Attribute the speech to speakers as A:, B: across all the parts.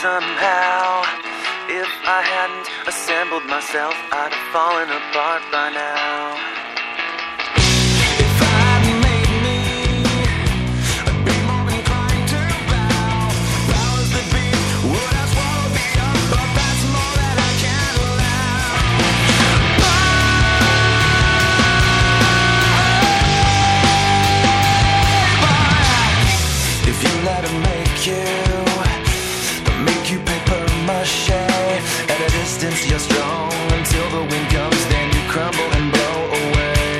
A: somehow. If I hadn't assembled myself, I'd have fallen apart by now. If I hadn't made me a big moment crying to bow, flowers that be, would I swallow me up? But that's more than I can allow. If you let him make you, they'll make you paper mache. At a distance, you're strong until the wind comes, then you crumble and blow away.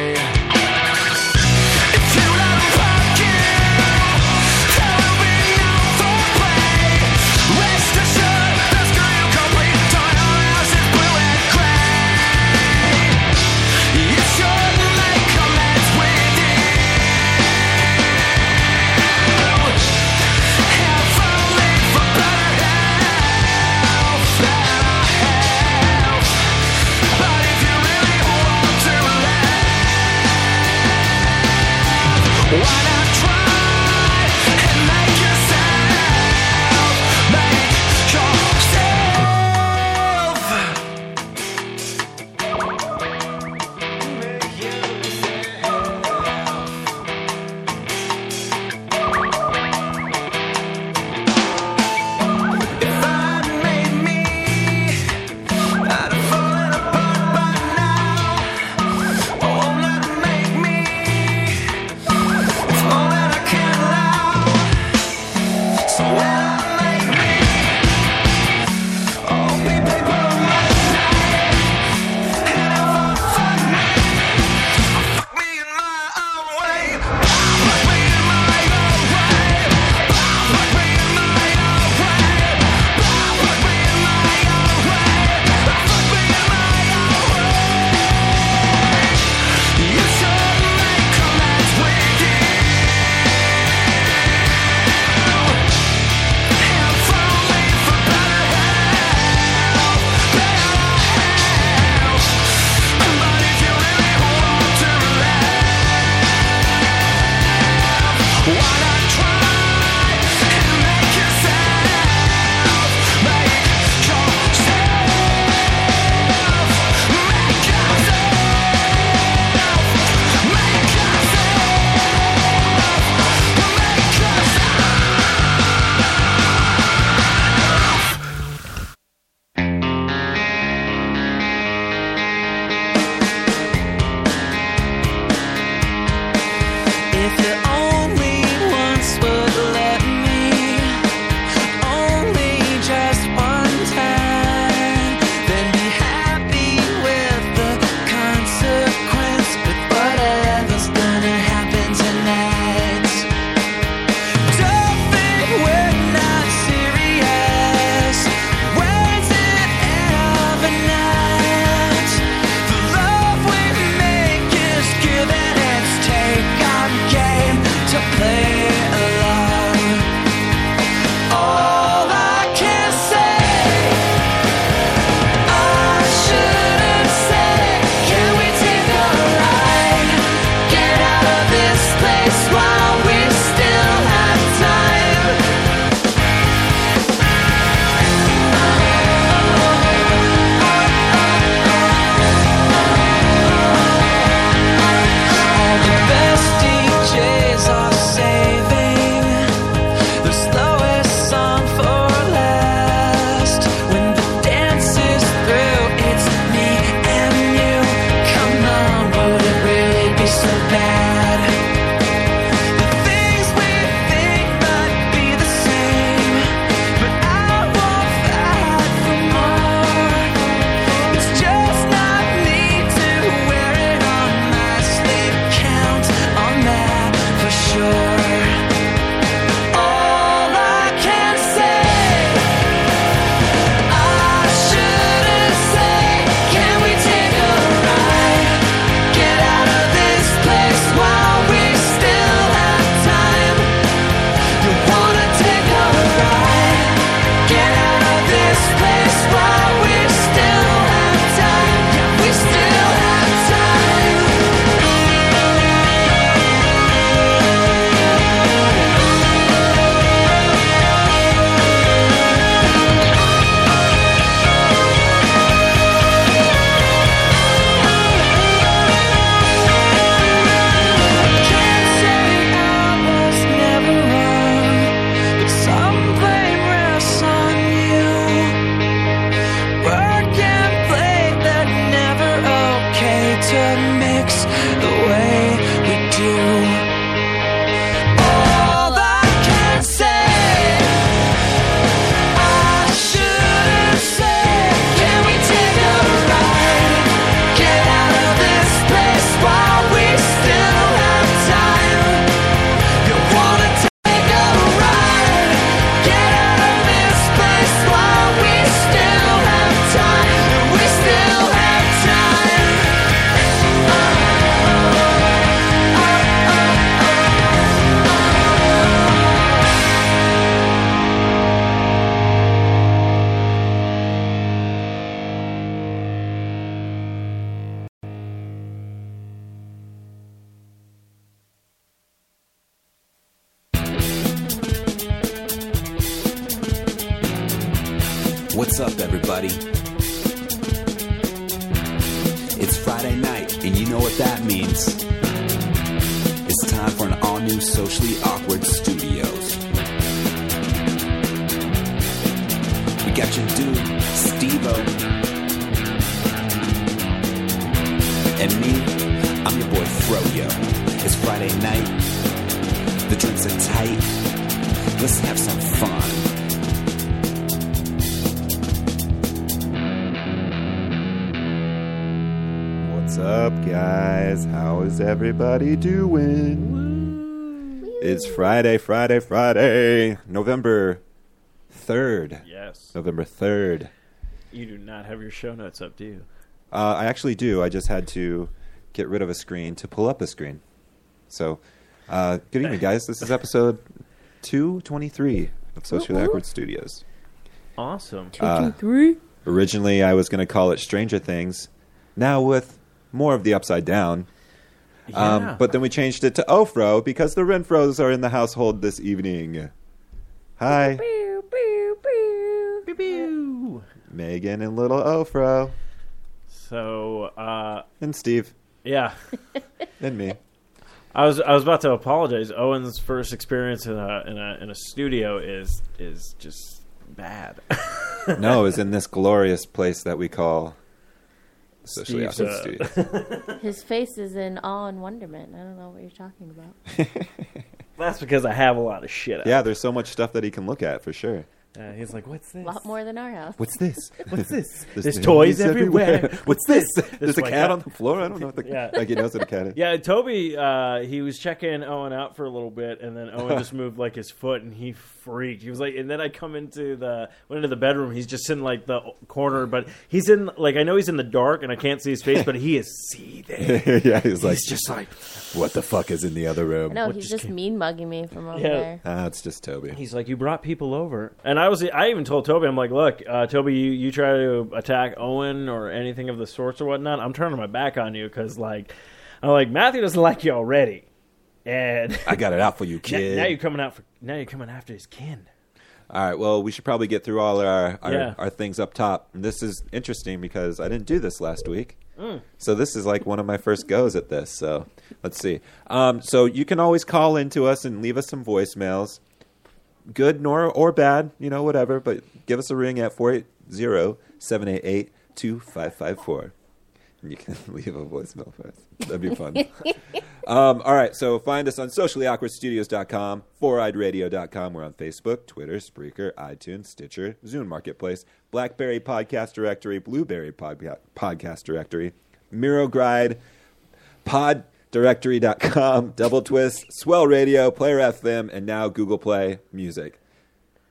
B: should mix the way we do. All I can say, I should have said, can we take a ride? Get out of this place while we still have time. You wanna take a ride? Get out of this place while we still have time. We still have time.
C: What's up, everybody? It's Friday night, and you know what that means. It's time for an all new Socially Awkward Studios. We got your dude, Steve O. And me, I'm your boy Froyo. It's Friday night, the drinks are tight. Let's have some fun.
D: What's up, guys? How is everybody doing? It's Friday, Friday, Friday, November 3rd.
E: Yes.
D: November 3rd.
E: You do not have your show notes up, do you?
D: Uh, I actually do. I just had to get rid of a screen to pull up a screen. So, uh, good evening, guys. This is episode 223 of Socially Awkward Studios.
E: Awesome.
D: Uh, Originally, I was going to call it Stranger Things. Now, with more of the upside down, Um,
E: Yeah.
D: but then we changed it to Ofro because the Renfros are in the household this evening. Hi,
E: Pew.
D: Megan and little Ofro,
E: so uh,
D: and Steve,
E: yeah,
D: and me.
E: I was I was about to apologize. Owen's first experience in a in a in a studio is is just bad.
D: No, is in this glorious place that we call socially
E: Steve's,
D: awkward
E: uh,
D: studios.
F: His face is in awe and wonderment. I don't know what you're talking about.
E: That's because I have a lot of shit. Out.
D: Yeah, there's so much stuff that he can look at for sure.
E: Uh, he's like, what's this?
F: A lot more than our house.
D: What's this?
E: What's this?
D: There's,
E: There's toys everywhere.
D: What's this? There's a
E: like
D: cat
E: that.
D: on the floor. I don't know what the
E: Yeah.
D: like he knows what a cat is.
E: Yeah, Toby, uh, he was checking Owen out for a little bit, and then Owen just moved like his foot, and he freaked. He was like, and then I come into the went into the bedroom. He's just in like the corner, but he's in like I know he's in the dark, and I can't see his face, but he is seething.
D: yeah, he's like,
E: He's just like
D: what the fuck is in the other room?
F: No,
E: What
F: he's
E: just
F: just
E: came-
F: mean mugging me from over
E: Yeah.
F: there.
D: Ah, it's just Toby.
E: he's like you brought people over, and I was I even told Toby I'm like, look, uh, Toby, you you try to attack Owen or anything of the sorts or whatnot, I'm turning my back on you because like I'm like Matthew doesn't like you already, and
D: I got it out for you,
E: now,
D: kid.
E: now you're coming out for now you're coming after his kin.
D: All right. Well, we should probably get through all our our,
E: Yeah.
D: our things up top. And this is interesting because I didn't do this last week, so this is like one of my first goes at this. So let's see. Um, so you can always call in to us and leave us some voicemails, good nor or bad, you know, whatever. But give us a ring at 480-788-2554. And you can leave a voicemail for us. That'd be fun. Um, all right, so find us on sociallyawkwardstudios.com, foureyedradio.com. We're on Facebook, Twitter, Spreaker, iTunes, Stitcher, Zune Marketplace, Blackberry Podcast Directory, Blueberry Podca- Podcast Directory, Miroguide, poddirectory.com, Double Twist, Swell Radio, Player FM, and now Google Play Music.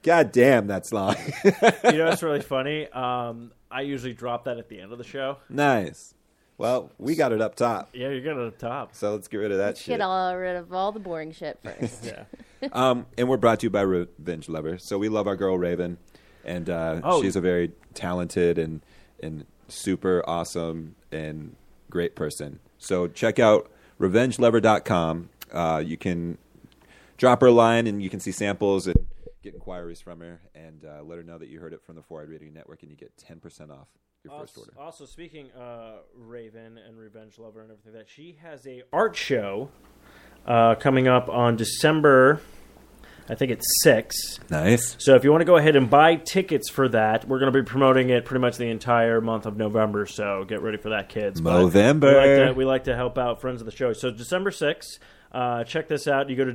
D: God damn, that's long.
E: you know what's really funny? Um, I usually drop that at the end of the show.
D: nice. Well, we got it up top,
E: Yeah, you're good at the top.
D: so let's get rid of that shit.
F: Get all rid of all the boring shit first.
E: Yeah.
D: Um, and we're brought to you by Revenge Lover. So we love our girl Raven, and uh,
E: Oh.
D: she's a very talented and and super awesome and great person. So check out RevengeLover.com. Uh, you can drop her a line, and you can see samples and get inquiries from her, and uh, let her know that you heard it from the Four Eyed Radio Network, and you get ten percent off your first
E: Also,
D: order.
E: also speaking uh, Raven and Revenge Lover and everything like that, she has a art show uh, coming up on December I think it's six.
D: Nice.
E: So if you want to go ahead and buy tickets for that, we're going to be promoting it pretty much the entire month of November. So get ready for that, kids. But
D: Movember.
E: We like to, we like to help out friends of the show. So December 6th, uh, check this out. You go to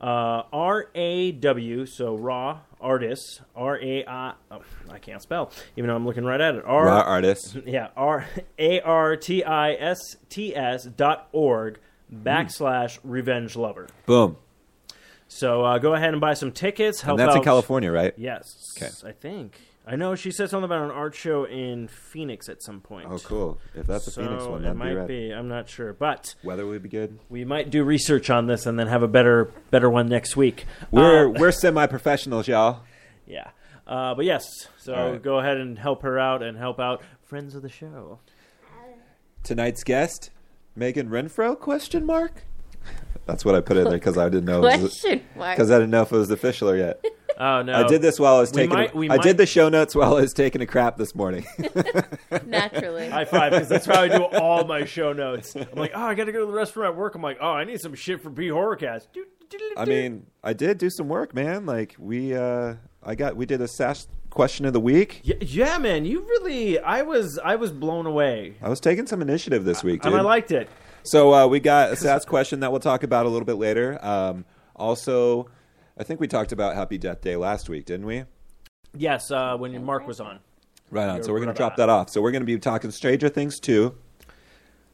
E: uh, www.raw, so raw artists, R A I, oh, I can't spell, even though I'm looking right at it. R-
D: Raw artists.
E: yeah, R A R T I S T S dot org backslash revenge lover.
D: Boom.
E: So uh, go ahead and buy some tickets. Help
D: And that's
E: out.
D: in California, right?
E: Yes.
D: Okay.
E: I think. I know she said something about an art show in Phoenix at some point.
D: Oh, cool. If that's a
E: so
D: Phoenix one,
E: it
D: that'd be
E: might
D: rad.
E: be. I'm not sure, but
D: Weather would be good.
E: we might do research on this and then have a better better one next week.
D: We're
E: Uh,
D: we're semi-professionals, y'all.
E: yeah. Uh, but yes, so
D: All right.
E: go ahead and help her out and help out friends of the show.
D: Tonight's guest, Megan Renfro? Question mark. That's what I put in there because I didn't know because
F: Question mark.
D: I didn't know if it was official or yet.
E: Oh no!
D: I did this while I was
E: We
D: taking.
E: might- we
D: I
E: might-
D: did the show notes while I was taking a crap this morning.
F: Naturally.
E: High five, because that's how I do all my show notes. I'm like, oh, I got to go to the restaurant at work. I'm like, oh, I need some shit for B Horrorcast.
D: I mean, I did do some work, man. Like we, uh, I got we did a sash question of the week.
E: Yeah, yeah, man, you really. I was I was blown away,
D: I was taking some initiative this week, dude.
E: and I liked it.
D: so uh, we got a sash question that we'll talk about a little bit later. Um, also, I think we talked about Happy Death Day last week, didn't we?
E: Yes, uh, when your Mark was on,
D: Right on. So
E: You're
D: we're gonna
E: right
D: drop
E: on.
D: that off. So we're gonna be talking Stranger Things too.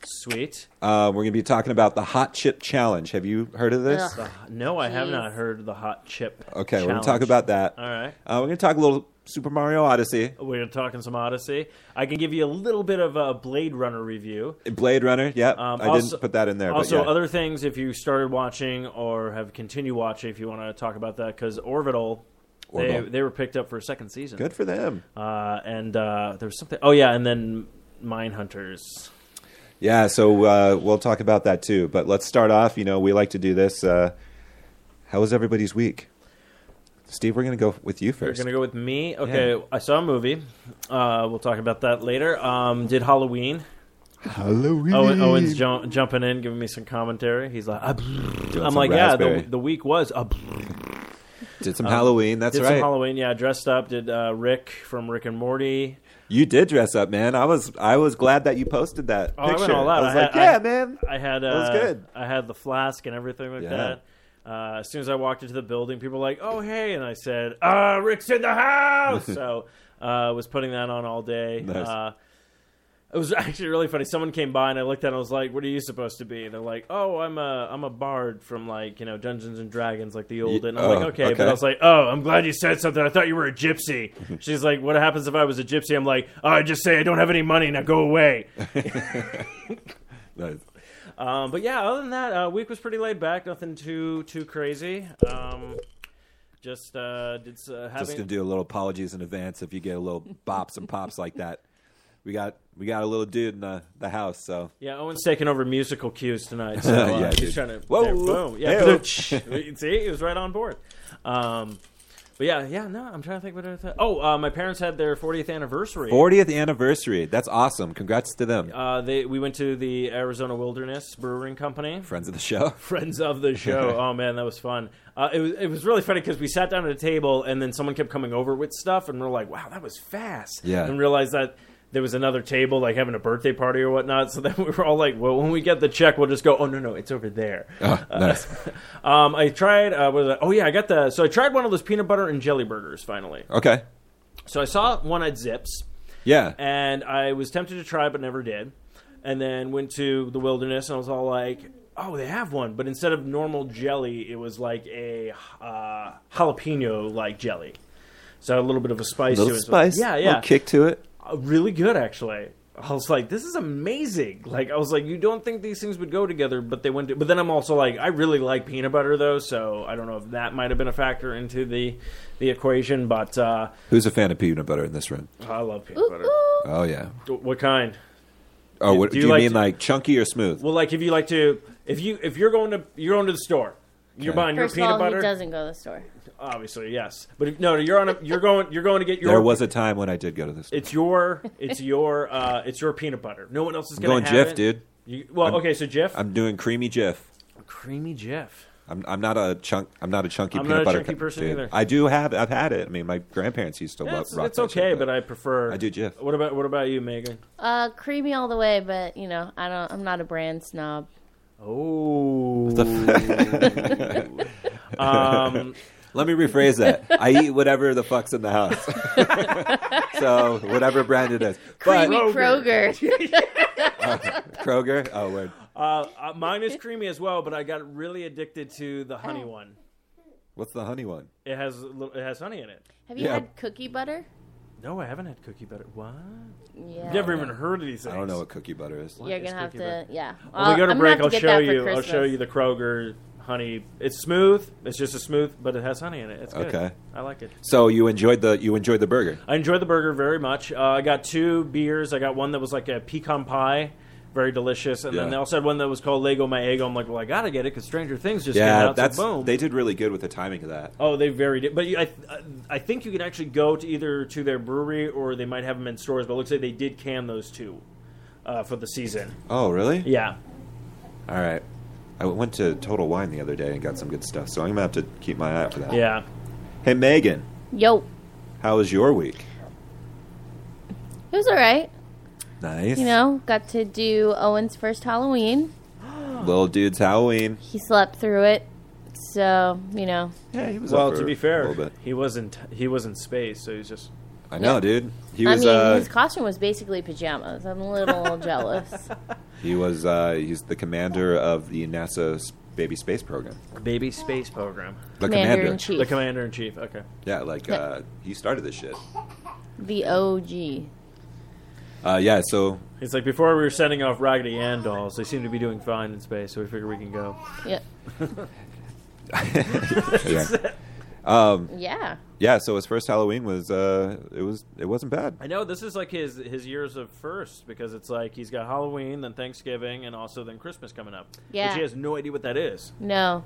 E: sweet.
D: Uh, we're gonna be talking about the Hot Chip Challenge. Have you heard of this?
F: Ugh.
E: Uh, no, I have
F: Jeez.
E: not heard the hot chip.
D: Okay, we're gonna
E: challenge.
D: talk about that.
E: All right.
D: Uh, we're gonna talk a little Super Mario Odyssey,
E: We're talking some Odyssey. I can give you a little bit of a Blade Runner review.
D: Blade Runner. Yeah,
E: Um,
D: I
E: also-
D: didn't put that in there.
E: Also,
D: but yeah.
E: other things if you started watching or have continued watching, if you want to talk about that, because Orbital,
D: Orbital.
E: They, they were picked up for a second season.
D: good for them.
E: Uh, and uh, there was something. Oh yeah, and then Mindhunters.
D: Yeah, so uh, we'll talk about that too. But let's start off. You know, we like to do this. Uh, how was everybody's week? Steve, we're going to go with you
E: You're
D: 1st
E: gonna go with me. Okay, I saw a movie. Uh, we'll talk about that later. Um, did Halloween.
D: Halloween.
E: Owen, Owen's jump, jumping in, giving me some commentary. He's like, "Ah, brrr." I'm
D: some
E: like, yeah,
D: raspberry.
E: the, the week was. Uh,
D: did some Halloween. That's
E: did
D: right.
E: some Halloween, yeah, dressed up. Did uh, Rick from Rick and Morty.
D: you did dress up, man. I was I was glad that you posted that
E: Oh, I went
D: picture.
E: all out.
D: was
E: I
D: like,
E: had-
D: yeah,
E: I-
D: man.
E: I had uh,
D: was good.
E: I had the flask and everything like
D: Yeah.
E: that. Uh, as soon as I walked into the building, people were like, "Oh hey," and I said, "Uh, Rick's in the house." so uh, was putting that on all day.
D: Nice.
E: Uh, it was actually really funny. Someone came by and I looked at it and I was like, "What are you supposed to be?" And they're like, "Oh, I'm a I'm a bard from like you know Dungeons and Dragons, like the old."
D: Ye-
E: And I'm
D: oh,
E: like, okay.
D: okay.
E: but I was like, "Oh, I'm glad you said something. I thought you were a gypsy." She's like, "What happens if I was a gypsy?" I'm like, "Oh, I just say I don't have any money. Now go away."
D: Nice.
E: Um, but yeah, other than that, uh, week was pretty laid back. Nothing too too crazy. Um, just uh, did uh, having
D: just gonna do a little apologies in advance if you get a little bops and pops like that. We got we got a little dude in the, the house, so
E: yeah. Owen's taking over musical cues tonight. So, uh,
D: Yeah,
E: he's
D: dude.
E: trying to
D: Whoa.
E: there, boom yeah.
D: Hey-o.
E: See, he was right on board. Um, but yeah, yeah. No, I'm trying to think what I thought. Oh, uh, my parents had their 40th anniversary.
D: 40th anniversary. That's awesome. Congrats to them,
E: Uh, they we went to the Arizona Wilderness Brewing Company.
D: friends of the show.
E: friends of the show. oh man, that was fun. Uh, it was it was really funny because we sat down at a table and then someone kept coming over with stuff and we're like, wow, that was fast.
D: Yeah.
E: and realized that. There was another table, like having a birthday party or whatnot. So then we were all like, "Well, when we get the check, we'll just go." Oh no, no, it's over there.
D: Oh, nice.
E: Um, I tried. Uh, what was I? Oh yeah, I got the. So I tried one of those peanut butter and jelly burgers finally.
D: Okay.
E: So I saw one at Zips,
D: Yeah.
E: and I was tempted to try but never did. And then went to the wilderness and I was all like, "Oh, they have one!" But instead of normal jelly, it was like a uh, jalapeno like jelly. So a little bit of a spice.
D: little
E: to it. So-
D: spice.
E: Yeah,
D: little
E: yeah.
D: kick to it.
E: Uh, really good actually. I was like, "This is amazing!" Like I was like, "You don't think these things would go together?" But they went. To- but then I'm also like, I really like peanut butter though, so I don't know if that might have been a factor into the the equation. But uh,
D: Who's a fan of peanut butter in this room?
E: I love peanut
F: Ooh,
E: butter.
F: ooh.
D: Oh yeah.
E: What kind?
D: Oh, what, do
E: do
D: you,
E: you like
D: mean
E: to-
D: like chunky or smooth?
E: Well, like if you like to, if you if you're going to you're going to the store, you're
D: Okay.
E: buying
F: First of
E: your peanut
F: all,
E: butter.
F: he doesn't go to the store.
E: Obviously, yes. But if, no, you're on a you're going you're going to get your.
D: there was a time when I did go to this.
E: It's your it's your uh it's your peanut butter. No one else is
D: I'm going
E: to
D: Jif,
E: have it.
D: dude.
E: You, well, okay, so Jif,
D: I'm doing creamy Jif.
E: creamy Jif.
D: I'm, I'm not a chunk. I'm not a chunky
E: I'm
D: peanut
E: not a
D: butter
E: chunky
D: cup-
E: person
D: dude.
E: either.
D: I do have. I've had it. I mean, my grandparents used to
E: Yeah,
D: love.
E: it's,
D: rock
E: it's
D: that
E: okay,
D: shit,
E: but I prefer.
D: I do Jif.
E: What about what about you, Megan?
F: Uh, creamy all the way, but you know, I don't. I'm not a brand snob.
E: Oh, um,
D: Let me rephrase that. I eat whatever the fuck's in the house. so whatever brand it is. But
F: Creamy Kroger.
D: Kroger. Oh, word.
E: uh, uh, mine is creamy as well, but I got really addicted to the
F: Oh.
E: honey one.
D: What's the honey one?
E: It has a little- it has honey in it.
F: Have you
D: Yeah.
F: had cookie butter?
E: No, I haven't had cookie butter. What?
F: Yeah.
E: Never even heard of these things.
D: I don't know what cookie butter is.
F: You're
E: It's
F: gonna have to.
E: cookie butter.
F: Yeah.
E: When we go to
F: Um, I'm gonna
E: break,
F: have
E: I'll
F: get
E: show
F: that for
E: you. I'll show
F: Christmas.
E: you the Kroger honey. It's smooth. It's just a smooth, but it has honey in it. It's good.
D: Okay.
E: I like it.
D: So you enjoyed the you enjoyed the burger.
E: I enjoyed the burger very much. Uh, I got two beers. I got one that was like a pecan pie, very delicious, and
D: Yeah.
E: then they also had one that was called Lego My Ego. I'm like, well, I gotta get it because Stranger Things just came
D: Yeah,
E: out.
D: that's
E: so boom.
D: they did really good with the timing of that.
E: oh, they very did. But you- I, I think you could actually go to either to their brewery or they might have them in stores. But it looks like they did can those two uh, for the season.
D: Oh, really?
E: Yeah.
D: All right. I went to Total Wine the other day and got some good stuff, so I'm gonna have to keep my eye out for that.
E: Yeah.
D: Hey, Megan,
F: Yo,
D: how was your week?
F: it was all right.
D: Nice.
F: You know, got to do Owen's first Halloween.
D: little dude's Halloween.
F: He slept through it, so you know.
D: Yeah, he was.
E: Well,
D: up
E: to
D: for
E: be
D: a
E: fair,
D: little bit.
E: he wasn't he was in space, so he's just
D: I know,
F: Yeah.
D: dude. He
F: I
D: was.
F: mean,
D: uh,
F: his costume was basically pajamas. I'm a little jealous.
D: He was. Uh, he's the commander of the NASA's baby space program.
E: baby space program.
D: The
F: Commander in chief,
E: The commander in chief. Okay.
D: Yeah, like uh, he started this shit.
F: the OG.
D: Uh, yeah. So
E: It's like before we were sending off Raggedy Ann dolls. They seem to be doing fine in space, so we figure we can go.
F: Yeah.
D: yeah.
F: Yeah.
D: yeah. So his first Halloween was. Uh, it was. It wasn't bad.
E: I know this is like his his years of first because it's like he's got Halloween, then Thanksgiving, and also then Christmas coming up.
F: Yeah.
E: which he has no idea what that is.
F: No.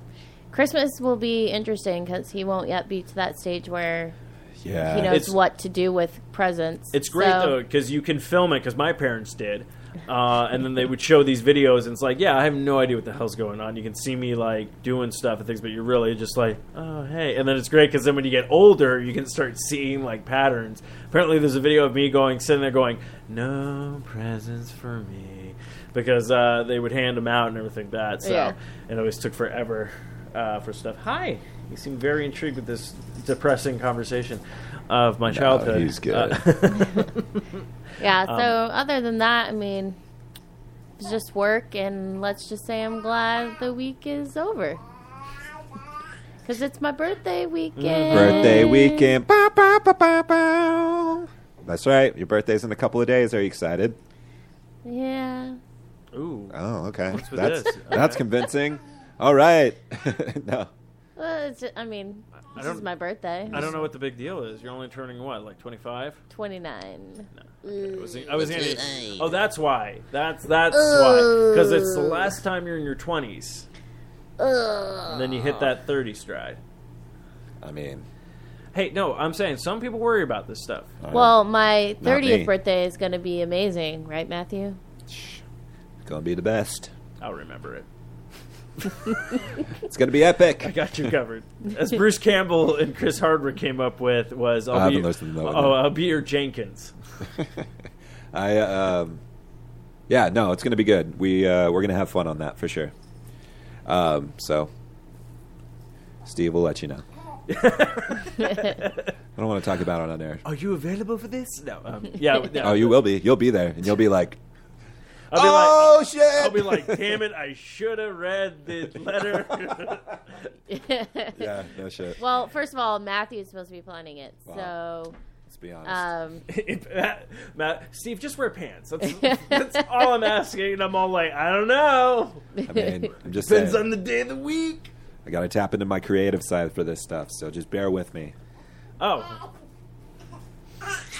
F: Christmas will be interesting because he won't yet be to that stage where
D: Yeah.
F: he knows
E: Uh, It's-
F: what to do with presents.
E: It's great
F: So-
E: though because you can film it because my parents did, uh, and then they would show these videos and it's like, yeah, I have no idea what the hell's going on. You can see me like doing stuff and things, but you're really just like, oh hey. And then it's great because then when you get older, you can start seeing like patterns. Apparently, there's a video of me going sitting there going, no presents for me because uh, they would hand them out and everything like that. So
F: Yeah.
E: it always took forever uh, for stuff. Hi. You seem very intrigued with this depressing conversation of my childhood.
D: he's good.
F: Yeah.
E: Um,
F: So other than that, I mean, it's just work, and let's just say I'm glad the week is over because it's my birthday weekend.
D: Birthday weekend. Bow, bow, bow, bow, bow. That's right. Your birthday's in a couple of days. Are you excited?
F: Yeah.
E: Ooh.
D: Oh, okay.
E: What's with
D: that's
E: this?
D: that's convincing. All right. no.
F: Well, it's, I mean, this is
E: don't-
F: my birthday.
E: I don't know what the big deal is. You're only turning what, like 25?
F: 29.
E: I was, I was gonna. Oh, that's why. That's that's why. Because it's the last time you're in your 20s,
F: Ugh.
E: and then you hit that 30 stride.
D: I mean,
E: Hey, no, I'm saying some people worry about this stuff.
D: I
F: Well, my
D: Not me.
F: 30th birthday is going to be amazing, right, Matthew?
D: don't- gonna be the best.
E: I'll remember it.
D: It's gonna be
E: I
D: epic.
E: got you covered. As Bruce Campbell and Chris Hardwick came up with was, I'll
D: I
E: be
D: haven't listened to that one
E: oh,
D: yet.
E: I'll be your Jenkins.
D: I um, yeah, no, it's gonna be good. We uh, we're gonna have fun on that for sure. Um, so Steve will let you know. I don't want to talk about it on air.
E: Are you available for this? No. Um, yeah. yeah.
D: Oh, you will be. You'll be there, and you'll be like,
E: I'll be like,
D: "Oh shit!"
E: I'll be like, damn it, I should have read the letter.
D: "Yeah, no shit."
F: Well, first of all, Matthew's supposed to be planning it.
D: Wow.
F: So,
D: Let's be honest.
F: um,
E: Matt, Matt, Steve, just wear pants. That's, that's all I'm asking. And I'm all like, I don't know.
D: I mean, I'm just
E: Depends
D: saying.
E: on the day of the week.
D: I gotta tap into my creative side for this stuff, so just bear with me.
E: Oh.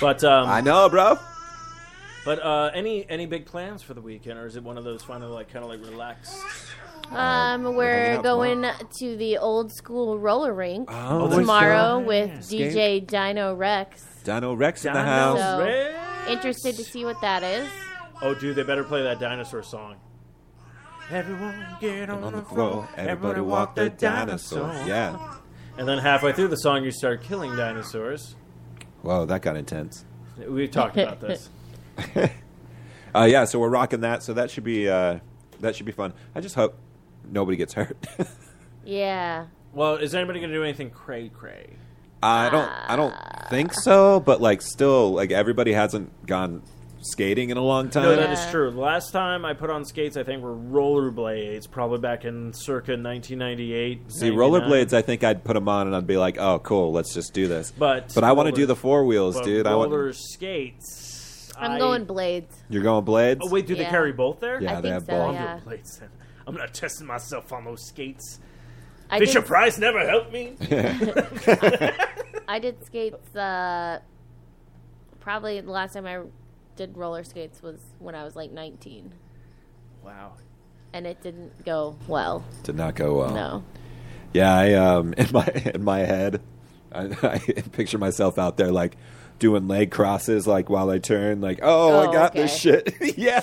E: But um,
D: I know, bro.
E: but uh, any any big plans for the weekend, or is it one of those final like kind of like relaxed?
F: um,
D: hanging
F: we're
D: out tomorrow.
F: going to the old school roller rink
D: Oh, that's
F: tomorrow
E: right.
F: with
D: Skate.
F: DJ Dino Rex.
D: Dino Rex in the
E: Dino
D: house.
F: So-
E: Rex?
F: Interested to see what that is.
E: Oh, dude, they better play that dinosaur song. Everyone get on,
D: on the floor. Everybody walk the dinosaur. Yeah.
E: And then halfway through the song, you start killing dinosaurs.
D: Whoa, that got intense.
E: We've talked about this.
D: Uh, yeah, so we're rocking that. So that should be uh, that should be fun. I just hope nobody gets hurt.
F: Yeah.
E: Well, is anybody going to do anything cray cray?
D: I don't I don't think
E: Ah.
D: so, but like still like everybody hasn't gone skating in a long time.
E: No, that
F: Yeah.
E: is true. The Last time I put on skates, I think were rollerblades, probably back in circa 1998.
D: See,
E: 99.
D: rollerblades, I think I'd put them on and I'd be like, "Oh, cool, let's just do this."
E: But
D: but I want to
E: roller-
D: do the four wheels,
E: But
D: dude. I
E: roller
D: want.
E: skates.
F: I'm
E: I-
F: going blades.
D: You're going blades.
E: Oh wait, do they
F: Yeah.
E: carry both there?
D: Yeah,
F: I
D: they
F: think
D: have
F: so,
D: balls.
F: yeah.
E: Rollerblades. I'm not testing myself on those skates.
F: I
E: Fisher
F: did,
E: Price never helped me.
F: I did skates, uh, probably the last time I did roller skates was when I was like 19.
E: wow.
F: And it didn't go well.
D: Did not go well.
F: No.
D: Yeah, I um in my in my head, I, I picture myself out there like doing leg crosses like while I turn like, "Oh, I
F: Oh,
D: got
F: okay.
D: this shit." yeah.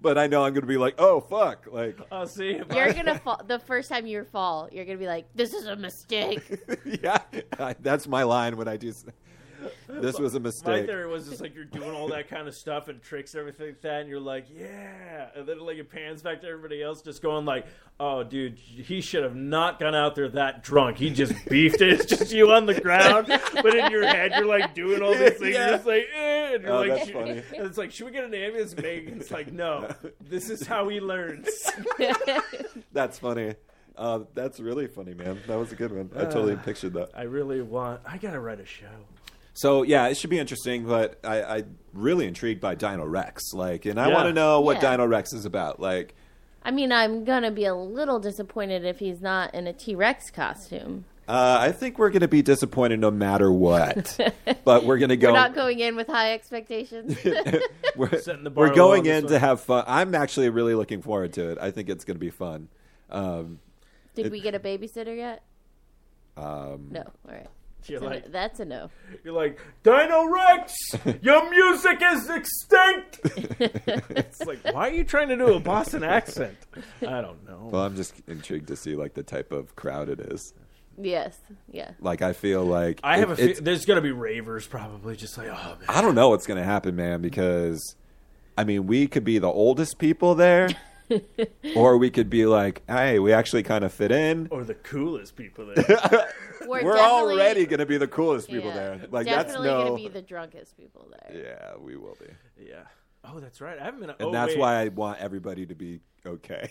D: but I know I'm going to be like, "Oh, fuck." Like
E: I'll Oh, see. If I-
F: You're gonna fall the first time you fall. You're gonna be like, "This is a mistake."
D: yeah. I, that's my line when I do s- This was a
E: My
D: mistake.
E: theory was just like you're doing all that kind of stuff and tricks and everything like that, and you're like, yeah, and then like it pans back to everybody else, just going like, oh, dude, he should have not gone out there that drunk. He just beefed it. It's just you on the ground, but in your head, you're like doing all these things.
D: Yeah.
E: You're just like, eh, and you're
D: Oh,
E: like,
D: that's
E: "Should-"
D: funny.
E: And it's like, should we get an ambulance? Megan's like, no, this is how he learns.
D: That's funny. Uh, that's really funny, man. That was a good one. I totally pictured that.
E: I really want. I gotta write a show.
D: So yeah, it should be interesting, but I, I really intrigued by Dino Rex. Like, and I
E: Yeah.
D: want to know what
F: Yeah.
D: Dino Rex is about. Like,
F: I mean, I'm gonna be a little disappointed if he's not in a T-Rex costume.
D: Uh, I think we're going to be disappointed no matter what. but we're going to go.
F: We're not going in with high expectations.
D: we're-
E: Setting the bar
D: we're
E: low
D: going
E: on this
D: in to
E: one.
D: have fun. I'm actually really looking forward to it. I think it's going to be fun. Um,
F: Did we get a babysitter yet?
D: um,
F: No. All right.
E: You're
F: That's a no-
E: like,
F: That's a no.
E: you're like, Dino Rex, your music is extinct. It's like, why are you trying to do a Boston accent? I don't know.
D: well, I'm just intrigued to see like the type of crowd it is.
F: Yes. Yeah.
D: Like, I feel like
E: I have
D: it-
E: a few,
D: it's-
E: there's gonna be ravers probably just like oh man
D: I don't know what's going to happen, man. Because I mean, we could be the oldest people there, or we could be like, hey, we actually kind of fit in.
E: or the coolest people there.
F: We're,
D: We're
F: definitely-
D: already going to be the coolest people
F: yeah,
D: there. Like, that's
F: definitely
D: no.
F: gonna be the drunkest people there.
D: yeah, we will be.
E: yeah. Oh, that's right. I haven't been.
D: and
E: oh,
D: that's
E: wait.
D: why I want everybody to be okay.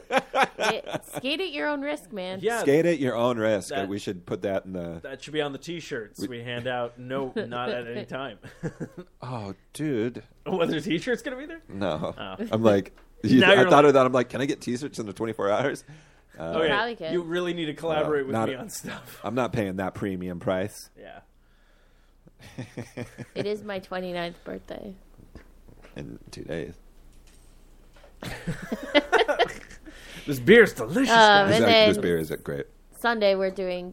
F: It- skate at your own risk, man.
E: Yeah.
D: Skate at your own risk.
E: That-
D: we should put that in the.
E: That should be on the T-shirts we hand out. No, not at any time.
D: oh, dude,
E: Whether T-shirts gonna be there?
D: no. I'm like, you,
E: Oh. Now
D: I
E: you're
D: thought
E: like-
D: of that. I'm like, can I get T-shirts in the 24 hours? Uh,
E: Okay,
F: Probably could.
E: Oh, You really need to collaborate
D: Uh,
E: with
D: not
E: me
D: a-
E: on stuff.
D: I'm not paying that premium price.
E: Yeah.
F: It is my 29th birthday.
D: In two days,
E: This beer's delicious.
F: Um,
D: this,
F: and
D: act- this
F: then-
D: beer is great
F: Sunday we're doing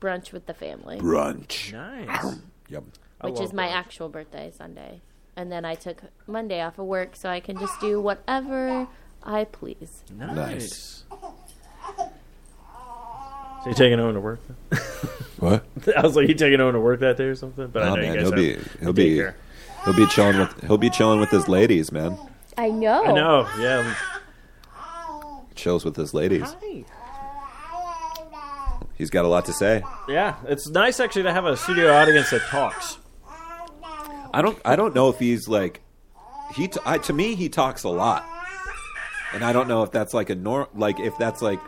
F: brunch with the family,
D: brunch.
E: guys. nice.
D: Yum.
F: which is
E: love
F: my
E: brunch.
F: actual birthday Sunday. And then I took Monday off of work so I can just do whatever I please.
D: Nice.
E: So you taking Owen to work?
D: What?
E: I was like, you taking Owen to work that day or something? But I
D: Oh
E: know
D: man,
E: you guys
D: he'll
E: have
D: be he'll be
E: daycare.
D: he'll be chilling with he'll be chilling with his ladies, man.
F: I know.
E: I know. Yeah.
D: Chills with his ladies. He's got a lot to say.
E: Yeah. It's nice actually to have a studio audience that talks.
D: I don't I don't know if he's like he t- I, to me he talks a lot. And I don't know if that's like a norm like if that's like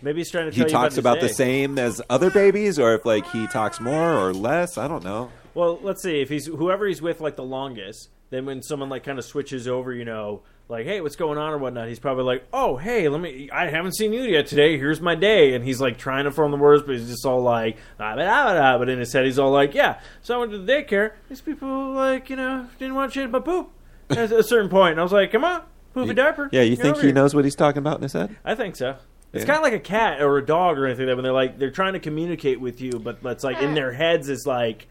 E: Maybe he's trying to
D: he
E: tell you
D: talks
E: about,
D: about,
E: his
D: the
E: day.
D: same as other babies or if like he talks more or less, I don't know.
E: Well, let's see if he's whoever he's with like the longest. Then when someone like kind of switches over, you know, like hey, what's going on or whatnot, he's probably like, oh hey, let me. I haven't seen you yet today. Here's my day, and he's like trying to form the words, but he's just all like, ah, blah, blah, blah, but in his head he's all like, yeah. So I went to the daycare. These people like you know didn't want to change my poop at a certain point, and I was like, come on. Poop a diaper.
D: Yeah, you
E: Get
D: think
E: over
D: he
E: here."
D: knows what he's talking about in his head?
E: I think so. It's
D: Yeah.
E: kind of like a cat or a dog or anything like that when they're like they're trying to communicate with you, but but it's like in their heads it's like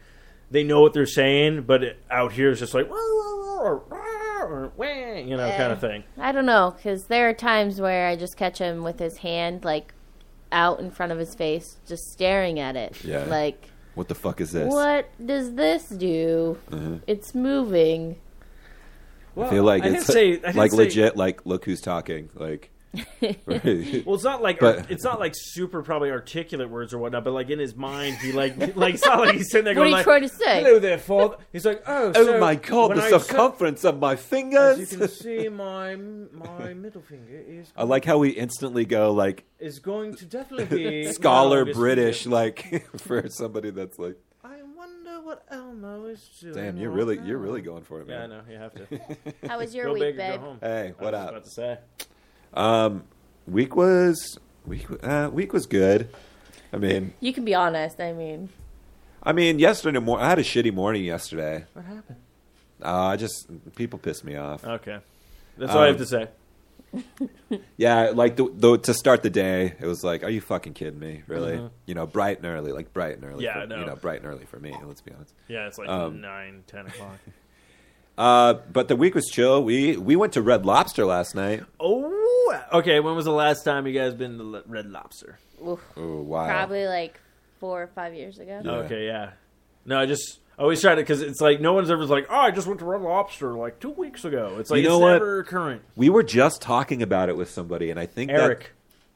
E: they know what they're saying, but it, out here it's just like "Wah, wah, wah," or, "Wah," or wah, you know, kind of thing.
F: I don't know, because there are times where I just catch him with his hand, like, out in front of his face, just staring at it.
D: Yeah.
F: Like,
D: What the fuck is this?
F: what does this do? It's moving.
E: Well,
D: I feel like
E: I
D: it's
E: didn't say, I didn't
D: like
E: say-
D: legit. Like look who's talking. Like.
E: Well, it's not like
D: But-
E: it's not like super probably articulate words or whatnot, but like in his mind, he like like it's not like he's sitting there
F: What are
E: going
F: you
E: like,
F: trying to say?
E: "Hello there, father." He's like, "Oh,
D: Oh
E: so
D: my god,
E: when
D: the
E: I sit-
D: circumference of my
E: As you
D: fingers.
E: can see, my my middle finger is
D: I like how we instantly go like
E: is going to definitely be
D: scholar
E: my longest
D: British,
E: finger.
D: like for somebody that's like,
E: I wonder what Elmo is doing.
D: damn, you're
E: right
D: really
E: now.
D: you're really going for it,
E: Yeah, I
D: man.
E: know you have to
F: How was your
E: go
F: week,
E: big or
F: babe?
E: go home.
D: Hey, what
E: I was
D: up?
E: About to say.
D: Week was week wa- uh, week was good. I mean,
F: You can be honest. I mean,
D: I mean, yesterday morning I had a shitty morning yesterday.
E: What happened?
D: Uh, I just people pissed me off.
E: Okay, that's all I have
D: Um,
E: to say.
D: Yeah, like the, the, to start the day, it was like, are you fucking kidding me? Really? You know, bright and early, like bright and early.
E: Mm-hmm. Yeah,
D: for,
E: I know.
D: you know, bright and early for me. Let's be honest.
E: Yeah, it's like
D: um,
E: nine, ten o'clock.
D: Uh, but the week was chill. We we went to Red Lobster last night.
E: oh, okay. When was the last time you guys been to Lo- Red Lobster?
F: oof,
D: Oh wow!
F: probably like four or five years ago.
D: Yeah.
E: Okay, yeah. No, I just I always try to because it's like no one's ever like, oh, I just went to Red Lobster like two weeks ago. It's like
D: You know
E: it's
D: what?
E: never current.
D: We were just talking about it with somebody, and I think that-
E: Eric.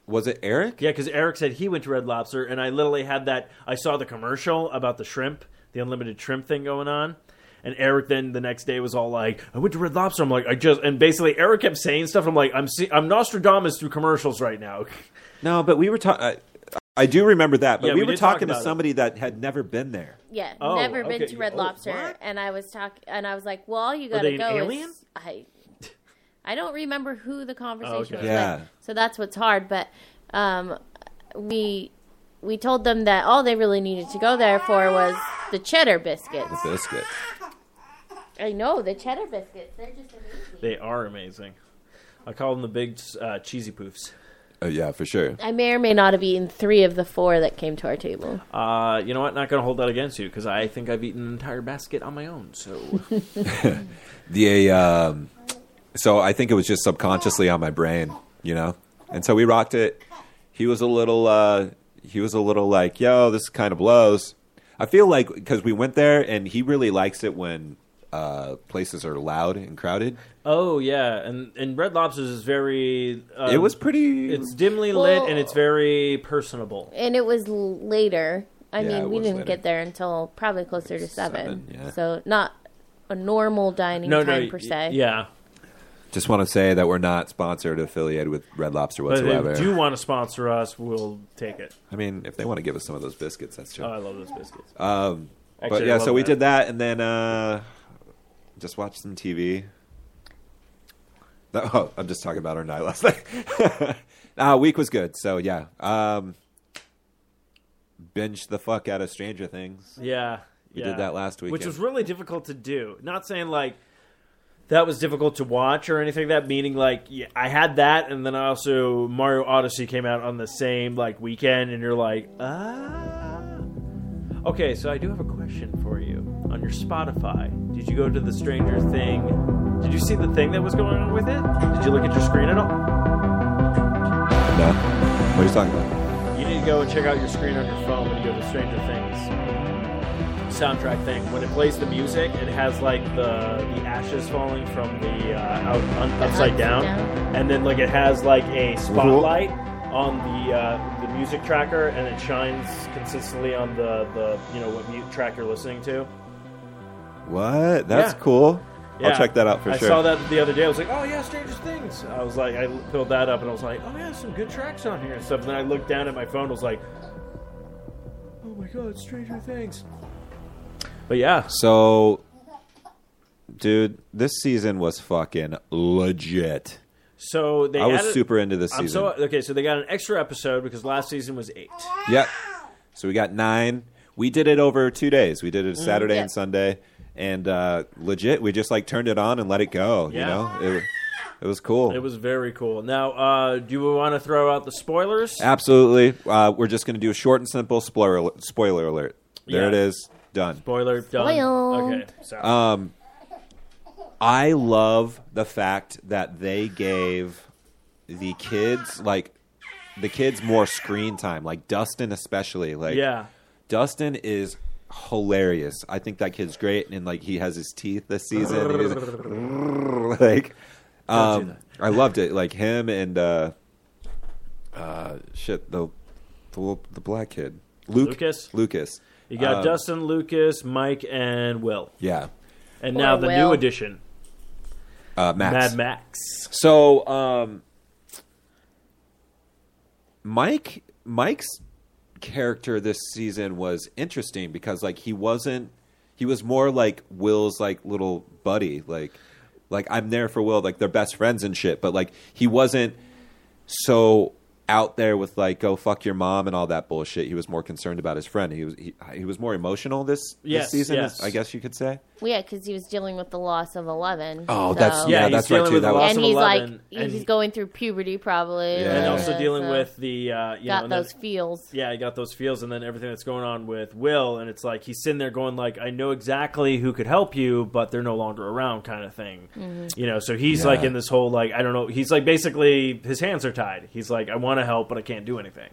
D: was it Eric.
E: Yeah, because Eric said he went to Red Lobster, and I literally had that. I saw the commercial about the shrimp, the unlimited shrimp thing going on. And Eric then the next day was all like, "I went to Red Lobster." I'm like, "I just..." And basically, Eric kept saying stuff. I'm like, "I'm see- I'm Nostradamus through commercials right now."
D: No, but we were talking. I do remember that, but
E: Yeah,
D: we,
E: we
D: were
E: did talk
D: talking to
E: about it.
D: somebody that had never been there.
F: Yeah,
E: Oh,
F: never been
E: okay.
F: to Red
E: Oh,
F: Lobster,
E: what?
F: and I was talking, and I was like, "Well, all you gotta
E: they an
F: go."
E: alien?
F: Is, I, I don't remember who the conversation
E: Oh, okay.
F: was.
D: Yeah.
F: with, so that's what's hard. But um, we we told them that all they really needed to go there for was the cheddar biscuits.
D: The biscuit.
F: I know the cheddar biscuits; they're just amazing.
E: They are amazing. I call them the big uh, cheesy poofs.
D: Oh yeah, for sure.
F: I may or may not have eaten three of the four that came to our table.
E: Uh, you know what? Not gonna hold that against you because I think I've eaten an entire basket on my own. So
D: The um, so I think it was just subconsciously on my brain, you know. And so we rocked it. He was a little. Uh, he was a little like, "Yo, this kind of blows." I feel like because we went there, and he really likes it when uh, places are loud and crowded.
E: Oh yeah, and and Red Lobster's is very. Um,
D: it was pretty.
E: It's dimly
F: Well-
E: lit and it's very personable.
F: and it was l- later. I
D: Yeah, it
F: mean, we
D: was
F: didn't
D: later.
F: get there until probably closer to seven,
D: Seven, yeah.
F: so not a normal dining
E: No,
F: time
E: no,
F: per
E: y-
F: se.
E: Yeah,
D: Just want to say that we're not sponsored, or affiliated with Red Lobster
E: but if
D: whatsoever.
E: they do want to sponsor us, we'll take it.
D: I mean, if they want to give us some of those biscuits, that's true.
E: Oh, I love those biscuits.
D: um,
E: Actually,
D: but
E: I
D: yeah,
E: love
D: so we
E: that.
D: did that, and then uh, just watched some TV. That- oh, I'm just talking about our night last night. uh, week was good, so yeah. Um, binge the fuck out of Stranger Things.
E: yeah, we
D: did that last
E: which
D: weekend.
E: was really difficult to do. Not saying like that was difficult to watch or anything. Like that meaning like yeah, I had that, and then I also Mario Odyssey came out on the same like weekend, and you're like, ah. Okay, so I do have a question for you. On your Spotify, did you go to the Stranger Thing? Did you see the thing that was going on with it? Did you look at your screen at all?
D: No, what are you talking about?
E: You need to go and check out your screen on your phone when you go to Stranger Things soundtrack thing. When it plays the music, it has like the the ashes falling from the uh, out, un, upside down,
F: down.
E: and then like it has like a spotlight on the uh, the music tracker, and it shines consistently on the the you know what mute track you're listening to.
D: What? That's
E: Yeah.
D: cool.
E: Yeah.
D: I'll check that out for
E: I
D: sure.
E: saw that the other day. I was like, oh yeah, Stranger Things. I was like, I filled that up and I was like, oh yeah, some good tracks on here and stuff. And then I looked down at my phone. and was like, oh my god, Stranger Things. But yeah,
D: So, dude, this season was fucking legit.
E: so they.
D: I was
E: added-
D: super into this
E: I'm
D: season.
E: so okay. So they got an extra episode because last season was eight.
D: Yep. So we got nine. We did it over two days. We did
E: Mm,
D: it Saturday
F: Yeah.
D: and Sunday, and uh, legit, we just like turned it on and let it go.
E: Yeah.
D: You know, it, it was cool.
E: It was very cool. Now, uh, do you want to throw out the spoilers?
D: absolutely. Uh, we're just going to do a short and simple spoiler al- spoiler alert. There
E: Yeah.
D: it is. Done.
E: Spoiler done.
D: Uh,
F: Spoiled.
E: Okay, sorry.
D: Um, I love the fact that they gave the kids like the kids more screen time, like Dustin especially. Like
E: Yeah.
D: Dustin is hilarious. I think that kid's great and like he has his teeth this season. He's like, like,
E: Don't do
D: um, I loved it. Like him and uh uh shit, the the, little- the black kid. Luke,
E: Lucas?
D: Lucas.
E: You got
D: Um,
E: Dustin, Lucas, Mike, and Will,
D: Yeah.
E: and
F: Or
E: now the
F: Will.
E: new addition,
D: Uh Max.
E: Mad Max.
D: So, um, Mike, Mike's character this season was interesting because like he wasn't, he was more like Will's like little buddy, like, like I'm there for Will, like they're best friends and shit, but like he wasn't so out there with like go fuck your mom and all that bullshit. He was more concerned about his friend. He was he, he was more emotional this,
E: Yes,
D: this season,
E: yes.
D: I guess you could say.
F: Yeah, because he was dealing with the loss of Eleven.
D: Oh, that's-
F: so-
D: Yeah,
E: Yeah, he's
D: that's right,
E: dealing
D: too.
E: with
D: That
E: the
D: was-
E: loss
F: and
E: of
F: he's like
E: eleven,
F: he's
E: and,
F: going through puberty probably,
D: Yeah.
E: and
D: Yeah,
E: also dealing
F: so
E: with the uh, you know,
F: got
E: and then-
F: those feels.
E: yeah, I got those feels, and then everything that's going on with Will, and it's like he's sitting there going like, I know exactly who could help you, but they're no longer around, kind of thing.
F: Mm-hmm.
E: You know, so he's like
D: Yeah.
E: in this whole like, I don't know. He's like basically his hands are tied. He's like, I want to help, but I can't do anything.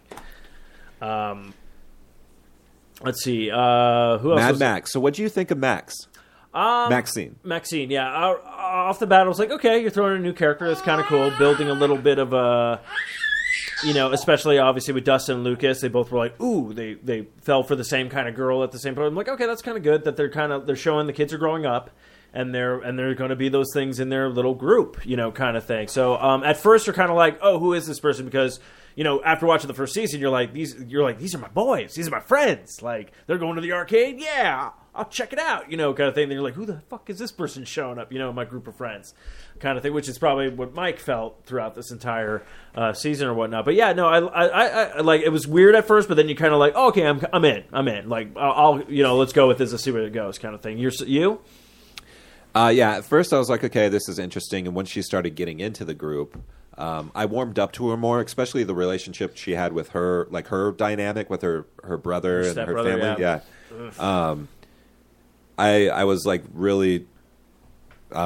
E: Um, let's see, uh, who else?
D: Mad
E: was-
D: Max. So, what do you think of Max?
E: Um,
D: Maxine.
E: Maxine, yeah. O- Off the bat, I was like, okay, you're throwing in a new character. That's kind of cool. Building a little bit of a, you know, especially obviously with Dustin and Lucas, they both were like, ooh, they they fell for the same kind of girl at the same point. I'm like, okay, that's kind of good that they're kind of they're showing the kids are growing up. And they're and they're going to be those things in their little group, you know, kind of thing. So um, at first you're kind of like, oh, who is this person? Because you know, after watching the first season, you're like, these you're like, these are my boys, these are my friends. Like they're going to the arcade, yeah, I'll check it out, you know, kind of thing. Then you're like, who the fuck is this person showing up, you know, in my group of friends, kind of thing, which is probably what Mike felt throughout this entire uh, season or whatnot. But yeah, no, I, I, I, I like it was weird at first, but then you kind of like, oh, okay, I'm, I'm in, I'm in. Like I'll, I'll, you know, let's go with this, let's see where it goes, kind of thing. You're s- you,
D: Uh, yeah, at first I was like, okay, this is interesting. And once she started getting into the group, um, I warmed up to her more, especially the relationship she had with her, like her dynamic with her her brother and her
E: stepbrother,
D: family. Yeah,
E: yeah.
D: Um, I I was like really um,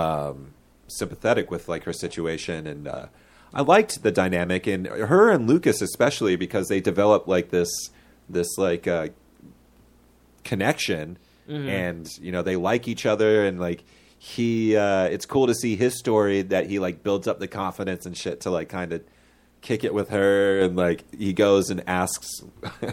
D: sympathetic with like her situation, and uh, I liked the dynamic and her and Lucas especially because they developed like this this like uh, connection and you know they like each other and like he uh it's cool to see his story that he like builds up the confidence and shit to like kind of kick it with her and like he goes and asks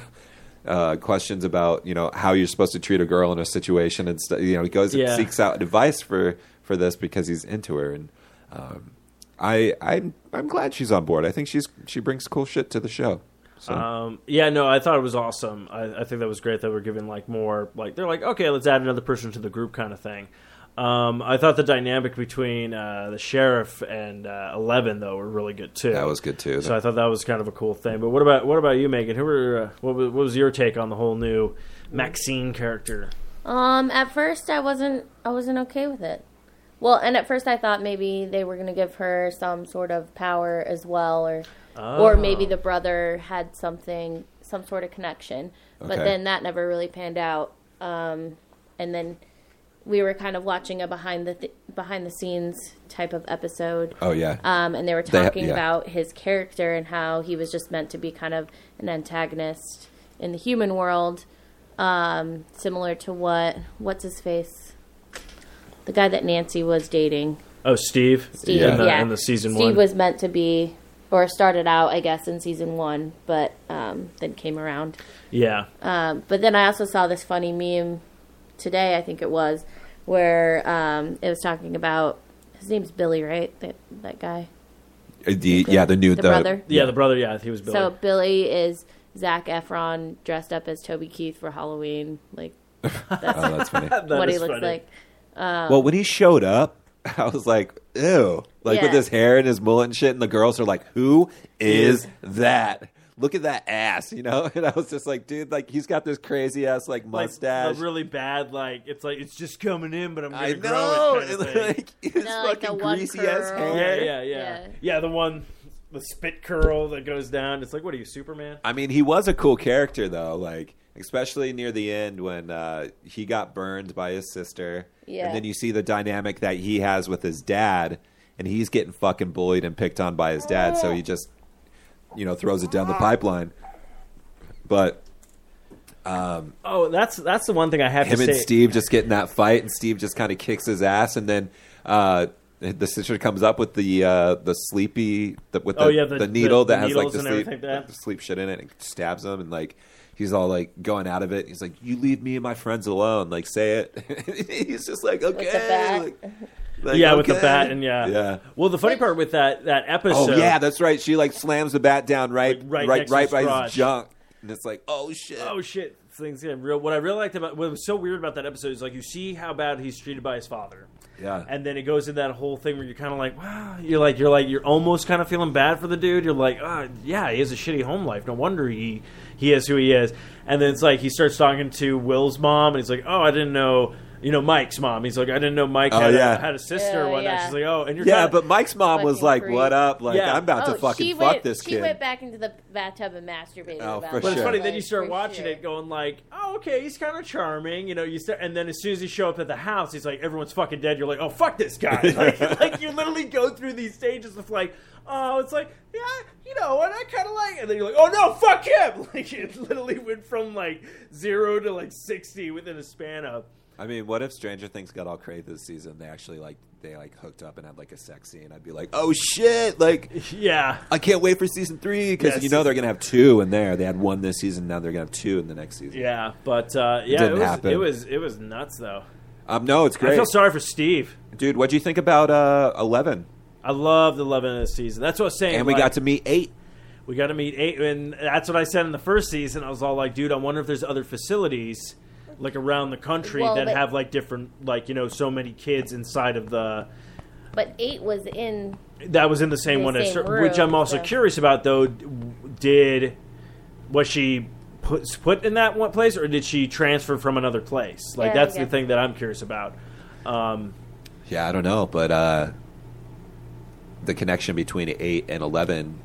D: uh questions about you know how you're supposed to treat a girl in a situation and stuff you know he goes and
E: Yeah.
D: seeks out advice for for this because he's into her and um i i'm i'm glad she's on board i think she's she brings cool shit to the show so
E: Um, yeah, no, I thought it was awesome. I, I think that was great that we're given like more like they're like okay, let's add another person to the group kind of thing. Um, I thought the dynamic between uh, the sheriff and uh, Eleven though were really good too.
D: that was good too
E: So I thought that was kind of a cool thing. But what about what about you, Megan? Who were uh, what, was, what was your take on the whole new Maxine character?
F: Um, at first I wasn't I wasn't okay with it. Well, and at first I thought maybe they were gonna give her some sort of power as well, or or maybe the brother had something some sort of connection. But
D: Okay.
F: then that never really panned out. Um, and then we were kind of watching a behind the th- behind the scenes type of episode.
D: oh yeah
F: Um, and they were
D: They ha-
F: talking
D: yeah.
F: about his character and how he was just meant to be kind of an antagonist in the human world, um, similar to what what's his face, the guy that Nancy was dating.
E: Oh, Steve.
F: Steve,
D: Yeah.
F: yeah,
E: In the, in the season
F: Steve
E: one.
F: was meant to be, or started out, I guess, in season one, but um, then came around.
E: yeah.
F: Um, but then I also saw this funny meme today, I think it was, where um, it was talking about his name's Billy, right? That that guy.
D: the yeah the new
F: the brother.
E: yeah, the brother. Yeah, he was Billy.
F: So Billy is Zach Efron dressed up as Toby Keith for Halloween, like
D: oh that's funny
E: That
F: what he
E: is
F: looks
E: funny.
F: like.
D: Well, when he showed up, I was like, ew. Like with
F: Yeah.
D: his hair and his mullet and shit. And the girls are like, who is that? Look at that ass, you know? And I was just like, dude, like he's got this crazy ass like
E: Like,
D: mustache.
E: a really bad. Like it's like it's just coming in, but I'm gonna
D: I
E: grow
D: know.
E: it. Kind of
D: And,
E: thing.
D: like his
F: No, like the
D: fucking
F: one
D: greasy ass
F: curl.
D: hair.
E: Yeah, yeah, yeah,
F: Yeah.
E: yeah. the one, the the spit curl that goes down. It's like, what are you, Superman?
D: I mean, he was a cool character though, like especially near the end when uh, he got burned by his sister,
F: Yeah.
D: and then you see the dynamic that he has with his dad, and he's getting fucking bullied and picked on by his dad, so he just you know throws it down the pipeline. But
E: Oh, that's that's the one thing I have
D: him
E: to
D: and
E: say.
D: Steve just get in that fight, and Steve just kind of kicks his ass, and then uh, the sister comes up with the uh, the sleepy the, with the,
E: Oh, yeah, the-
D: the needle
E: the-
D: that
E: the
D: has like
E: needles
D: the
E: and
D: sleep,
E: everything like that.
D: the sleep shit in it, and stabs him, and like he's all like going out of it. He's like, "You leave me and my friends alone." Like, say it. he's just like, "Okay."
F: bat.
D: Like, like,
E: yeah, with the
D: "Okay."
E: bat and yeah.
D: yeah.
E: Well, the funny part with that that
D: Oh
E: episode.
D: yeah, that's right. She like slams the bat down right,
E: Like, right
D: right,
E: next
D: right,
E: to his
D: by
E: crotch.
D: his junk, and it's like, "Oh shit."
E: oh shit, things get real. What I really liked about what was so weird about that episode is like you see how bad he's treated by his father.
D: Yeah.
E: And then it goes in that whole thing where you're kind of like, wow, you're like, you're like, you're almost kind of feeling bad for the dude. You're like, ah, yeah, he has a shitty home life. No wonder he he is who he is. And then it's like he starts talking to Will's mom, and he's like, oh, I didn't know, you know, Mike's mom. He's like, I didn't know Mike
D: Oh,
E: had,
D: yeah.
E: a, had a sister or
F: Yeah,
E: whatnot.
F: yeah.
E: She's like, oh, and you're
D: yeah,
E: kinda-
D: but Mike's mom was
F: Fucking
D: like,
F: creep.
D: "What up? Like,
E: Yeah.
D: I'm about
F: oh,
D: to fucking
F: she
D: fuck
F: went,
D: this
F: she
D: kid."
F: went back into the bathtub and masturbated.
D: Oh,
F: about
D: for
F: it.
E: But it's
D: sure.
E: funny. Then you
F: Like,
E: start
F: for
E: watching
F: sure.
E: it, going like, "Oh, okay, he's kind of charming," you know. You start, and then as soon as you show up at the house, he's like, "Everyone's fucking dead." You're like, "Oh, fuck this guy!" Like, like you literally go through these stages of like, "Oh, it's like, yeah, you know what? I kind of like," and then you're like, "Oh no, fuck him!" Like it literally went from like zero to like sixty within a span of.
D: I mean, what if Stranger Things got all crazy this season? They actually like they like hooked up and had like a sex scene. I'd be like, oh shit! Like
E: Yeah,
D: I can't wait for season three because
E: Yes.
D: you know they're gonna have two in there. They had one this season, now they're gonna have two in the next season.
E: yeah, but uh, yeah,
D: Didn't
E: it was,
D: happen.
E: it was it was nuts though.
D: Um, no, it's
E: I
D: great,
E: feel sorry for Steve.
D: dude. What'd you think about uh Eleven?
E: I love the eleven of this season. That's what I was saying.
D: And we
E: like-
D: got to meet eight.
E: We got to meet eight, and that's what I said in the first season. I was all like, "Dude, I wonder if there's other facilities like around the country
F: Well,
E: that
F: but-
E: have like different, like you know, so many kids inside of the
F: But eight was in.
E: that was in the same
F: The
E: one." as
F: same
E: her- which
F: room,
E: I'm also
F: so-
E: curious about, though. d- Did was she put put in that one place, or did she transfer from another place? Like
F: Yeah,
E: that's
F: yeah.
E: the thing that I'm curious about. Um,
D: Yeah, I don't know, but uh the connection between eight and eleven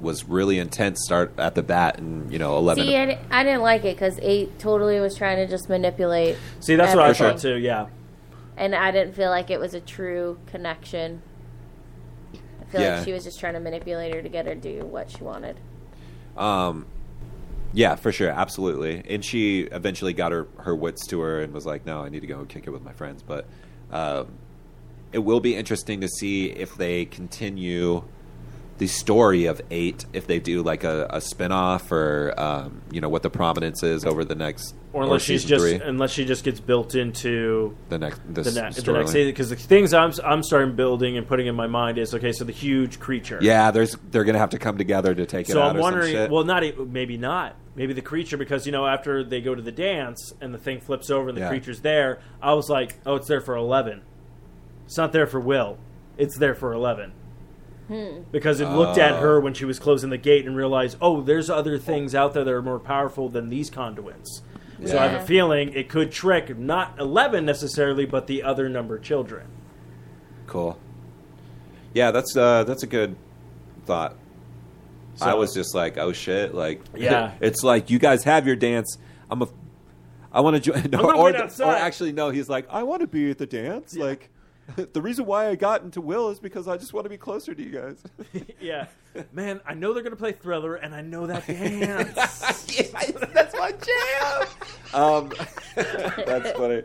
D: was really intense. Start at the bat, and you know, eleven.
F: See, I, di- I didn't like it because eight totally was trying to just manipulate,
E: see, that's what I
F: Everything.
E: thought too. Yeah,
F: and I didn't feel like it was a true connection. I feel
D: Yeah.
F: like she was just trying to manipulate her to get her to do what she wanted.
D: Yeah, for sure, absolutely. And she eventually got her her wits to her and was like, "No, I need to go kick it with my friends." But um, it will be interesting to see if they continue the story of Eight, if they do like a, a spinoff or um, you know what the prominence is over the next
E: or unless she's
D: season
E: just
D: three,
E: unless she just gets built into
D: the next
E: the,
D: this
E: ne- the next
D: storyline.
E: season because the things I'm I'm starting building and putting in my mind is okay. So the huge creature.
D: Yeah, there's they're gonna have to come together to take it
E: So
D: out.
E: I'm
D: or some
E: wondering.
D: shit.
E: Well, not e- maybe not. Maybe the creature because you know after they go to the dance and the thing flips over and the
D: Yeah.
E: creature's there. I was like, oh, it's there for eleven. It's not there for Will. It's there for eleven. Because it looked at her
D: Oh.
E: when she was closing the gate and realized, oh, there's other things out there that are more powerful than these conduits. So I have
F: Yeah.
E: a feeling it could trick not eleven necessarily, but the other number children.
D: Cool. Yeah, that's uh, that's a good thought. I
E: So-
D: was just like, oh shit, like
E: Yeah.
D: it's like you guys have your dance. I'm a, I want to join. No,
E: gonna
D: or,
E: wait
D: th-
E: outside.
D: or actually, no. He's like, I want to be at the dance. Like, the reason why I got into Will is because I just want to be closer to you guys.
E: Yeah. Man, I know they're going to play Thriller, and I know that dance.
D: that's my jam. um, that's funny.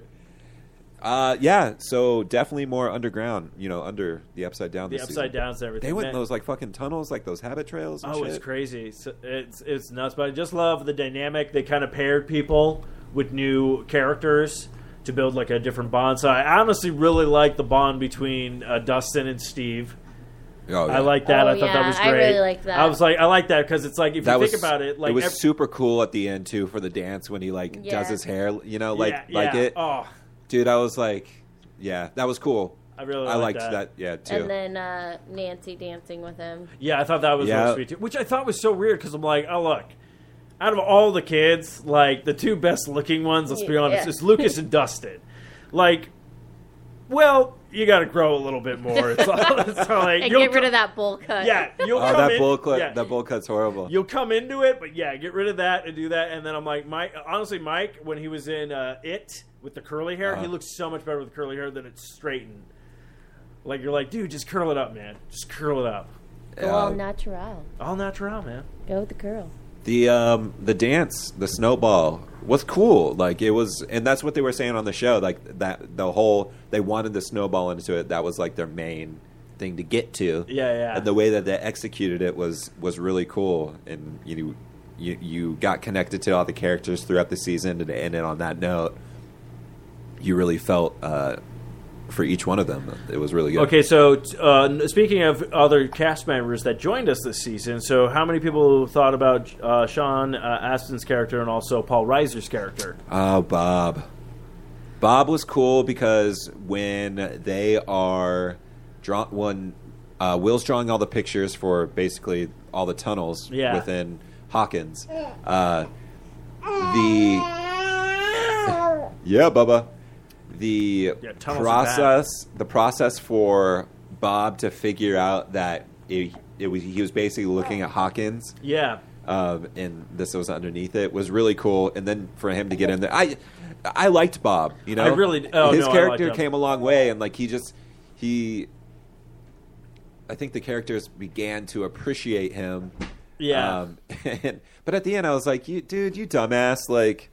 D: Uh, yeah, so definitely more underground. You know, under the upside down.
E: the
D: this
E: upside
D: season.
E: downs, everything.
D: They went in
E: Man,
D: those like fucking tunnels, like those habit trails. And
E: oh,
D: shit.
E: it's crazy. So It's, it's nuts. But I just love the dynamic. They kind of paired people with new characters to build like a different bond. So I honestly really like the bond between uh, Dustin and Steve.
D: Oh, yeah.
E: I like that.
F: Oh,
E: I thought that
F: yeah,
E: was
F: I
E: great.
F: really liked that.
E: I was like, I like that because it's like if
D: that
E: you
D: was
E: think about it, like
D: it was
E: ev-
D: super cool at the end too for the dance when he like
F: Yeah.
D: does his hair. You know, like
E: yeah,
D: like
E: yeah.
D: it,
E: Oh,
D: dude. I was like, yeah, that was cool.
E: I really
D: I liked
E: liked
D: that.
E: that.
D: yeah, too.
F: And then uh, Nancy dancing with him.
E: Yeah, I thought that was
D: Yeah.
E: really sweet too. Which I thought was so weird because I'm like, oh look, out of all the kids, like the two best looking ones, let's be honest,
F: Yeah.
E: it's Lucas and Dustin. Like, well, you got to grow a little bit more. It's all, it's all like
F: and
E: you'll
F: get rid
E: co-
F: of that bowl cut.
E: Yeah, you'll
D: Oh,
E: come
D: that
E: in-
D: bowl cut.
E: yeah.
D: That bowl cut's horrible.
E: You'll come into it, but yeah, get rid of that and do that. And then I'm like, Mike. Honestly, Mike, when he was in uh, it with the curly hair, he
D: Uh-huh.
E: looks so much better with curly hair than it's straightened. Like you're like, dude, just curl it up, man. Just curl it up.
F: Go all natural.
E: All natural, man.
F: Go with the curl.
D: the um the dance the snowball was cool like it was and that's what they were saying on the show like that the whole they wanted the snowball into it that was like their main thing to get to
E: Yeah, yeah.
D: and the way that they executed it was was really cool and you you you got connected to all the characters throughout the season and to end it on that note you really felt uh for each one of them it was really good
E: Okay, so t- uh, n- speaking of other cast members that joined us this season, so how many people thought about uh, Sean uh, Astin's character and also Paul Reiser's character?
D: Oh, Bob. Bob was cool because when they are drawn, when uh, Will's drawing all the pictures for basically all the tunnels
E: Yeah.
D: within Hawkins, uh, the yeah, Bubba, the
E: Yeah, tunnels are
D: process, the process for Bob to figure out that it, it was he was basically looking at Hawkins
E: Yeah,
D: um, and this was underneath it was really cool. And then for him to get in there, I I liked Bob. You know,
E: I really- oh,
D: his
E: no, I
D: character
E: liked him.
D: came a long way, and like he just he. I think the characters began to appreciate him.
E: yeah.
D: Um, and, but at the end, I was like, "You dude, you dumbass! Like,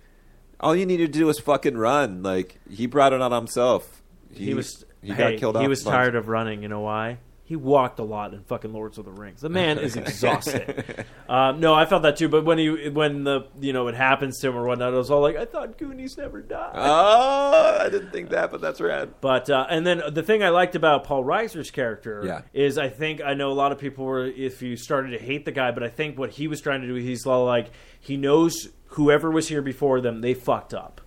D: all you needed to do was fucking run. Like, he brought it on himself.
E: he, was
D: he
E: hey,
D: got killed.
E: He
D: off
E: was
D: a bunch.
E: tired of running. You know why? He walked a lot in fucking Lords of the Rings. The man is exhausted. um, no, I felt that too. But when he when the you know it happens to him or whatnot, I was all like, I thought Goonies never died.
D: Oh, I didn't think that, but that's rad.
E: But uh, and then the thing I liked about Paul Reiser's character
D: Yeah.
E: is I think I know a lot of people were if you started to hate the guy, but I think what he was trying to do he's all like he knows whoever was here before them they fucked up,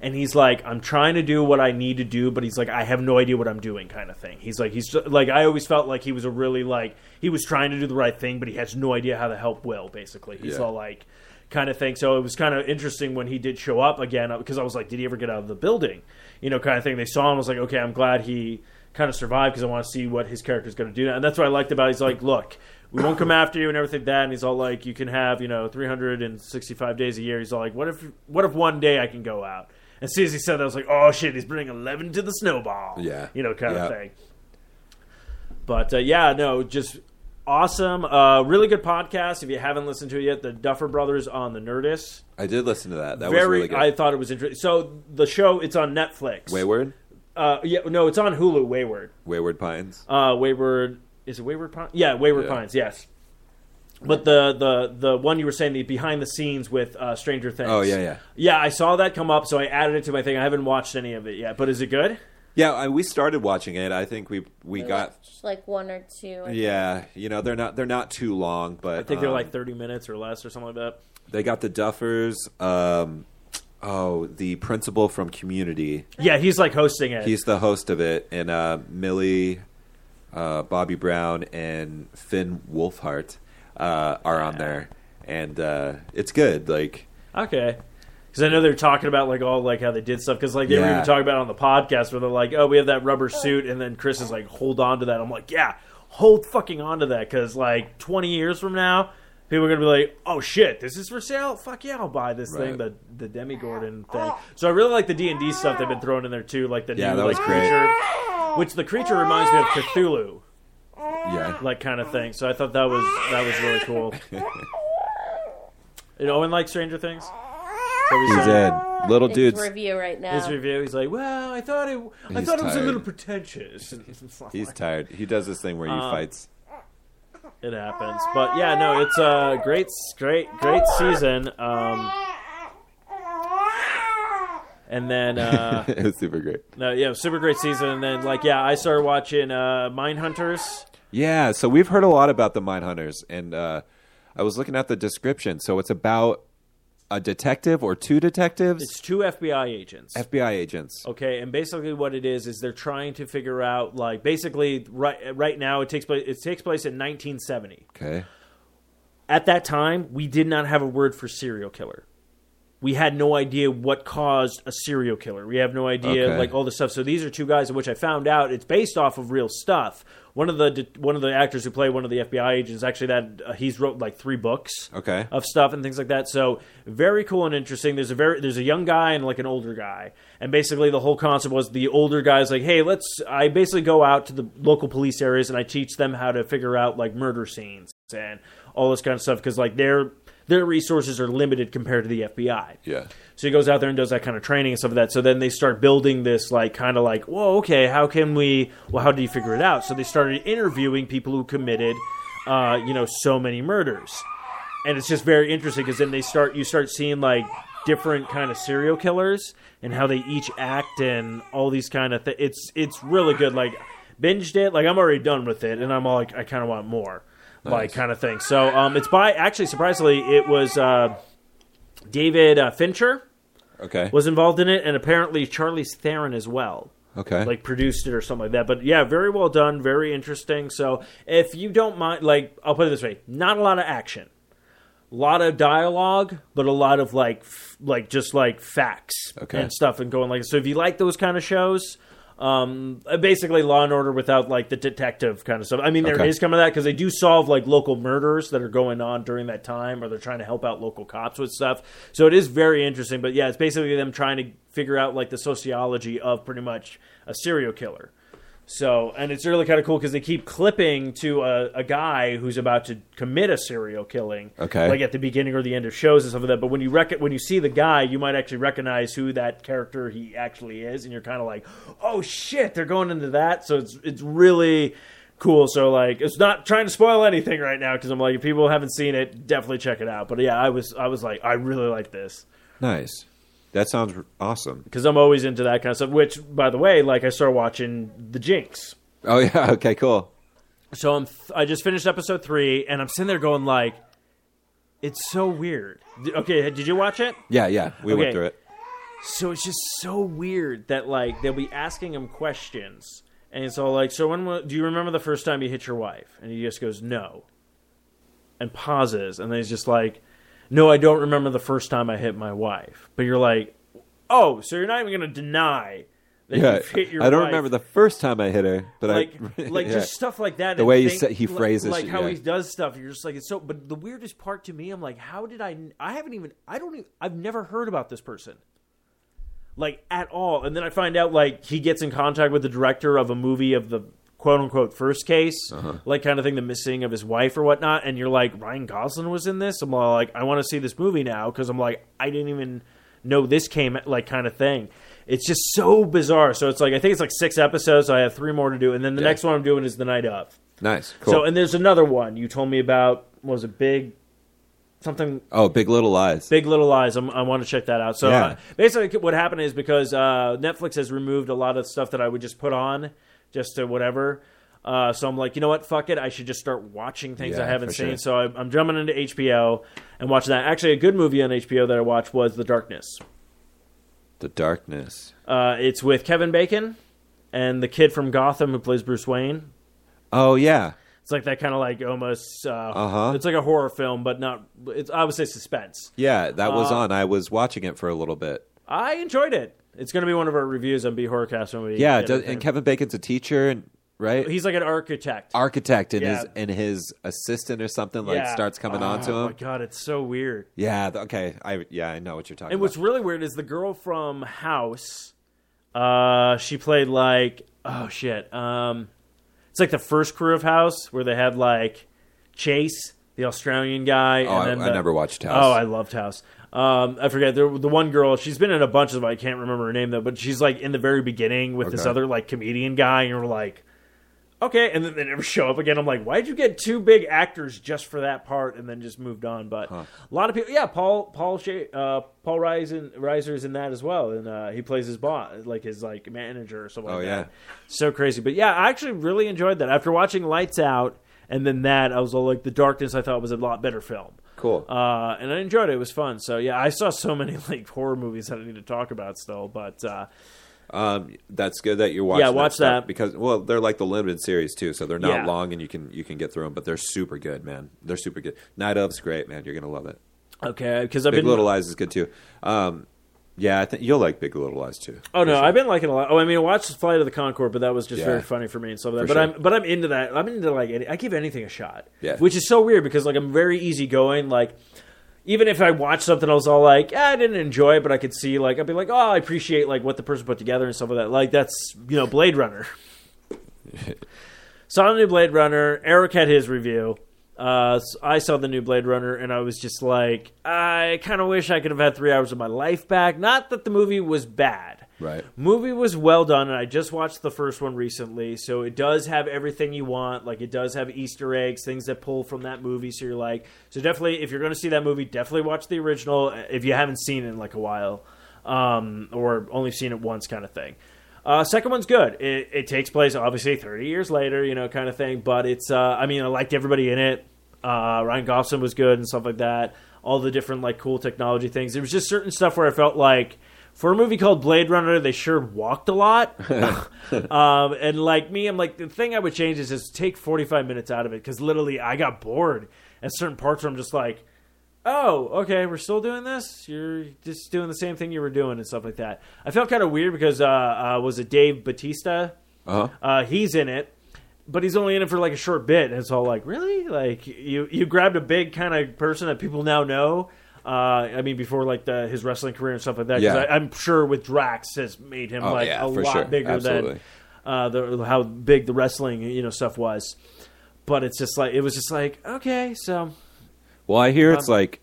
E: and he's like I'm trying to do what I need to do, but he's like I have no idea what I'm doing kind of thing. He's like he's like I always felt like he was a really like he was trying to do the right thing, but he has no idea how to help Will basically. He's
D: Yeah.
E: all like kind of thing. So it was kind of interesting when he did show up again because I was like, did he ever get out of the building? You know, kind of thing. They saw him. I was like, okay, I'm glad he kind of survived because I want to see what his character's going to do. now. And that's what I liked about. It. He's like, look, we won't come after you and everything like that. And he's all like, you can have you know 365 days a year. He's all like, what if what if one day I can go out? As soon as he said that, I was like, oh shit, he's bringing 11 to the snowball.
D: Yeah.
E: you know, kind
D: Yeah.
E: of thing. But uh, yeah, no, just awesome. Uh, really good podcast. If you haven't listened to it yet, the Duffer Brothers on the Nerdist.
D: I did listen to that. That
E: Very,
D: was really good.
E: I thought it was interesting. So the show, it's on Netflix.
D: Wayward,
E: Uh, yeah, no, it's on Hulu. Wayward.
D: Wayward Pines.
E: Uh, Wayward is it Wayward Pines? Yeah, Wayward
D: Yeah.
E: Pines. Yes. But the, the the one you were saying the behind the scenes with uh, Stranger Things.
D: Oh, yeah, yeah.
E: yeah. I saw that come up, so I added it to my thing. I haven't watched any of it yet, but is it good?
D: Yeah, I, we started watching it. I think we we got
F: Just like one or two.
D: yeah. You know they're not they're not too long, but um,
E: I think they're like thirty minutes or less or something like that.
D: they got the Duffers. Um, oh, the principal from Community.
E: Yeah, he's like hosting it.
D: He's the host of it, and uh, Millie, uh, Bobby Brown, and Finn Wolfhart uh, are on there, and uh, it's good. Like
E: Okay. Because I know they're talking about like all like how they did stuff. Because like they were
D: Yeah.
E: even talking about it on the podcast where they're like, "Oh, we have that rubber suit," and then Chris is like, "Hold on to that." I'm like, "Yeah, hold fucking on to that." Because like 20 years from now, people are gonna be like, "Oh shit, this is for sale. Fuck yeah, I'll buy this thing."
D: Right.
E: The the Demi Gordon thing. So I really like the D and D stuff they've been throwing in there too. Like the
D: Yeah,
E: new
D: that was
E: like
D: great.
E: creature, which the creature reminds me of Cthulhu,
D: yeah,
E: like kind of thing. So I thought that was that was really cool. And Owen likes Stranger Things. What were you
D: he's
E: saying?
D: dead. Little
F: It's
D: dudes.
F: review right now.
E: his review. He's like, "Well, I thought it, I
D: He's
E: thought it was a
D: tired.
E: little pretentious." It's like,
D: He's tired. He does this thing where he
E: Uh,
D: fights.
E: it happens, but yeah, no, it's a great, great, great season. Um, and then uh,
D: it was super great.
E: no, yeah, super great season. And then like, yeah, I started watching uh, Mine Hunters.
D: Yeah, so we've heard a lot about the mine hunters, and uh, I was looking at the description. So it's about a detective or two detectives,
E: It's Oh. two FBI agents.
D: FBI agents.
E: Okay, and basically what it is is they're trying to figure out like basically right right now it takes place it takes place in 1970.
D: Okay,
E: At that time, we did not have a word for serial killer. we had no idea what caused a serial killer. We have no idea
D: Okay.
E: like all the stuff. So these are two guys in which I found out it's based off of real stuff. One of the one of the actors who played one of the FBI agents actually that uh, he's wrote like three books
D: Okay.
E: of stuff and things like that. So very cool and interesting. There's a very there's a young guy and like an older guy, and basically the whole concept was the older guy's like, hey, let's. I basically go out to the local police areas and I teach them how to figure out like murder scenes and all this kind of stuff because like their their resources are limited compared to the FBI.
D: Yeah.
E: So he goes out there and does that kind of training and stuff like that. So then they start building this, like, kind of like, whoa, okay, how can we, well, how do you figure it out? So they started interviewing people who committed, uh, you know, so many murders. And it's just very interesting because then they start, you start seeing, like, different kind of serial killers and how they each act and all these kind of things. It's, it's really good. Like, binged it. Like, I'm already done with it. And I'm all like, I kind of want more, like, kind of thing. So um, it's by, actually, surprisingly, it was uh, David uh, Fincher
D: Okay.
E: was involved in it, and apparently Charlize Theron as well,
D: okay.
E: like produced it or something like that. But yeah, very well done, very interesting. So if you don't mind, like I'll put it this way: not a lot of action, a lot of dialogue, but a lot of like, f- like just like facts
D: Okay.
E: and stuff, and going like. So if you like those kind of shows. Um, uh, basically Law and Order without like the detective kind of stuff. I mean, there is
D: Okay.
E: kind of that because they do solve like local murders that are going on during that time, or they're trying to help out local cops with stuff. So it is very interesting. But yeah, it's basically them trying to figure out like the sociology of pretty much a serial killer. So, and it's really kind of cool because they keep clipping to a, a guy who's about to commit a serial killing.
D: Okay.
E: Like at the beginning or the end of shows and stuff like that. But when you rec- when you see the guy, you might actually recognize who that character he actually is, and you're kind of like, oh shit, they're going into that. So it's it's really cool. So like, it's not trying to spoil anything right now because I'm like, if people haven't seen it, definitely check it out. But yeah, I was I was like, I really like this
D: nice. That sounds r- awesome.
E: because I'm always into that kind of stuff. Which, by the way, like I started watching The Jinx.
D: Oh yeah. Okay. Cool.
E: So I'm th- I just finished episode three, and I'm sitting there going like, it's so weird. D- okay, did you watch it?
D: Yeah. Yeah. We went
E: Okay.
D: through it.
E: So it's just so weird that like they'll be asking him questions, and it's all like, so when wa- do you remember the first time you hit your wife? And he just goes no, and pauses, and then he's just like, no, I don't remember the first time I hit my wife. But you're like, oh, so you're not even gonna deny that
D: Yeah.
E: you've hit your.
D: I don't
E: wife
D: remember the first time I hit her, but
E: like
D: I
E: like
D: yeah.
E: just stuff like that.
D: The
E: and
D: way he
E: think-
D: said- he
E: like-
D: phrases
E: like
D: it,
E: how
D: yeah.
E: he does stuff. You're just like it's so. But the weirdest part to me, I'm like, how did I? I haven't even. I don't. Even, I've never heard about this person. Like at all, and then I find out like he gets in contact with the director of a movie of the quote unquote first case,
D: Uh-huh.
E: like kind of thing, the missing of his wife or whatnot. And you're like, Ryan Gosling was in this. I'm all like, I want to see this movie now because I'm like, I didn't even know this came like kind of thing. It's just so bizarre. So it's like I think it's like six episodes. So I have three more to do, and then the next one I'm doing is the night of.
D: nice. Cool.
E: So and there's another one you told me about. What was it big? Something
D: oh, Big Little Lies.
E: Big Little Lies. I'm, I want to check that out. So
D: Yeah.
E: uh, basically, what happened is because uh, Netflix has removed a lot of stuff that I would just put on just to whatever. Uh, so I'm like, you know what? Fuck it. I should just start watching things
D: Yeah,
E: I haven't
D: for
E: seen.
D: sure.
E: So I, I'm jumping into HBO and watching that. Actually, a good movie on HBO that I watched was The Darkness.
D: the Darkness.
E: Uh, it's with Kevin Bacon and the kid from Gotham who plays Bruce Wayne.
D: Oh yeah.
E: It's like that kind of like almost. Uh,
D: Uh-huh.
E: It's like a horror film, but not. It's I would say suspense.
D: Yeah. That was
E: Uh,
D: on. I was watching it for a little bit.
E: I enjoyed it. It's going to be one of our reviews on B Horrorcast when we
D: Yeah. it
E: get
D: does,
E: everything.
D: and Kevin Bacon's a teacher, and right.
E: he's like an architect.
D: architect and
E: Yeah.
D: his and his assistant or something like
E: Yeah.
D: starts coming
E: oh,
D: on to
E: Oh my
D: him.
E: god, it's so weird.
D: Yeah, th- okay. I yeah, I know what you're talking
E: And
D: about.
E: what's really weird is the girl from House. Uh, she played like oh shit. Um, it's like the first crew of House where they had like Chase, the Australian guy.
D: oh,
E: and
D: I,
E: then
D: I
E: the-
D: never watched House.
E: Oh, I loved House. Um, I forget the, the one girl. She's been in a bunch of them. I can't remember her name though. But she's like in the very beginning with this
D: Okay.
E: other like comedian guy, and you're like, okay. And then they never show up again. I'm like, why'd you get two big actors just for that part, and then just moved on? But a lot of people, yeah. Paul Paul Sha- uh, Paul Risen, Reiser is in that as well, and uh, he plays his boss, like his like manager or something.
D: Oh,
E: like
D: yeah.
E: that. so crazy. But yeah, I actually really enjoyed that after watching Lights Out. And then that I was all like, the darkness. I thought was a lot better film.
D: cool.
E: Uh, and I enjoyed it. It was fun. So yeah, I saw so many like horror movies that I need to talk about still. But uh,
D: um, that's good that you're watching.
E: watch
D: stuff
E: that.
D: because well, they're like the limited series too, so they're not
E: Yeah.
D: long and you can you can get through them, but they're super good, man. They're super good. Night of's great, man. You're gonna love it.
E: Okay, because I've
D: Big
E: been
D: Little Lies is good too. Um, yeah, I think you'll like Big Little Lies too.
E: Oh no, I've been liking a lot. Oh, I mean, I watched Flight of the Concord, but that was just
D: Yeah.
E: very funny for me and stuff like that.
D: For
E: But
D: sure.
E: I'm but I'm into that. I'm into like any, I give anything a shot.
D: Yeah.
E: Which is so weird because like I'm very easygoing. Like even if I watch something, I was all like, "Ah, I didn't enjoy it, but I could see like I'd be like, oh, I appreciate like what the person put together and stuff like that. Like that's you know Blade Runner. saw the new Blade Runner. Eric had his review. Uh, s- I saw the new Blade Runner, and I was just like, I kind of wish I could have had three hours of my life back. Not that the movie was bad.
D: Right.
E: Movie was well done, and I just watched the first one recently, so it does have everything you want. Like it does have Easter eggs, things that pull from that movie. So you're like, so definitely, if you're going to see that movie, definitely watch the original uh, if you haven't seen it in like a while, um, or only seen it once, kind of thing. Uh, second one's good. It, it takes place obviously 30 years later, you know, kind of thing. But it's, uh, I mean, I liked everybody in it. Uh, Ryan Gosling was good and stuff like that. All the different like cool technology things. There was just certain stuff where I felt like for a movie called Blade Runner, they sure walked a lot. um, and like me, I'm like the thing I would change is just take 45 minutes out of it because literally I got bored at certain parts where I'm just like, oh, okay, we're still doing this. You're just doing the same thing you were doing and stuff like that. I felt kind of weird because uh, uh, was it Dave Batista?
D: Uh-huh.
E: Uh, he's in it, but he's only in it for like a short bit, and it's all like, really? Like you you grabbed a big kind of person that people now know. Uh, I mean, before like the, his wrestling career and stuff like that. 'cause
D: Yeah.
E: I, I'm sure with Drax has made him
D: Oh,
E: like
D: yeah,
E: a
D: for
E: lot
D: sure.
E: bigger
D: Absolutely.
E: than uh, the, how big the wrestling you know stuff was. But it's just like it was just like okay, so
D: Well, I
E: Um,
D: hear it's like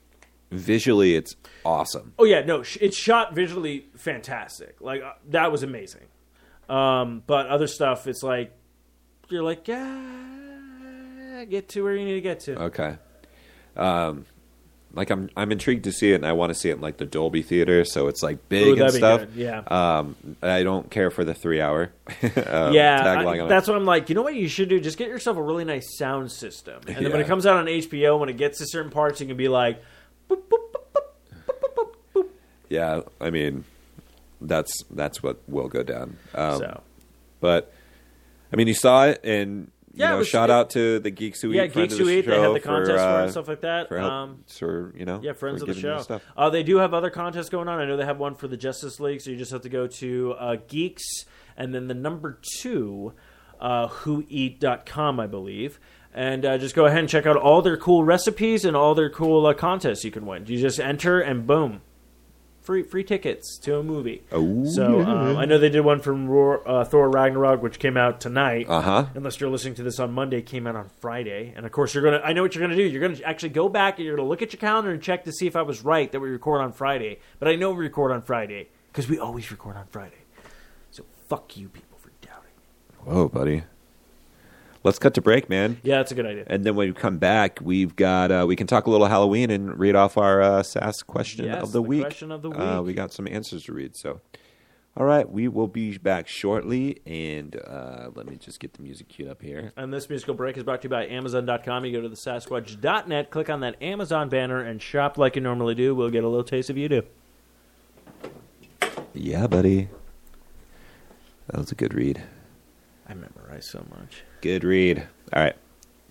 D: visually, it's awesome.
E: Oh yeah, no, sh- it's shot visually fantastic. Like uh, that was amazing. Um, but other stuff, it's like you're like, yeah, get to where you need to get to.
D: Okay. Um, like I'm, I'm intrigued to see it, and I want to see it in like the Dolby theater, so it's like big
E: Ooh,
D: and
E: that'd be
D: stuff.
E: good, yeah.
D: Um, I don't care for the three hour. um,
E: yeah,
D: Tagline
E: I-
D: on
E: that's
D: it.
E: what I'm like. You know what you should do? Just get yourself a really nice sound system, and then when it
D: Yeah.
E: comes out on HBO, when it gets to certain parts, you can be like, boop, boop, boop, boop,
D: Yeah. I mean, that's that's what will go down. Um,
E: so.
D: But I mean, you saw it, and you
E: Yeah, it
D: know,
E: was-
D: shout out to the Geeks Who
E: Yeah,
D: Eat, friend
E: Geeks
D: of the
E: Who Eat, they
D: show
E: had the contest
D: for,
E: for
D: uh,
E: and stuff like that.
D: for help,
E: Um,
D: for, you know,
E: Yeah, friends
D: for
E: of the
D: giving me
E: show.
D: Stuff.
E: Uh, they do have other contests going on. I know they have one for the Justice League, so you just have to go to uh, Geeks and then the number two, uh, whoeat.com, I believe. And uh, just go ahead and check out all their cool recipes and all their cool uh, contests you can win. You just enter and boom. Free, free tickets to a movie.
D: Oh,
E: so uh, I know they did one from Roar, uh, Thor Ragnarok, which came out tonight
D: Uh huh.
E: unless you're listening to this on Monday, came out on Friday. And of course, you're gonna. I know what you're gonna do. You're gonna actually go back and you're gonna look at your calendar and check to see if I was right that we record on Friday. But I know we record on Friday because we always record on Friday. So fuck you, people, for doubting.
D: Whoa, buddy. Let's cut to break, man.
E: Yeah, that's a good idea.
D: And then when we come back, we've got uh, we can talk a little Halloween and read off our uh, SAS question
E: Yes,
D: of the,
E: the
D: week.
E: question of the
D: Uh,
E: week.
D: we got some answers to read. So, all right, we will be back shortly, and uh, let me just get the music queued up here.
E: And this musical break is brought to you by Amazon.com. You go to the Sasquatch.net, click on that Amazon banner, and shop like you normally do. We'll get a little taste of you do.
D: Yeah, buddy. That was a good read.
E: I memorize so much.
D: Good read. All right,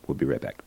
D: we'll be right back.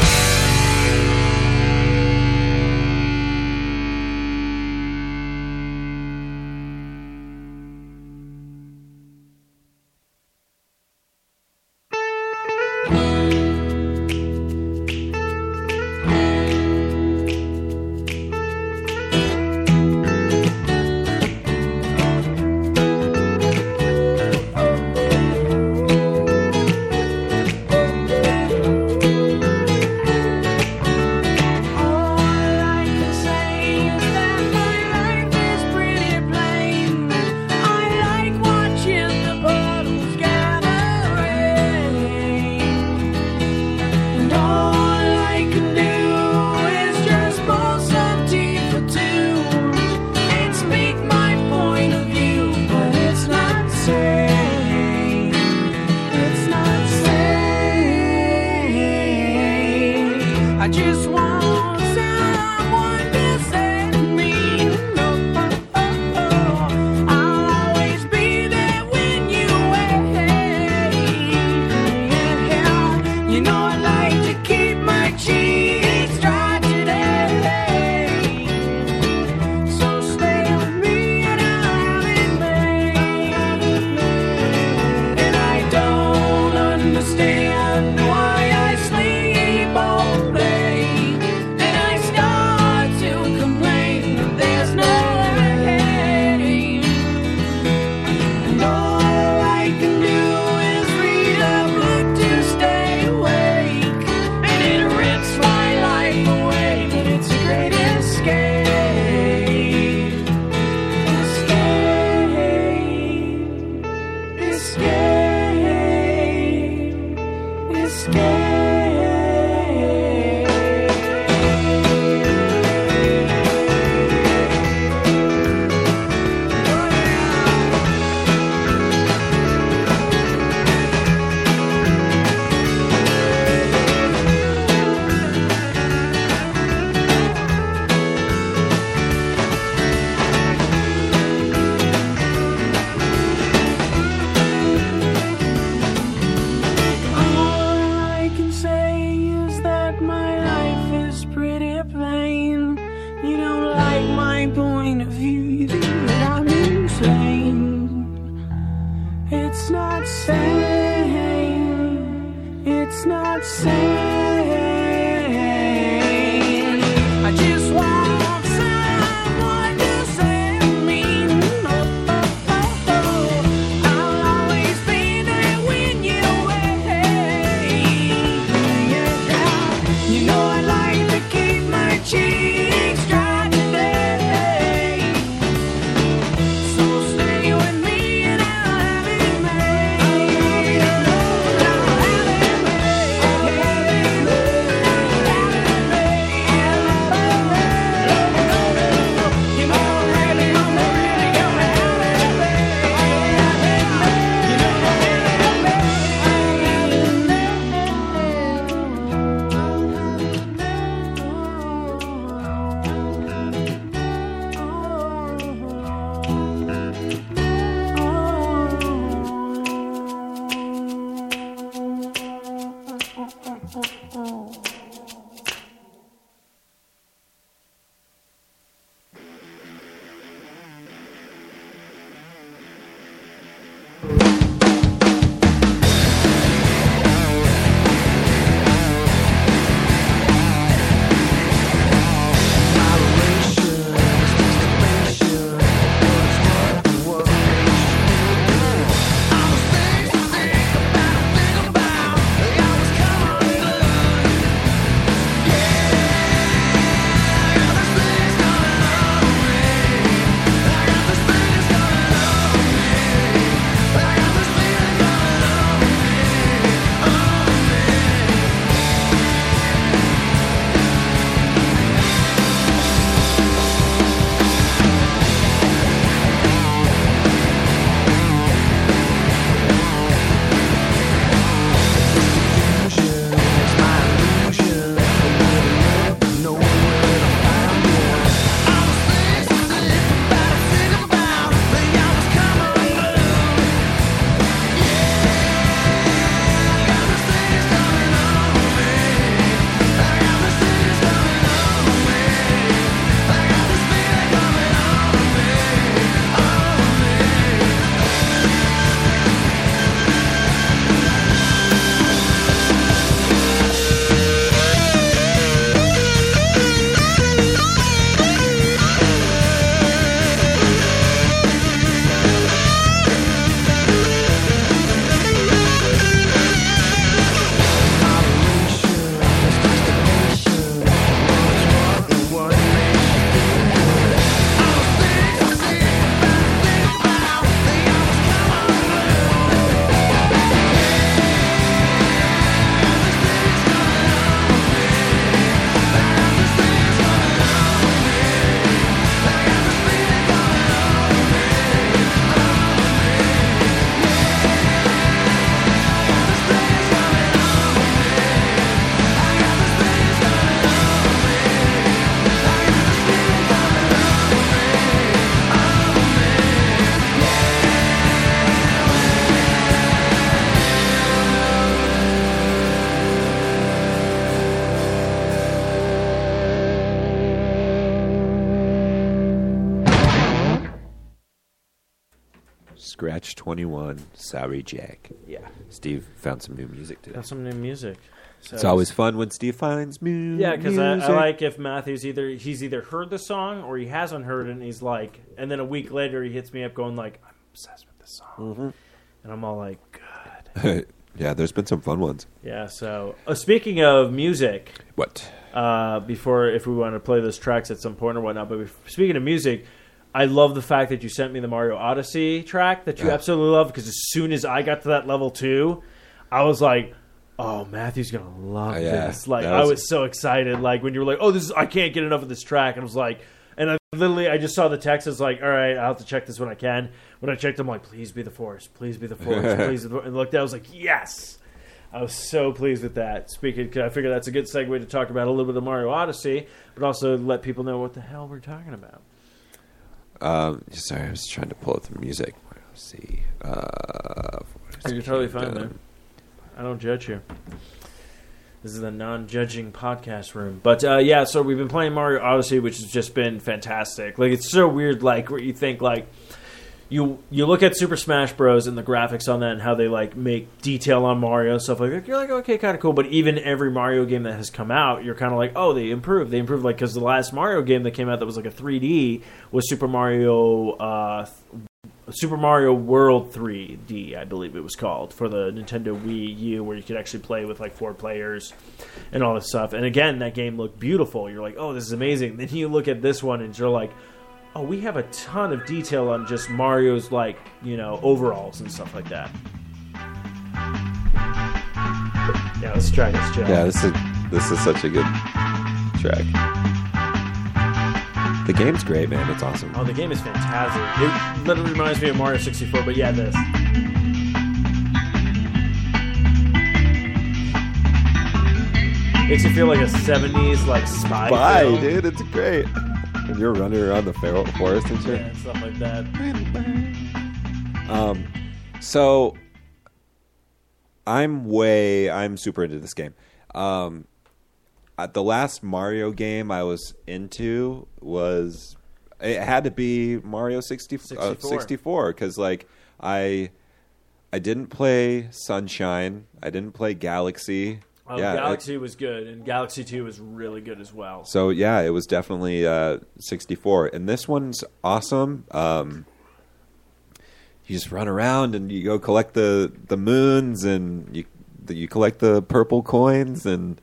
B: Oh, I just want someone to say to me, no, oh, oh, oh, I'll always be there when you wait. You know I like to keep my cheeks dry today. So stay with me and I'll be made. And I don't understand why I sleep all day. And I start to complain that there's no headache. And all I can do is read a book to stay awake. And it rips my life away, but it's a great escape. Escape. Escape. Escape. All I can say is that my life is pretty plain. You don't like my point of view, you think that I'm insane. It's not sane. It's not sane. I just want someone to say to me, oh, oh, oh, oh, I'll always be there when you wait. You know I like to keep my cheeks dry today. So stay with me and I'll have it made. I'll have it made. I'll have it made. I'll have it made. You know I'm really, I'm really gonna have it made. I'll have it made. You know I'm really, I'm really gonna have it made. I'll have it made.
D: Scratch 21, Sorry Jack.
E: Yeah.
D: Steve found some new music today.
E: Got some new music. So
D: It's always fun when Steve finds mu- music.
E: Yeah, because I, I like if Matthew's either he's either heard the song or he hasn't heard it, and he's like, and then a week later he hits me up going like, I'm obsessed with this song, and I'm all like, good.
D: yeah, there's been some fun ones.
E: Yeah. So uh, speaking of music,
D: What?
E: uh, before if we want to play those tracks at some point or whatnot. But bef- speaking of music, I love the fact that you sent me the Mario Odyssey track that you
D: Yeah.
E: absolutely love because as soon as I got to that level two, I was like. Oh, Matthew's gonna love
D: Oh, yeah.
E: this! Like,
D: That
E: I
D: was-
E: was so excited. Like when you were like, "Oh, this is I can't get enough of this track," and I was like, and I literally I just saw the text. It's like, "All right, I'll have to check this when I can." When I checked, I'm like, "Please be the force, please be the force, please." Be the force. And looked, I was like, "Yes!" I was so pleased with that. Speaking, cause I figure that's a good segue to talk about a little bit of Mario Odyssey, but also let people know what the hell we're talking about.
D: Um, sorry, I was trying to pull up the music. Let's see. Uh,
E: You're totally fine, man. I don't judge you. This is the non-judging podcast room, but uh, yeah. So we've been playing Mario Odyssey, which has just been fantastic. Like it's so weird, like where you think like you you look at Super Smash Bros. and the graphics on that and how they like make detail on Mario and stuff like that. You're like, okay, kind of cool. But even every Mario game that has come out, you're kind of like, oh, they improved. They improved like because the last Mario game that came out that was like a 3D was Super Mario uh, Super Mario World 3D, I believe it was called, for the Nintendo Wii U, where you could actually play with like four players and all this stuff. And again, that game looked beautiful. You're like, oh, this is amazing. Then you look at this one and you're like, oh, we have a ton of detail on just Mario's like, you know, overalls and stuff like that. Yeah, let's try this, Joe.
D: Yeah, this is this is such a good track. The game's great, man. It's awesome.
E: Oh, the game is fantastic. It literally reminds me of Mario 64, but yeah, this. Makes you feel like a 70s, like, spy.
D: Bye,
E: film.
D: dude. It's great. And you're running around the feral forest and shit.
E: Yeah, and stuff like that. Um,
D: So I'm way I'm super into this game. Um at the last Mario game I was into was it had to be Mario 60, 64
E: 64.
D: cuz like I I didn't play Sunshine, I didn't play Galaxy.
E: Oh,
D: yeah, it-
E: Galaxy was good, and Galaxy 2 was really good as well.
D: so yeah, it was definitely uh, 64, and this one's awesome. Um, you just run around and you go collect the the moons, and you the, you collect the purple coins, and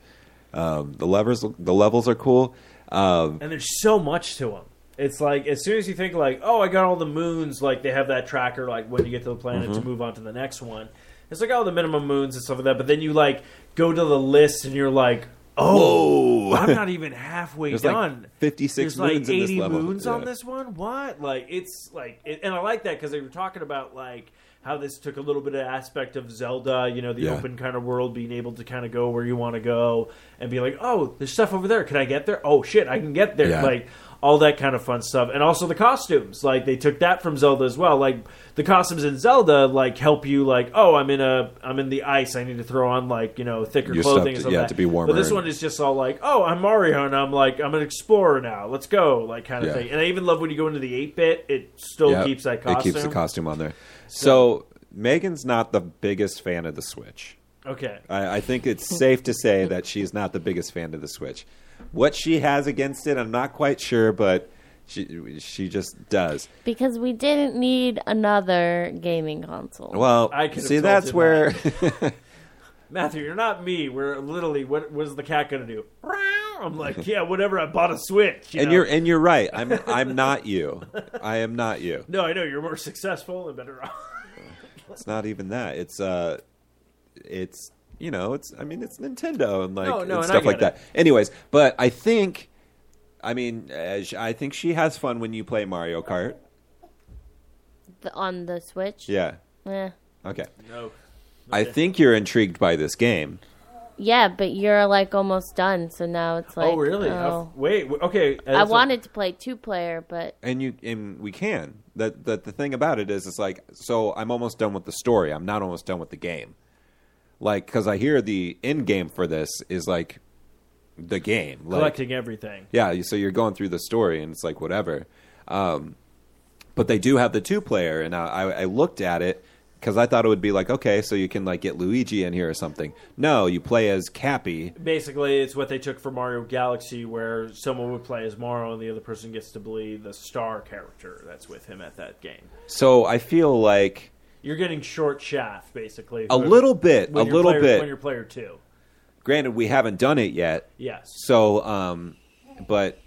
D: um, the levers the levels are cool. Um,
E: and there's so much to them. It's like as soon as you think like, oh, I got all the moons. Like they have that tracker, like when you get to the planet
D: Mm-hmm.
E: to move on to the next one. It's like oh, the minimum moons and stuff like that. But then you like go to the list and you're like, oh, I'm not even halfway
D: There's, like,
E: done.
D: 56
E: There's like
D: moons in this level.
E: moons on
D: Yeah.
E: this one. What? Like it's like, it, and I like that because they were talking about like. How this took a little bit of aspect of Zelda, you know, the
D: Yeah.
E: open kind of world, being able to kind of go where you want to go and be like, oh, there's stuff over there. Can I get there? Oh shit, I can get there.
D: Yeah.
E: Like all that kind of fun stuff, and also the costumes. Like they took that from Zelda as well. Like the costumes in Zelda, like help you. Like oh, I'm in a, I'm in the ice. I need to throw on like you know thicker
D: Your
E: clothing.
D: stuff to-
E: and stuff
D: yeah,
E: like
D: to
E: that.
D: be warmer
E: But this
D: and-
E: one is just all like, oh, I'm Mario, and I'm like, I'm an explorer now. Let's go, like kind of
D: Yeah.
E: thing. And I even love when you go into the eight bit. It still
D: yeah,
E: keeps that costume.
D: It keeps the costume on there. so Megan's not the biggest fan of the Switch.
E: Okay.
D: I, I think it's safe to say that she's not the biggest fan of the Switch. What she has against it, I'm not quite sure, but she she just does.
F: Because we didn't need another gaming console.
D: Well,
E: I could have
D: see,
E: told
D: that's
E: you
D: where
E: Matthew, you're not me. We're literally what was the cat gonna do? I'm like, yeah, whatever. I bought a Switch, you
D: and
E: know?
D: you're and you're right. I'm I'm not you. I am not you.
E: No, I know you're more successful and better off.
D: It's not even that. It's uh, it's you know, it's I mean, it's Nintendo and like
E: No, no,
D: and
E: and I
D: stuff like
E: get
D: that. Anyways, but I think, I mean, uh, sh- I think she has fun when you play Mario Kart.
F: The- on the Switch.
D: Yeah.
F: Yeah.
D: Okay.
E: No.
D: I think you're intrigued by this game.
F: Yeah, but you're like almost done, so now it's like.
E: oh really?
F: oh.
E: How- Wait. w- Okay.
F: I wanted to play two player, but
D: and you and we can that that the thing about it is it's like so i'm almost done with the story i'm not almost done with the game like because i hear the end game for this is like the game like
E: collecting everything.
D: yeah so you're going through the story and it's like whatever um But they do have the two player, and I, I, I looked at it because I thought it would be like, okay, so you can like get Luigi in here or something. No, you play as Cappy.
E: Basically, it's what they took for Mario Galaxy, where someone would play as Mario and the other person gets to be the star character that's with him at that game.
D: So I feel like
E: You're getting short shaft, basically.
D: a little bit, a
E: When you're
D: little
E: player,
D: bit.
E: When you're player two.
D: Granted, we haven't done it yet,
E: Yes.
D: so um, but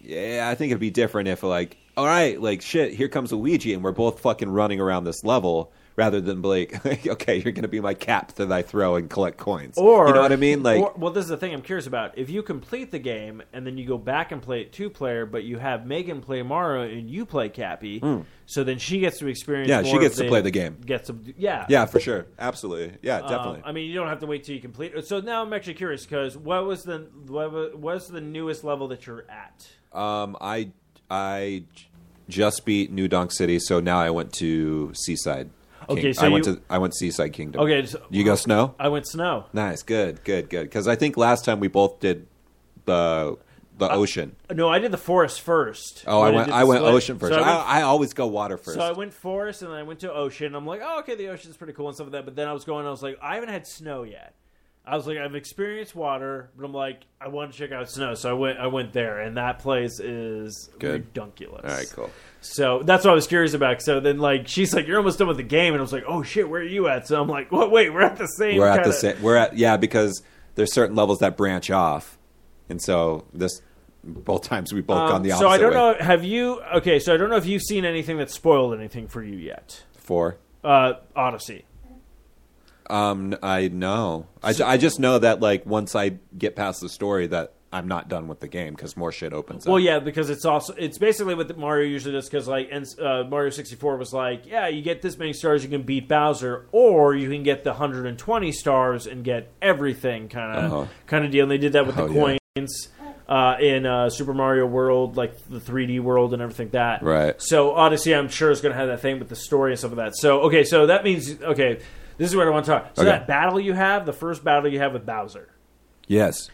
D: yeah, I think it'd be different if like, all right, like shit, here comes Luigi, and we're both fucking running around this level. Rather than be like, okay, you're gonna be my cap that I throw and collect coins,
E: Or
D: you know what I mean? Like,
E: or- well, this is the thing I'm curious about. If you complete the game and then you go back and play it two player, but you have Megan play Mario and you play Cappy, so then she gets to experience.
D: Hmm. Yeah, she
E: more
D: gets
E: of
D: to play the game.
E: Gets to, yeah,
D: yeah, for sure, absolutely, yeah,
E: Um,
D: definitely.
E: I mean, you don't have to wait till you complete. it. So now I'm actually curious because what was the what was, what's the newest level that you're at?
D: Um, I I j- just beat New Donk City, so now I went to Seaside. King-
E: Okay, so
D: I went
E: you-
D: to I went Seaside Kingdom.
E: Okay, so-
D: you go snow.
E: I went snow.
D: Nice, good, good, good. Because I think last time we both did the the
E: Uh,
D: ocean.
E: No, I did the forest first.
D: Oh, I
E: But
D: went
E: did
D: I went
E: split.
D: ocean first.
E: So I went
D: I, I always go water first.
E: So I went forest and then I went to ocean. I'm like, oh, okay, the ocean's pretty cool and stuff like that. But then I was going, I was like, I haven't had snow yet. I was like, I've experienced water, but I'm like, I want to check out snow. So I went, I went there, and that place is
D: Good.
E: ridiculous.
D: All right, cool.
E: So that's what I was curious about. So then, like, she's like, "You're almost done with the game," and I was like, "Oh shit, where are you at?" So I'm like, "What? Wait, we're at the same.
D: We're at the
E: kinda-
D: same. We're at yeah because there's certain levels that branch off, and so this both times we both
E: Um,
D: gone the opposite
E: so I don't
D: way.
E: know. Have you? Okay, so I don't know if you've seen anything that spoiled anything for you yet.
D: Four.
E: Uh, Odyssey.
D: Um, I know. I, I just know that like once I get past the story, that I'm not done with the game because more shit opens
E: Well,
D: up.
E: yeah, because it's also it's basically what the Mario usually does. Because like and, uh, Mario sixty four was like, yeah, you get this many stars, you can beat Bowser, or you can get the hundred and twenty stars and get everything kind of
D: Uh-huh.
E: kind of deal. And they did that with
D: Oh,
E: the
D: yeah.
E: coins uh, in uh, Super Mario World, like the three D world and everything like that.
D: Right.
E: So Odyssey, I'm sure is going to have that thing with the story and stuff like that. So okay, so that means okay, this is what I want to talk. So
D: Okay.
E: that battle you have, the first battle you have with Bowser
D: Yes.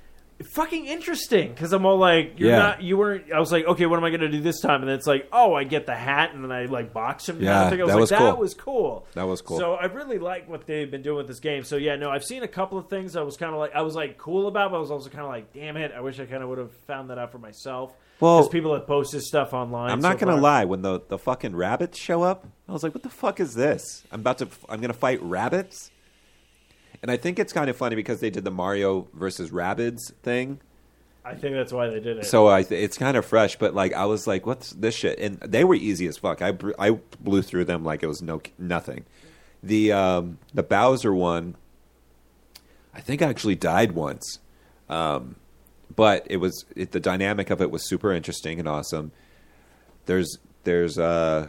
E: fucking interesting because I'm all like, you're
D: Yeah.
E: not, you weren't. I was like, okay, what am I gonna do this time? And then it's like, oh, I get the hat, and then I like box him.
D: Yeah,
E: Yeah, I think I was
D: that
E: like,
D: was
E: that
D: cool.
E: was cool.
D: That was cool.
E: So I really like what they've been doing with this game. So yeah, no, I've seen a couple of things. I was kind of like, I was like cool about, but I was also kind of like, damn it, I wish I kind of would have found that out for myself.
D: Well-
E: 'Cause people have posted stuff online.
D: I'm not
E: so
D: gonna
E: far.
D: lie. When the the fucking rabbits show up, I was like, "What the fuck is this? I'm about to. f- I'm gonna fight rabbits." And I think it's kind of funny because they did the Mario versus rabbits thing,
E: I think that's why they did it.
D: so I th- it's kind of fresh. But like, I was like, "What's this shit?" And they were easy as fuck. I br- I blew through them like it was no nothing. The um the Bowser one, I think I actually died once, um, but it was it, the dynamic of it was super interesting and awesome. There's there's uh,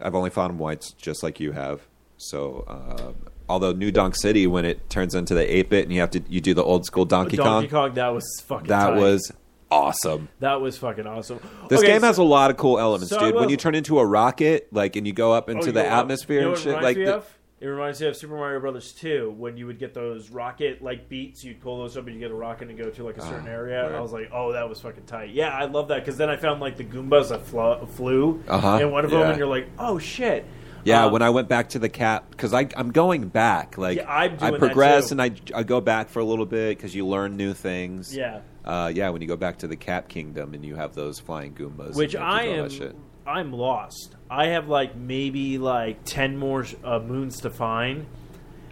D: I've only found him once, just like you have. So um, although New Donk City, when it turns into the eight bit and you have to you do the old school Donkey,
E: Donkey
D: Kong,
E: Kong, that was fucking.
D: that
E: tight.
D: was awesome.
E: that was fucking awesome.
D: This
E: Okay,
D: game
E: so-
D: has a lot of cool elements,
E: so I
D: dude. When
E: will-
D: you turn into a rocket, like, and you go up
E: Oh,
D: into
E: you
D: the
E: know what-
D: atmosphere
E: you know
D: and
E: what it
D: shit,
E: reminds
D: like,
E: me
D: the-
E: of? it reminds me of Super Mario Brothers 2 when you would get those rocket like beats. You'd pull those up and you get a rocket and go to like a
D: Ah,
E: certain area. And I
D: word.
E: was like, oh, that was fucking tight. Yeah, I love that because then I found like the Goombas that flo- flew
D: Uh-huh,
E: in one of
D: yeah.
E: them, and you're like, oh shit.
D: yeah.
E: Um,
D: when I went back to the cap, because I I'm going back, like,
E: Yeah, I'm
D: I
E: doing that,
D: progress
E: too.
D: and I I go back for a little bit because you learn new things.
E: Yeah.
D: uh, yeah. When you go back to the Cap Kingdom and you have those flying Goombas, and
E: which
D: you have to
E: I
D: do all
E: am.
D: that shit.
E: I'm lost. I have like maybe like ten more uh, moons to find,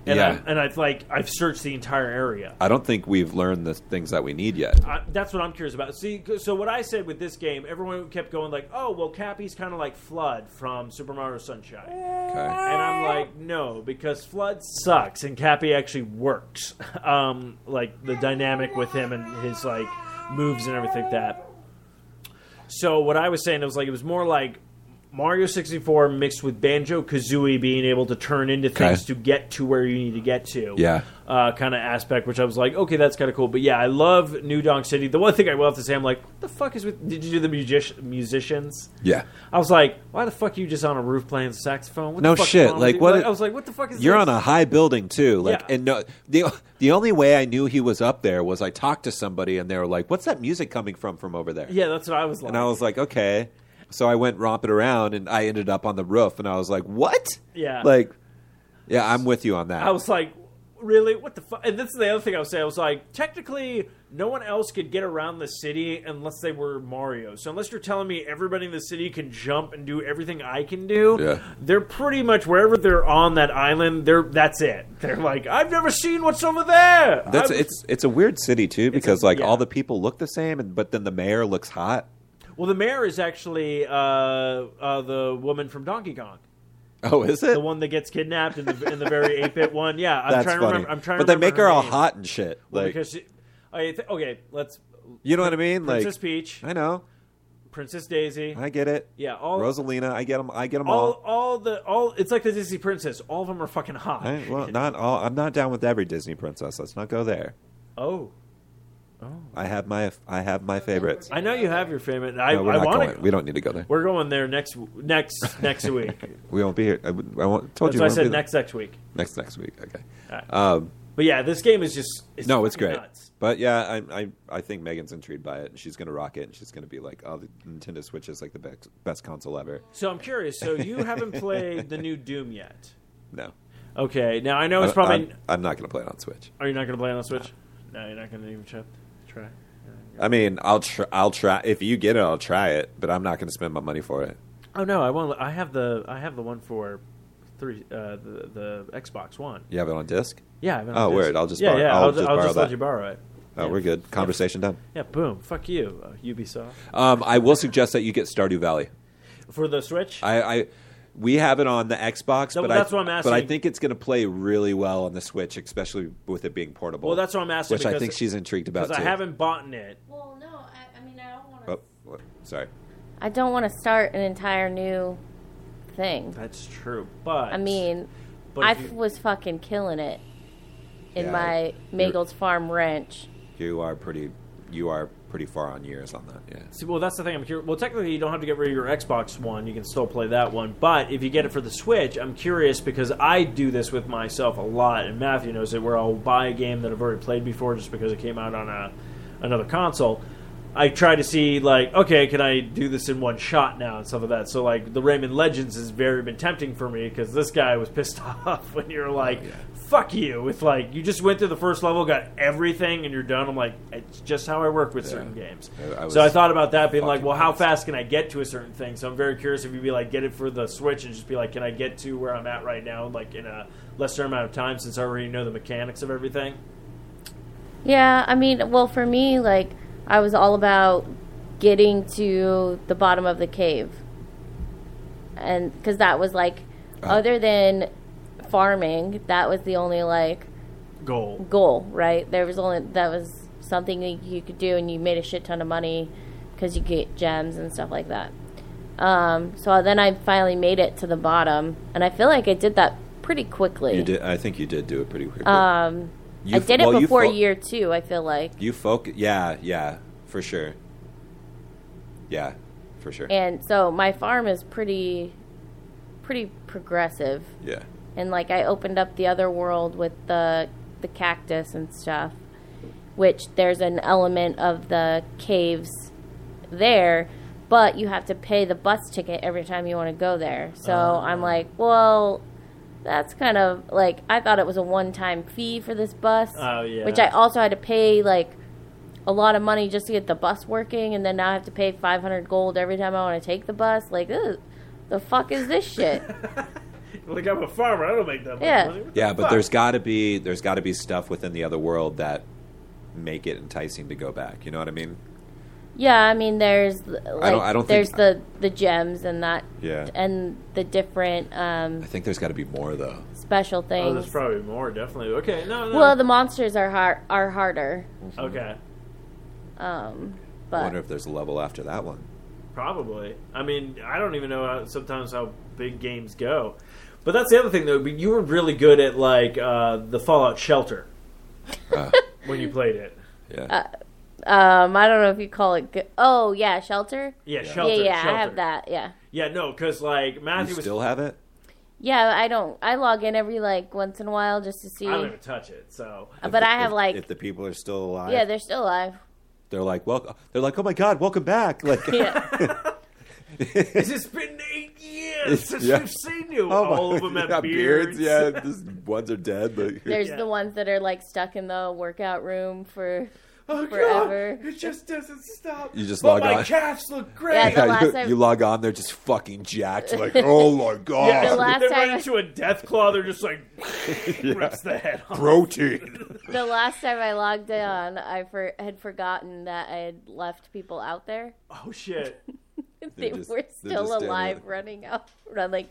E: and
D: Yeah.
E: I'm, and I've like I've searched the entire area.
D: I don't think we've learned the things that we need yet.
E: I, that's what I'm curious about. See, c- so what I said with this game, everyone kept going like, "Oh, well, Cappy's kind of like Flood from Super Mario Sunshine,"
D: Okay.
E: and I'm like, "No, because Flood sucks and Cappy actually works." Um, like the dynamic with him and his like moves and everything like that. So what I was saying it was like it was more like Mario 64 mixed with Banjo Kazooie being able to turn into things to get to where you need to get to
D: Yeah.
E: uh, kind of aspect, which I was like, okay, that's kind of cool. But yeah, I love New Donk City. The one thing I will have to say, I'm like, what the fuck is with? Did you do the music- musicians?
D: Yeah.
E: I was like, why the fuck are you just on a roof playing the saxophone? What
D: No
E: the fuck is
D: shit,
E: wrong
D: like,
E: with you?
D: what it-
E: I was like, what the fuck is?
D: You're
E: this?
D: on a high building too, like,
E: Yeah.
D: and no, the the only way I knew he was up there was I talked to somebody and they were like, "What's that music coming from from over there?"
E: yeah. That's what I was like.
D: And I was like, okay. So I went romping around and I ended up on the roof and I was like, what?
E: Yeah.
D: Like, yeah, I'm with you on that.
E: I was like, really? What the fuck? And this is the other thing I would say. I was like, technically, no one else could get around the city unless they were Mario. So unless you're telling me everybody in the city can jump and do everything I can do,
D: Yeah.
E: they're pretty much wherever they're on that island. They're that's it. They're like, I've never seen what's over there.
D: That's
E: I've-
D: it's it's a weird city too because like
E: yeah.
D: all the people look the same, and but then the mayor looks hot.
E: Well, the mayor is actually uh, uh, the woman from Donkey Kong.
D: Oh, is it?
E: The one that gets kidnapped in the in the very eight bit one, yeah. I'm
D: That's
E: trying to
D: funny.
E: remember. I'm trying
D: but
E: to
D: they
E: remember
D: make her all
E: name.
D: hot and shit.
E: Well,
D: like
E: because she, I th- okay, let's
D: you know what I mean? Like
E: Princess Peach,
D: I know,
E: Princess Daisy,
D: I get it.
E: yeah, all
D: Rosalina, I get them. I get them all.
E: all all the all it's like the Disney princess. All of them are fucking hot.
D: I, well, not all. I'm not down with every Disney princess. Let's not go there.
E: oh,
D: I have my I have my favorites.
E: I know you have your favorite. I,
D: No, we're
E: I
D: not
E: want
D: going.
E: to.
D: We don't need to go there.
E: We're going there next next next week.
D: We won't be here. I, wouldn't- I won't, told
E: That's
D: you.
E: why I
D: we won't be
E: said
D: there.
E: next next week.
D: next next week. Okay.
E: Alright.
D: Um,
E: But yeah, this game is just it's
D: No, it's
E: fucking
D: great.
E: Nuts.
D: But yeah, I, I I think Megan's intrigued by it, and she's gonna rock it, and she's gonna be like, "Oh, the Nintendo Switch is like the best best console ever."
E: So I'm curious. So you haven't played the new Doom yet?
D: No,
E: Okay. Now I know it's
D: I-
E: probably.
D: Uh, I'm, I'm not gonna play it on Switch.
E: Are you not going to play on the Switch? No, you're not going to even try. Try.
D: I mean, I'll tr- I'll try if you get it, I'll try it, but I'm not gonna spend my money for it.
E: Oh no, I won't. I have the I have the one for three uh, the the Xbox One.
D: You have it on disc?
E: Yeah. I've been
D: Oh,
E: on
D: word,
E: disc.
D: I'll just
E: yeah
D: borrow-
E: yeah.
D: I'll
E: I'll,
D: just
E: I'll
D: borrow
E: just
D: that.
E: let you borrow it.
D: Oh,
E: Yeah.
D: we're good. Conversation done.
E: Yeah, boom. Fuck you, uh, Ubisoft.
D: Um, I will suggest that you get Stardew Valley.
E: For the Switch?
D: I, I we have it on the Xbox,
E: No,
D: but
E: that's
D: I,
E: what I'm asking.
D: But I think it's gonna play really well on the Switch, especially with it being portable.
E: well, that's what I'm asking.
D: which I
E: because,
D: think she's intrigued about
E: Because
D: too.
E: I haven't bought it.
F: Well, no, I, I mean, I don't want to.
D: Oh, what- sorry.
F: I don't want to start an entire new thing.
E: That's true. But
F: I mean,
E: But
F: I
E: if you-
F: was fucking killing it in
D: Yeah,
F: my
D: you're-
F: Mangles Farm ranch.
D: You are pretty. You are pretty far on years on that. Yeah.
E: See, well, that's the thing. I'm curious. Well, technically, you don't have to get rid of your Xbox One. You can still play that one. But if you get it for the Switch, I'm curious because I do this with myself a lot, and Matthew knows it. Where I'll buy a game that I've already played before just because it came out on a another console. I try to see like, okay, can I do this in one shot now and stuff like that. So like, the Rayman Legends has very been tempting for me because this guy was pissed off when
D: Oh,
E: you're like, "Fuck you!" With like, you just went through the first level, got everything, and you're done. I'm like, it's just how I work with certain games.
D: I- I
E: so I
D: was-
E: thought thought about that being like,
D: Fucking
E: well, how
D: pissed.
E: fast can I get to a certain thing? So I'm very curious if you'd be like, get it for the Switch and just be like, can I get to where I'm at right now, like in a lesser amount of time since I already know the mechanics of everything?
F: Yeah, I mean, well, for me, like, I was all about getting to the bottom of the cave. And because that was like,
D: Uh-huh.
F: other than farming, that was the only, like,
E: Goal.
F: goal, right? There was only that was something that you could do, and you made a shit ton of money because you get gems and stuff like that. Um, so then I finally made it to the bottom, and I feel like I did that pretty quickly.
D: You did. I think you did do it pretty quickly.
F: Um,
D: You
F: I
D: f-
F: did it
D: well, you
F: before
D: fo-
F: year two. I feel like,
D: You focus. Yeah. Yeah. For sure. Yeah. For sure.
F: and so my farm is pretty, pretty progressive,
D: yeah.
F: and like I opened up the other world with the the cactus and stuff, which there's an element of the caves there, but you have to pay the bus ticket every time you want to go there. So
E: Ah.
F: I'm like, well, that's kind of like I thought it was a one time fee for this bus,
E: Oh, yeah.
F: which I also had to pay like a lot of money just to get the bus working, and then now I have to pay 500 gold every time I want to take the bus. Like, this, the fuck is this shit?
E: Like I'm a farmer, I don't make that much
F: Yeah.
E: money. What the
D: Yeah. But
E: fuck?
D: there's got to be there's got to be stuff within the other world that make it enticing to go back. You know what I mean?
F: Yeah, I mean, there's like,
D: I don't
F: there's
D: think-
F: the the gems and that,
D: Yeah.
F: and the different
D: I
F: um,
D: think there's got to be more though.
F: special
E: oh,
F: things.
E: there's probably more. Definitely. Okay. No. no.
F: well, the monsters are har- are harder,
E: okay.
F: um,
D: I
F: but
D: wonder if there's a level after that one.
E: Probably. I mean, I don't even know how, sometimes how big games go. But that's the other thing though. You were really good at like uh, the Fallout Shelter
D: Uh,
E: when you played it.
D: yeah.
F: Uh, um, I don't know if you call it. Good. Oh yeah, shelter.
E: Yeah, shelter.
F: yeah, yeah,
E: shelter.
F: I have that. Yeah,
E: Yeah, no, because like
D: you
E: Matthew was
D: still have it?
F: yeah. I don't. I log in every like once in a while just to see.
E: I don't even touch it. So
F: but I have
D: If-
F: like
D: if the people are still alive.
F: yeah, they're still alive.
D: they're like welcome. They're like, oh my god, welcome back. Like
F: Yeah.
E: it's been eight years since
D: Yeah.
E: we've seen you.
D: Oh my-
E: All of them have
D: yeah,
E: beards.
D: Yeah, just ones are dead. Like,
F: There's
E: Yeah.
F: the ones that are like stuck in the workout room for.
E: Oh, God,
F: Forever.
E: it just doesn't stop.
D: You just
E: but
D: log
E: my
D: on.
E: calves look great.
F: Yeah, the
D: yeah, you,
F: last time-
D: you log on, they're just fucking jacked. Like, oh my god,
E: Yeah,
F: The last
E: they
F: time-
E: run into a death claw. They're just like rips the head off.
D: protein.
F: The last time I logged on, I for- had forgotten that I had left people out there.
E: Oh shit!
F: they
D: just-
F: were
D: they're
F: still
D: just down there.
F: alive, running out, run, like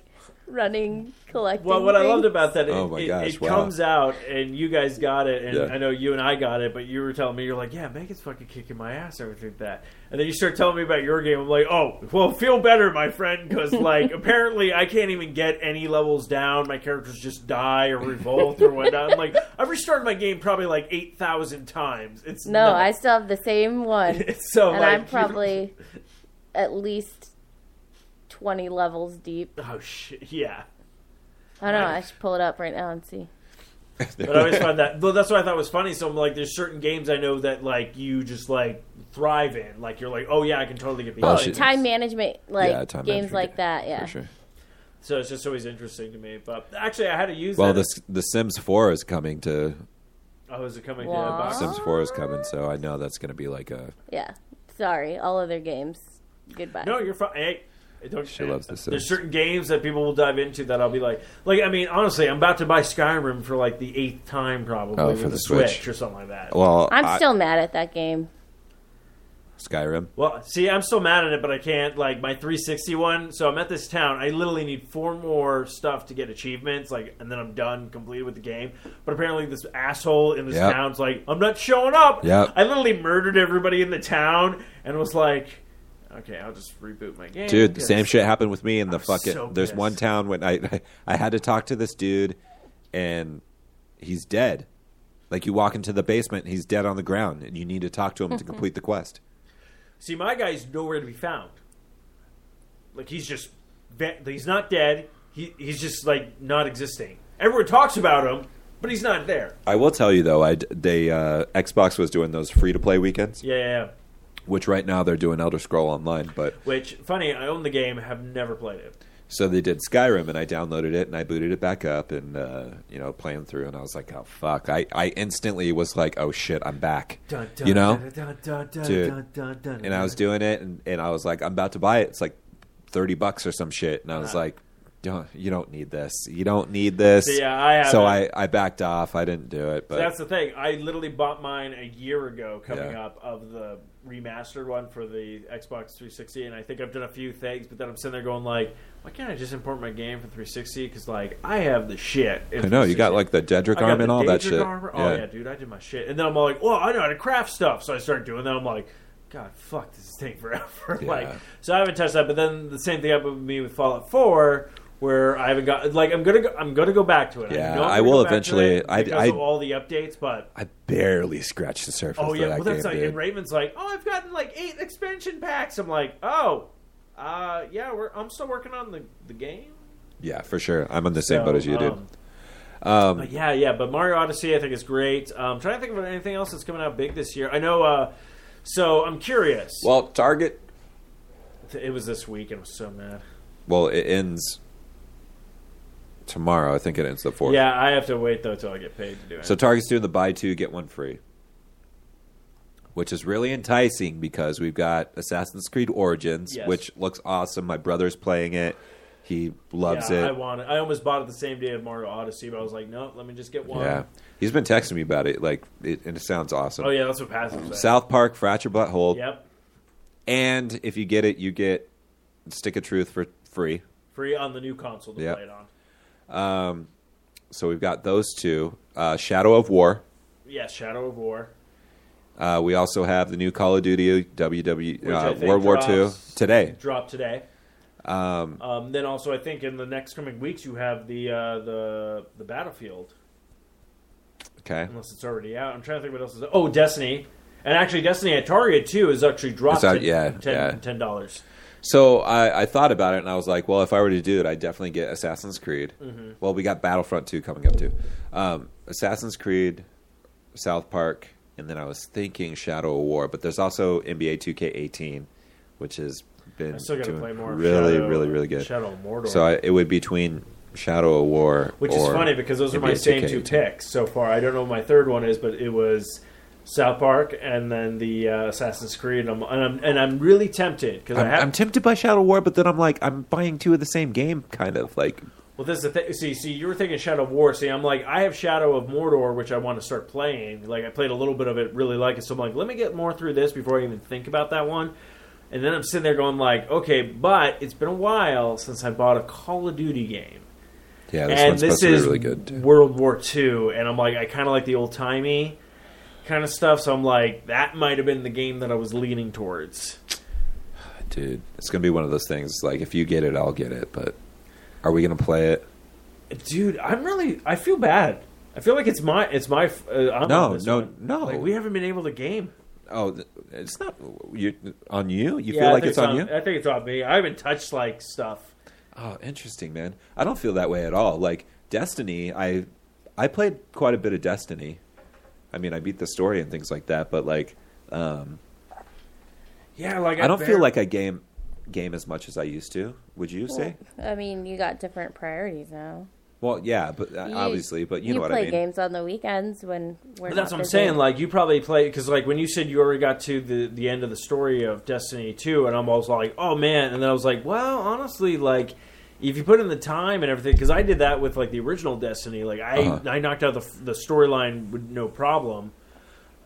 F: running, collecting.
E: Well, what I loved
F: things.
E: about that, it,
D: Oh my
E: it-
D: gosh,
E: it
D: wow.
E: comes out and you guys got it, and
D: Yeah.
E: I know you and I got it, but you were telling me you're like, yeah, Megan's fucking kicking my ass over through that, and then you start telling me about your game. I'm like, oh, well, feel better, my friend, because like apparently I can't even get any levels down. My characters just die or revolt or whatnot. I'm like, I've restarted my game probably like eight thousand times. It's
F: No, I
E: nuts.
F: still have the same one, and
E: so like,
F: I'm
E: you-
F: probably at least twenty levels deep.
E: oh shit yeah.
F: I don't know.
E: Right.
F: I should pull it up right now and see.
E: But I always find that though that's what I thought was funny. So I'm like, there's certain games I know that like you just like thrive in. Like you're like, oh yeah, I can totally get
D: Oh,
E: behind.
D: shit.
E: it.
F: Time management, like
D: Yeah, time
F: games
D: management,
F: like that, yeah.
D: For sure.
E: So it's just always interesting to me. But actually, I had to use
D: Well,
E: that.
D: the the Sims 4 is coming to
E: oh, is it coming to
F: Wow.
E: box?
D: Sims 4 is coming, so I know that's going to be like a.
F: Yeah. Sorry, all other games. Goodbye.
E: No, you're fine. Hey, don't.
D: She loves The Sims.
E: There's certain games that people will dive into that I'll be like, like I mean, honestly, I'm about to buy Skyrim for like the eighth time probably
D: Oh,
E: with
D: for
E: the,
D: the
E: Switch.
D: Switch.
E: or something like that.
D: Well,
F: I'm
D: I-
F: still mad at that game.
D: Skyrim.
E: Well, see, I'm still mad at it, but I can't like my 360 one. So I'm at this town. I literally need four more stuff to get achievements, like, and then I'm done, completed with the game. But apparently, this asshole in this
D: Yep.
E: town's like, "I'm not showing up."
D: Yep.
E: I literally murdered everybody in the town and was like, "Okay, I'll just reboot my game."
D: Dude, the
E: 'cause-
D: same shit happened with me in the fucking.
E: so
D: there's one
E: pissed.
D: town when I, I had to talk to this dude, and he's dead. Like you walk into the basement, he's dead on the ground, and you need to talk to him to complete the quest.
E: See, my guy's nowhere to be found. Like he's just, ve- he's not dead. He he's just like not existing. Everyone talks about him, but he's not there.
D: I will tell you though, I d- they uh, Xbox was doing those free to play weekends,
E: Yeah, yeah, yeah.
D: which right now they're doing Elder Scroll Online, but
E: Which, funny, I own the game, have never played it.
D: So they did Skyrim, and I downloaded it and I booted it back up, and uh, you know, playing through, and I was like, oh fuck! I, I instantly was like, oh shit, I'm back,
E: Dun, dun,
D: you know,
E: dun, dun, dun, dun,
D: Dude.
E: dun, dun, dun,
D: and I was doing it, and, and I was like, I'm about to buy it. It's like thirty bucks or some shit, and I
E: Uh-huh.
D: was like, don't you don't need this, you don't need this.
E: So, yeah, I
D: so I, uh,
E: haven't.
D: I backed off. I didn't do it, but
E: That's the thing. I literally bought mine a year ago, coming
D: Yeah.
E: up of the remastered one for the Xbox 360, and I think I've done a few things, but then I'm sitting there going like, why can't I just import my game for 360? Because like I have the shit. in
D: I know you got
E: 360.
D: like the Dedrick
E: I got
D: arm
E: the
D: and all that
E: Daedric
D: shit.
E: armor. Oh yeah. dude, I did my shit, and then I'm all like, well, I know how to craft stuff, so I started doing that. I'm like, God, fuck, this is taking forever. like,
D: Yeah.
E: so I haven't touched that. But then the same thing happened with me with Fallout 4, where I haven't got like I'm gonna go, I'm gonna go back to it.
D: Yeah,
E: I, know I'm
D: I
E: gonna
D: will
E: go back to
D: eventually.
E: it
D: I-
E: because
D: I-
E: of all the updates, but
D: I barely scratched the surface.
E: oh
D: of
E: yeah,
D: that
E: well that's
D: game,
E: like
D: dude.
E: and Raven's like, oh, I've gotten like eight expansion packs. I'm like, oh, uh, yeah, we're I'm still working on the the game.
D: yeah, for sure. I'm on the same
E: So,
D: boat as you, Um, dude.
E: um, but yeah, yeah, but Mario Odyssey I think is great. Um, trying to think of anything else that's coming out big this year. I know. Uh, so I'm curious.
D: Well, Target
E: it was this week, and I was so mad.
D: Well, it ends tomorrow. I think it ends the fourth.
E: Yeah, I have to wait though till I get paid to do it.
D: So Target's doing the buy two get one free, which is really enticing because we've got Assassin's Creed Origins,
E: Yes.
D: which looks awesome. My brother's playing it; he loves
E: yeah, I
D: it.
E: want it. I almost bought it the same day of Mario Odyssey, but I was like, no, let me just get one.
D: yeah, he's been texting me about it. Like, it, and it sounds awesome.
E: Oh yeah, that's what passes. said.
D: South Park, Fracture Butthole,
E: Yep.
D: and if you get it, you get Stick of Truth for free.
E: Free on the new console to
D: Yep.
E: play it on.
D: So we've got those two. Uh, Shadow of War.
E: Yeah, Shadow of War.
D: Uh, we also have the new Call of Duty WW
E: Which I
D: uh,
E: think
D: World War II
E: drops-
D: today.
E: Drop today. Um, then also I think in the next coming weeks you have the uh, the the Battlefield,
D: Okay,
E: unless it's already out. I'm trying to think what else is. Oh, Destiny, and actually Destiny at Target too is actually dropped.
D: It's out-
E: to
D: yeah, yeah.
E: ten dollars.
D: so I, I thought about it and I was like, well, if I were to do it, I'd definitely get Assassin's Creed.
E: Mm-hmm.
D: Well, we got Battlefront Two coming up too. Um, Assassin's Creed, South Park, and then I was thinking Shadow of War, but there's also NBA 2K18, which is been
E: I still got to
D: doing
E: play more. of
D: really,
E: Shadow-
D: really, really good.
E: Shadow of Mordor.
D: So I, it would be between Shadow of War,
E: which is
D: or
E: funny because those are my
D: NBA
E: same
D: 2K.
E: two picks so far. I don't know what my third one is, but it was South Park and then the uh, Assassin's Creed. And I'm, and I'm and I'm really tempted because I
D: I'm,
E: have.
D: I'm tempted by Shadow of War, but then I'm like, I'm buying two of the same game, kind of like.
E: well, this is the thing. See, see, you were thinking Shadow of War. See, I'm like, I have Shadow of Mordor, which I want to start playing. Like, I played a little bit of it, really like it. So I'm like, let me get more through this before I even think about that one. And then I'm sitting there going like, okay, but it's been a while since I bought a Call of Duty game.
D: Yeah, this
E: and
D: one's supposed
E: this
D: to
E: is
D: be really good. too.
E: World War II, and I'm like, I kind of like the old timey kind of stuff. So I'm like, that might have been the game that I was leaning towards.
D: Dude, it's gonna be one of those things. Like, if you get it, I'll get it. But are we gonna play it?
E: Dude, I'm really, I feel bad. I feel like it's my, it's my. Uh, I'm
D: No,
E: on this
D: no,
E: one.
D: no.
E: Like, Oh, we haven't been able to game.
D: Oh, th- it's not you on you. You
E: I
D: feel like
E: think
D: it's on you.
E: I think it's on me. I haven't touched like stuff.
D: Oh, interesting, man. I don't feel that way at all. Like Destiny, I I played quite a bit of Destiny. I mean, I beat the story and things like that, but like um,
E: Yeah, like
D: I don't
E: bar-
D: feel like I game game as much as I used to. Would you say?
F: I mean, you got different priorities now.
D: Well, yeah, but uh
F: You-
D: obviously, but you, know what
F: play
D: I mean.
F: games on the weekends when we're.
E: But that's
F: not
E: what I'm
F: busy.
E: saying. Like you probably play because like when you said you already got to the the end of the story of Destiny Two, and I'm almost like, oh man. And then I was like, well, honestly, like if you put in the time and everything, because I did that with like the original Destiny. Like I
D: Uh-huh.
E: I knocked out the the storyline with no problem.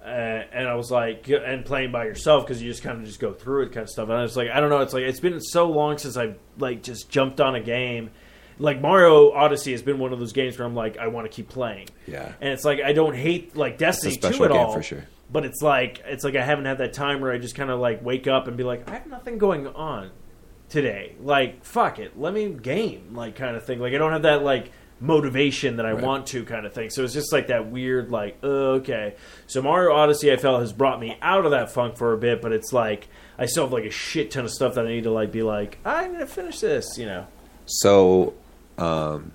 E: Uh, and I was like, and playing by yourself because you just kind of just go through it kind of stuff. And I was like, I don't know. It's like it's been so long since I've like just jumped on a game. Like Mario Odyssey has been one of those games where I'm like, I want to keep playing.
D: Yeah.
E: And it's like I don't hate like Destiny
D: special
E: two at
D: game
E: all
D: for sure.
E: But it's like it's like I haven't had that time where I just kind of like wake up and be like, I have nothing going on today. Like fuck it, let me game like kind of thing. Like I don't have that like motivation that I
D: Right.
E: want to kind of thing. So it's just like that weird like uh, okay. So Mario Odyssey I felt has brought me out of that funk for a bit, but it's like I still have like a shit ton of stuff that I need to like be like I'm gonna finish this, you know.
D: So, um,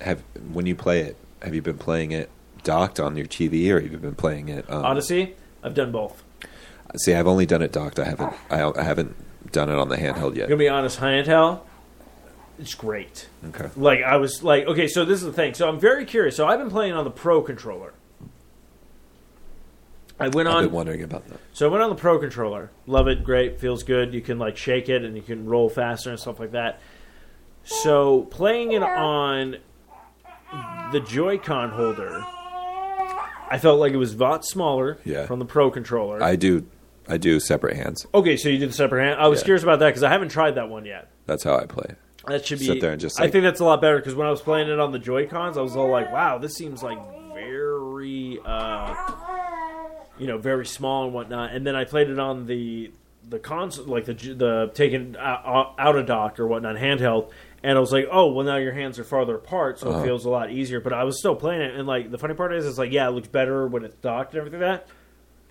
D: have when you play it, have you been playing it docked on your TV, or have you been playing it? Um,
E: Odyssey, I've done both.
D: See, I've only done it docked. I haven't. I, I haven't done it on the handheld yet.
E: I'm gonna be honest, high Hell, it's great.
D: Okay.
E: Like I was like, okay, so this is the thing. So I'm very curious. So I've been playing on the Pro controller. I went
D: I've
E: on.
D: been wondering about that.
E: So I went on the Pro controller. Love it, great, feels good. You can like shake it and you can roll faster and stuff like that. So playing it on the Joy-Con holder, I felt like it was a lot smaller
D: Yeah.
E: from the Pro controller.
D: I do. I do separate hands.
E: okay, so you did the separate hand. I was
D: Yeah.
E: curious about that because I haven't tried that one yet.
D: That's how I play.
E: That should be.
D: Sit there and just,
E: I
D: like-
E: think that's a lot better because when I was playing it on the Joy Cons, I was all like, "Wow, this seems like very, uh, you know, very small and whatnot." And then I played it on the the console, like the the taken out out of dock or whatnot, handheld, and I was like, "Oh, well, now your hands are farther apart,
D: Uh-huh.
E: so it feels a lot easier." But I was still playing it, and like the funny part is, it's like, yeah, it looks better when it's docked and everything like that.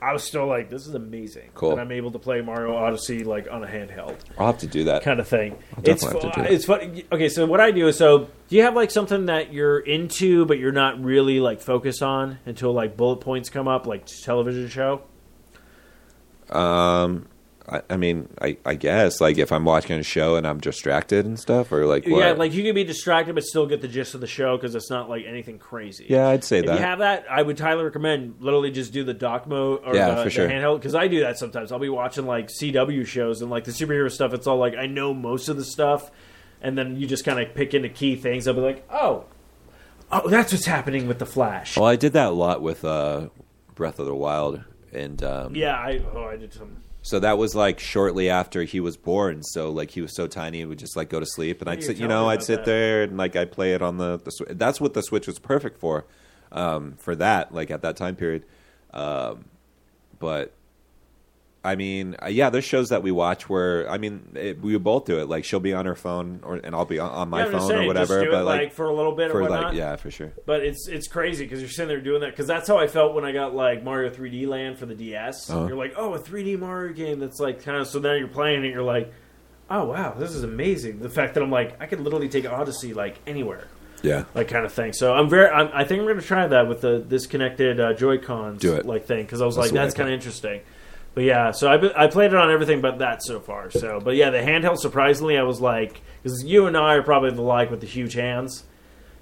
E: I was still like, "This is amazing,"
D: Cool.
E: and I'm able to play Mario Odyssey like on a handheld
D: I'll have to do that.
E: kind of thing.
D: definitely
E: It's
D: have to
E: fu-
D: do that.
E: it's funny. Okay, so what I do is so do you have like something that you're into but you're not really like focused on until like bullet points come up like television show?
D: I, I mean, I, I guess like if I'm watching a show and I'm distracted and stuff, or like
E: Yeah,
D: what-
E: like you can be distracted but still get the gist of the show because it's not like anything crazy.
D: yeah, I'd say
E: If
D: that.
E: you have that, I would highly recommend literally just do the doc mode or
D: Yeah,
E: the,
D: for
E: the
D: sure.
E: handheld because I do that sometimes. I'll be watching like CW shows and like the superhero stuff. It's all like I know most of the stuff, and then you just kind of pick into key things. I'll be like, oh, oh, that's what's happening with the Flash.
D: well, I did that a lot with uh, Breath of the Wild, and um,
E: Yeah, I oh I did some.
D: So that was like shortly after he was born. So like he was so tiny, he would just like go to sleep, and I'd
E: you're
D: sit, you
E: telling
D: know,
E: me
D: I'd
E: about
D: sit
E: that.
D: there and like I'd play it on the, the Swi- that's what the Switch was perfect for, um, for that like at that time period. Um, but I mean, uh, yeah, there's shows that we watch where I mean it, we both do it. Like she'll be on her phone, or and I'll be on, on my
E: Yeah, I'm
D: phone
E: just saying,
D: or whatever.
E: Just do
D: but
E: it, like, for a little bit or
D: for
E: whatnot.
D: like yeah, for sure.
E: But it's it's crazy because you're sitting there doing that because that's how I felt when I got like Mario 3D Land for the DS.
D: Uh-huh.
E: You're like, oh, a 3D Mario game that's like kind of so now you're playing it. You're like, oh wow, this is amazing. The fact that I'm like I could literally take Odyssey like anywhere,
D: Yeah,
E: like kind of thing. So I'm very I'm, I think I'm going to try that with the disconnected uh, Joy Cons
D: Do it.
E: like thing because I was
D: That's
E: like
D: the way
E: that's
D: I
E: kind of
D: think.
E: interesting. But yeah, so I, I played it on everything but that so far. So, but yeah, the handheld surprisingly, I was like, because you and I are probably the like with the huge hands.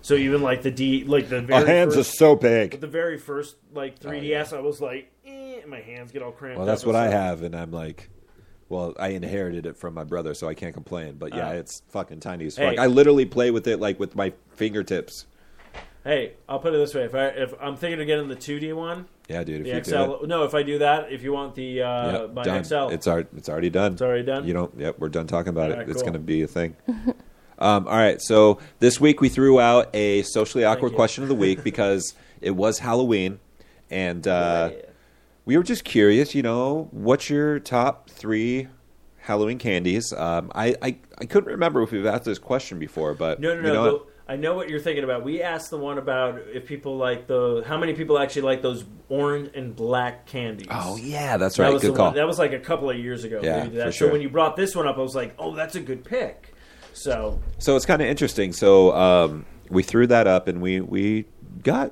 E: So even like the D, like the very
D: Our hands
E: first,
D: are so big.
E: the very first like 3ds, I was like, eh, and my hands get all cramped.
D: Well, that's
E: up
D: what
E: and
D: I
E: stuff.
D: have, and I'm like, well, I inherited it from my brother, so I can't complain. But yeah,
E: Oh.
D: it's fucking tiny as fuck.
E: Hey.
D: I literally play with it like with my fingertips.
E: Hey, I'll put it this way: if I if I'm thinking of getting the 2D one,
D: Yeah, dude. If
E: the
D: you do
E: XL, no, if I do that, if you want the
D: it,
E: uh,
D: yep,
E: my
D: done.
E: XL,
D: It's our, it's already done. It's
E: already done?
D: You don't. Yep, we're done talking about it.
E: Alright,
D: It's
E: cool.
D: going to be a thing. um, all right. So this week we threw out a socially awkward
E: you.
D: question of the week because it was Halloween, and uh, we were just curious, you know, what's your top three Halloween candies? Um, I, I I couldn't remember if we've asked this question before, but
E: No, no,
D: you
E: no.
D: know
E: the-
D: what?
E: I know what you're thinking about. We asked the one about if people like the how many people actually like those orange and black candies.
D: Oh yeah, that's
E: that
D: right.
E: was
D: Good
E: the
D: call.
E: One, that was like a couple of years ago.
D: Yeah,
E: we did that.
D: for
E: So
D: sure.
E: when you brought this one up, I was like, oh, that's a good pick. So
D: So it's kind of interesting. So um, we threw that up, and we we got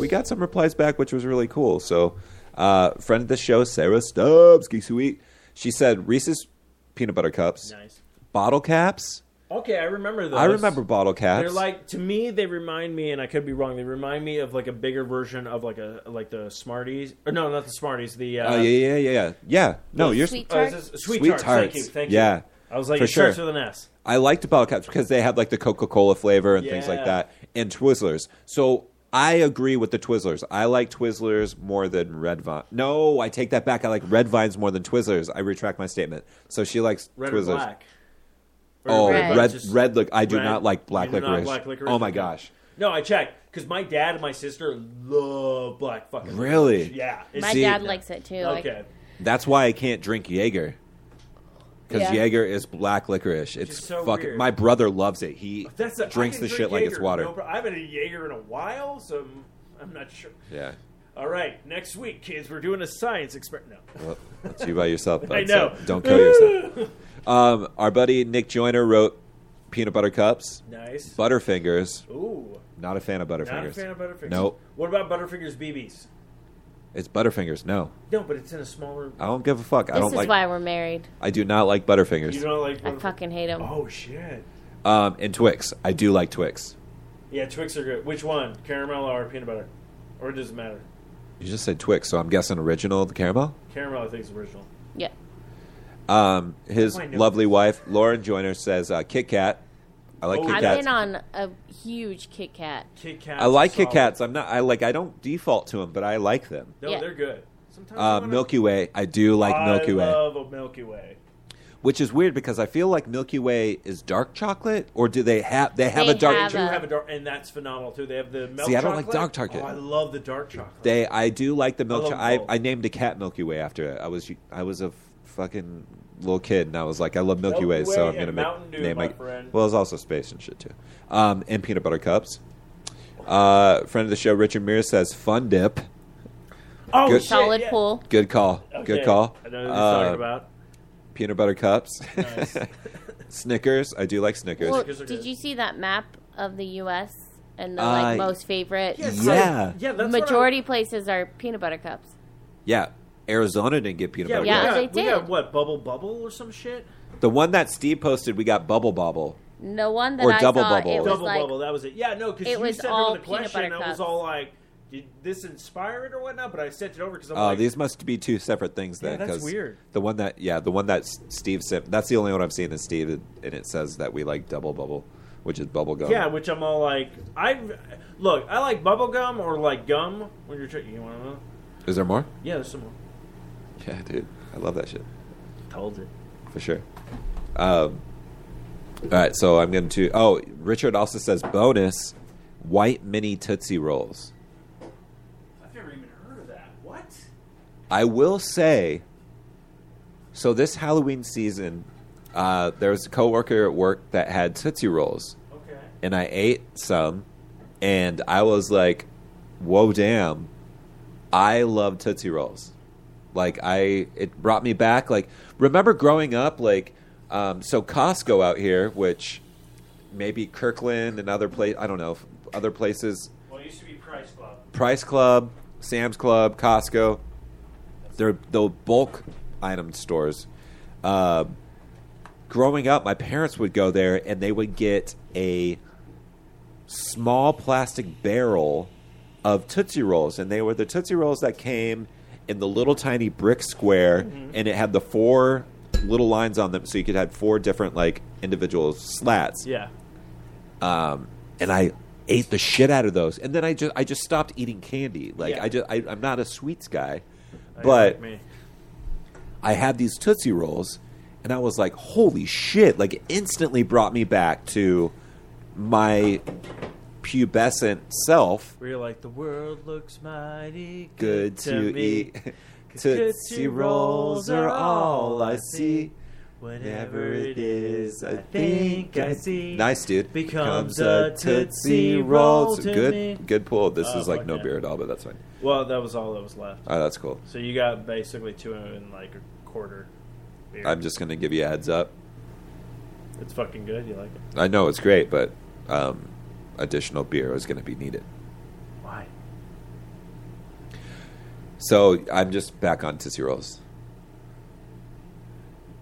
D: we got some replies back, which was really cool. So uh, friend of the show, Sarah Stubbs, Geek Sweet, she said Reese's peanut butter cups,
E: nice.
D: bottle caps.
E: Okay, I remember those.
D: I remember bottle caps.
E: They're like to me. They remind me, and I could be wrong. They remind me of like a bigger version of like a like the Smarties. Or no, not the Smarties. The uh,
D: oh yeah, yeah, yeah, yeah. Yeah. No, you're.
F: Sweet
E: oh, is
F: tarts.
E: this- sweet,
D: Sweet
E: tarts. Thank you.
D: tarts.
E: Thank
D: Yeah,
E: you. I was like
D: for
E: it starts
D: sure.
E: with an S.
D: I liked bottle caps because they had like the Coca Cola flavor and things like
E: Yeah.
D: that, and Twizzlers. So I agree with the Twizzlers. I like Twizzlers more than Red Vine. No, I take that back. I like Red Vines more than Twizzlers. I retract my statement. So she likes
E: Red
D: Twizzlers.
E: or black. Or
D: Oh,
F: Red.
D: red,
F: Red,
D: red,
E: just-
D: lic- I do
E: Red.
D: not like black
E: You do not
D: licorice.
E: black licorice?
D: Oh my
E: Okay.
D: gosh.
E: No, I checked because my dad and my sister love black fucking.
D: Really?
E: licorice. Yeah.
F: My
D: See-
F: dad likes it too. like-
E: okay.
D: That's why I can't drink Jaeger. Because
F: Yeah.
D: Jaeger is black licorice. It's
E: is so
D: fucking.
E: weird.
D: My brother loves it. He
E: That's a,
D: drinks
E: I
D: the shit
E: can drink
D: like it's
E: Jaeger,
D: water.
E: no pro- I haven't had Jaeger in a while, so I'm, I'm not sure.
D: yeah.
E: All right, next week, kids, we're doing a science experiment. No.
D: Well, that's you by yourself.
E: I
D: bud, so
E: know.
D: don't kill yourself. Um, our buddy Nick Joyner wrote peanut butter cups,
E: Nice.
D: Butterfingers.
E: Ooh,
D: Not a fan of Butterfingers.
E: not a fan of Butterfingers.
D: Nope.
E: What about Butterfingers BBs?
D: It's Butterfingers. No,
E: No, but it's in a smaller.
D: I don't give a fuck. I
F: This
D: don't
F: is
D: like.
F: why we're married.
D: I do not like Butterfingers.
E: You don't like.
F: I
E: Butterf-
F: fucking hate him.
E: Oh shit.
D: Um, and Twix. I do like Twix.
E: Yeah, Twix are good. Which one? Caramel or peanut butter? Or it doesn't matter.
D: You just said Twix, so I'm guessing original the caramel.
E: Caramel, I think, is original.
F: Yeah.
D: Um, his
E: Oh, I know.
D: lovely wife Lauren Joyner says uh, Kit Kat. I like
E: Oh,
D: Kit
F: I've
D: Kats.
F: been on a huge Kit Kat.
E: Kit Kats.
D: I like
E: are
D: Kit
E: solid.
D: Kats. I'm not. I like. I don't default to them, but I like them.
E: No,
F: Yeah.
E: they're good. Sometimes I
D: Uh,
E: wanna-
D: Milky Way. I do like Milky Way.
E: I love a Milky Way.
D: which is weird because I feel like Milky Way is dark chocolate, or do they have they have
F: They
D: a dark?
F: have
E: Do
F: Uh,
E: have a dark, and that's phenomenal too. They have the milk.
D: See, I don't like
E: chocolate.
D: dark chocolate.
E: Oh, I love the dark chocolate.
D: they I do like the
E: I
D: milk.
E: love
D: Cho- I
E: both.
D: I named a cat Milky Way after it. I was I was a fucking little kid and I was like I love Milky
E: Milky
D: Way, so
E: Way
D: I'm gonna
E: and
D: make
E: Mountain Dew,
D: name
E: my
D: my-
E: friend.
D: well, it's also space and shit too, um, and peanut butter cups. Uh, friend of the show Richard Mears says fun dip.
E: oh,
D: Good-
E: shit,
F: Solid
E: yeah.
F: pool.
D: Good call.
E: Okay.
D: Good call.
E: I know what you're
D: Uh,
E: talking about.
D: Peanut butter cups.
E: Nice.
D: Snickers. I do like Snickers.
F: Well,
E: Snickers are
F: did
E: good.
F: you see that map of the U.S. and the
D: Uh,
F: like most favorite?
E: Yes,
D: Yeah.
E: I- yeah. That's what I-
F: Majority places are peanut butter cups.
D: yeah. Arizona didn't get peanut
E: Yeah,
D: butter
E: we
D: cups.
F: Yeah,
E: got,
F: they
E: we got
F: did.
E: what bubble bubble or some shit.
D: The one that Steve posted, we got Bubble Bobble.
F: No one that
D: Or
F: I
D: double
F: saw,
D: bubble.
F: it was
E: Double
F: like
E: bubble. That was it. Yeah, no, because
F: It
E: you
F: was
E: sent
F: all
E: over the
F: peanut
E: question.
F: butter
E: I was
F: cups.
E: all like, "Did this inspire it or whatnot?" But I sent it over because I'm
D: Oh,
E: like,
D: these must be two separate things
E: Yeah,
D: then.
E: that's
D: 'cause
E: weird.
D: The one that, yeah, the one that S- Steve sent. That's the only one I've seen is Steve, and it says that we like Double Bubble, which is bubble gum.
E: "Yeah," which I'm all like, "I look, I like bubble gum or like gum when you're drinking. You want to know?
D: Is there more?
E: Yeah, there's some more.
D: Yeah, dude, I love that shit
E: Told it.
D: for sure. Um, all right, so I'm going to. Oh, Richard also says bonus white mini tootsie rolls.
E: I've never even heard of that. What?
D: I will say, so this Halloween season, uh, there was a coworker at work that had Tootsie Rolls,
E: Okay.
D: and I ate some, and I was like, "Whoa, damn! I love Tootsie Rolls." Like I, it brought me back. Like remember growing up, like um, so Costco out here, which maybe Kirkland and other place, I don't know, other places,
E: Well, it used to be Price Club.
D: Price Club, Sam's Club, Costco. they're the bulk item stores. Uh, growing up, my parents would go there and they would get a small plastic barrel of Tootsie Rolls. And they were the Tootsie Rolls that came in the little tiny brick square and it had the four little lines on them so you could have four different like individual slats
E: Yeah.
D: and I ate the shit out of those. And then I just I just stopped eating candy. Like
E: Yeah.
D: I just I, I'm not a sweets guy,
E: Like
D: but
E: me.
D: I had these Tootsie Rolls, and I was like, holy shit! Like it instantly brought me back to my pubescent self.
E: Where you're like, the world looks mighty
D: Good to
E: me.
D: eat.
E: 'Cause
D: Tootsie Rolls are all I see.
E: Whatever it is, I think I see.
D: Nice, dude.
E: Becomes a Tootsie Roll to
D: good,
E: me.
D: good pull. This
E: Oh,
D: is like
E: fuck
D: no
E: yeah.
D: beer at all, but that's fine.
E: Well, that was all that was left.
D: Oh, that's cool.
E: So you got basically two and like a quarter. Beer.
D: I'm just gonna give you a heads up.
E: It's fucking good. You like it?
D: I know it's great, but um, additional beer is going to be needed.
E: Why?
D: So I'm just back on Tootsie Rolls.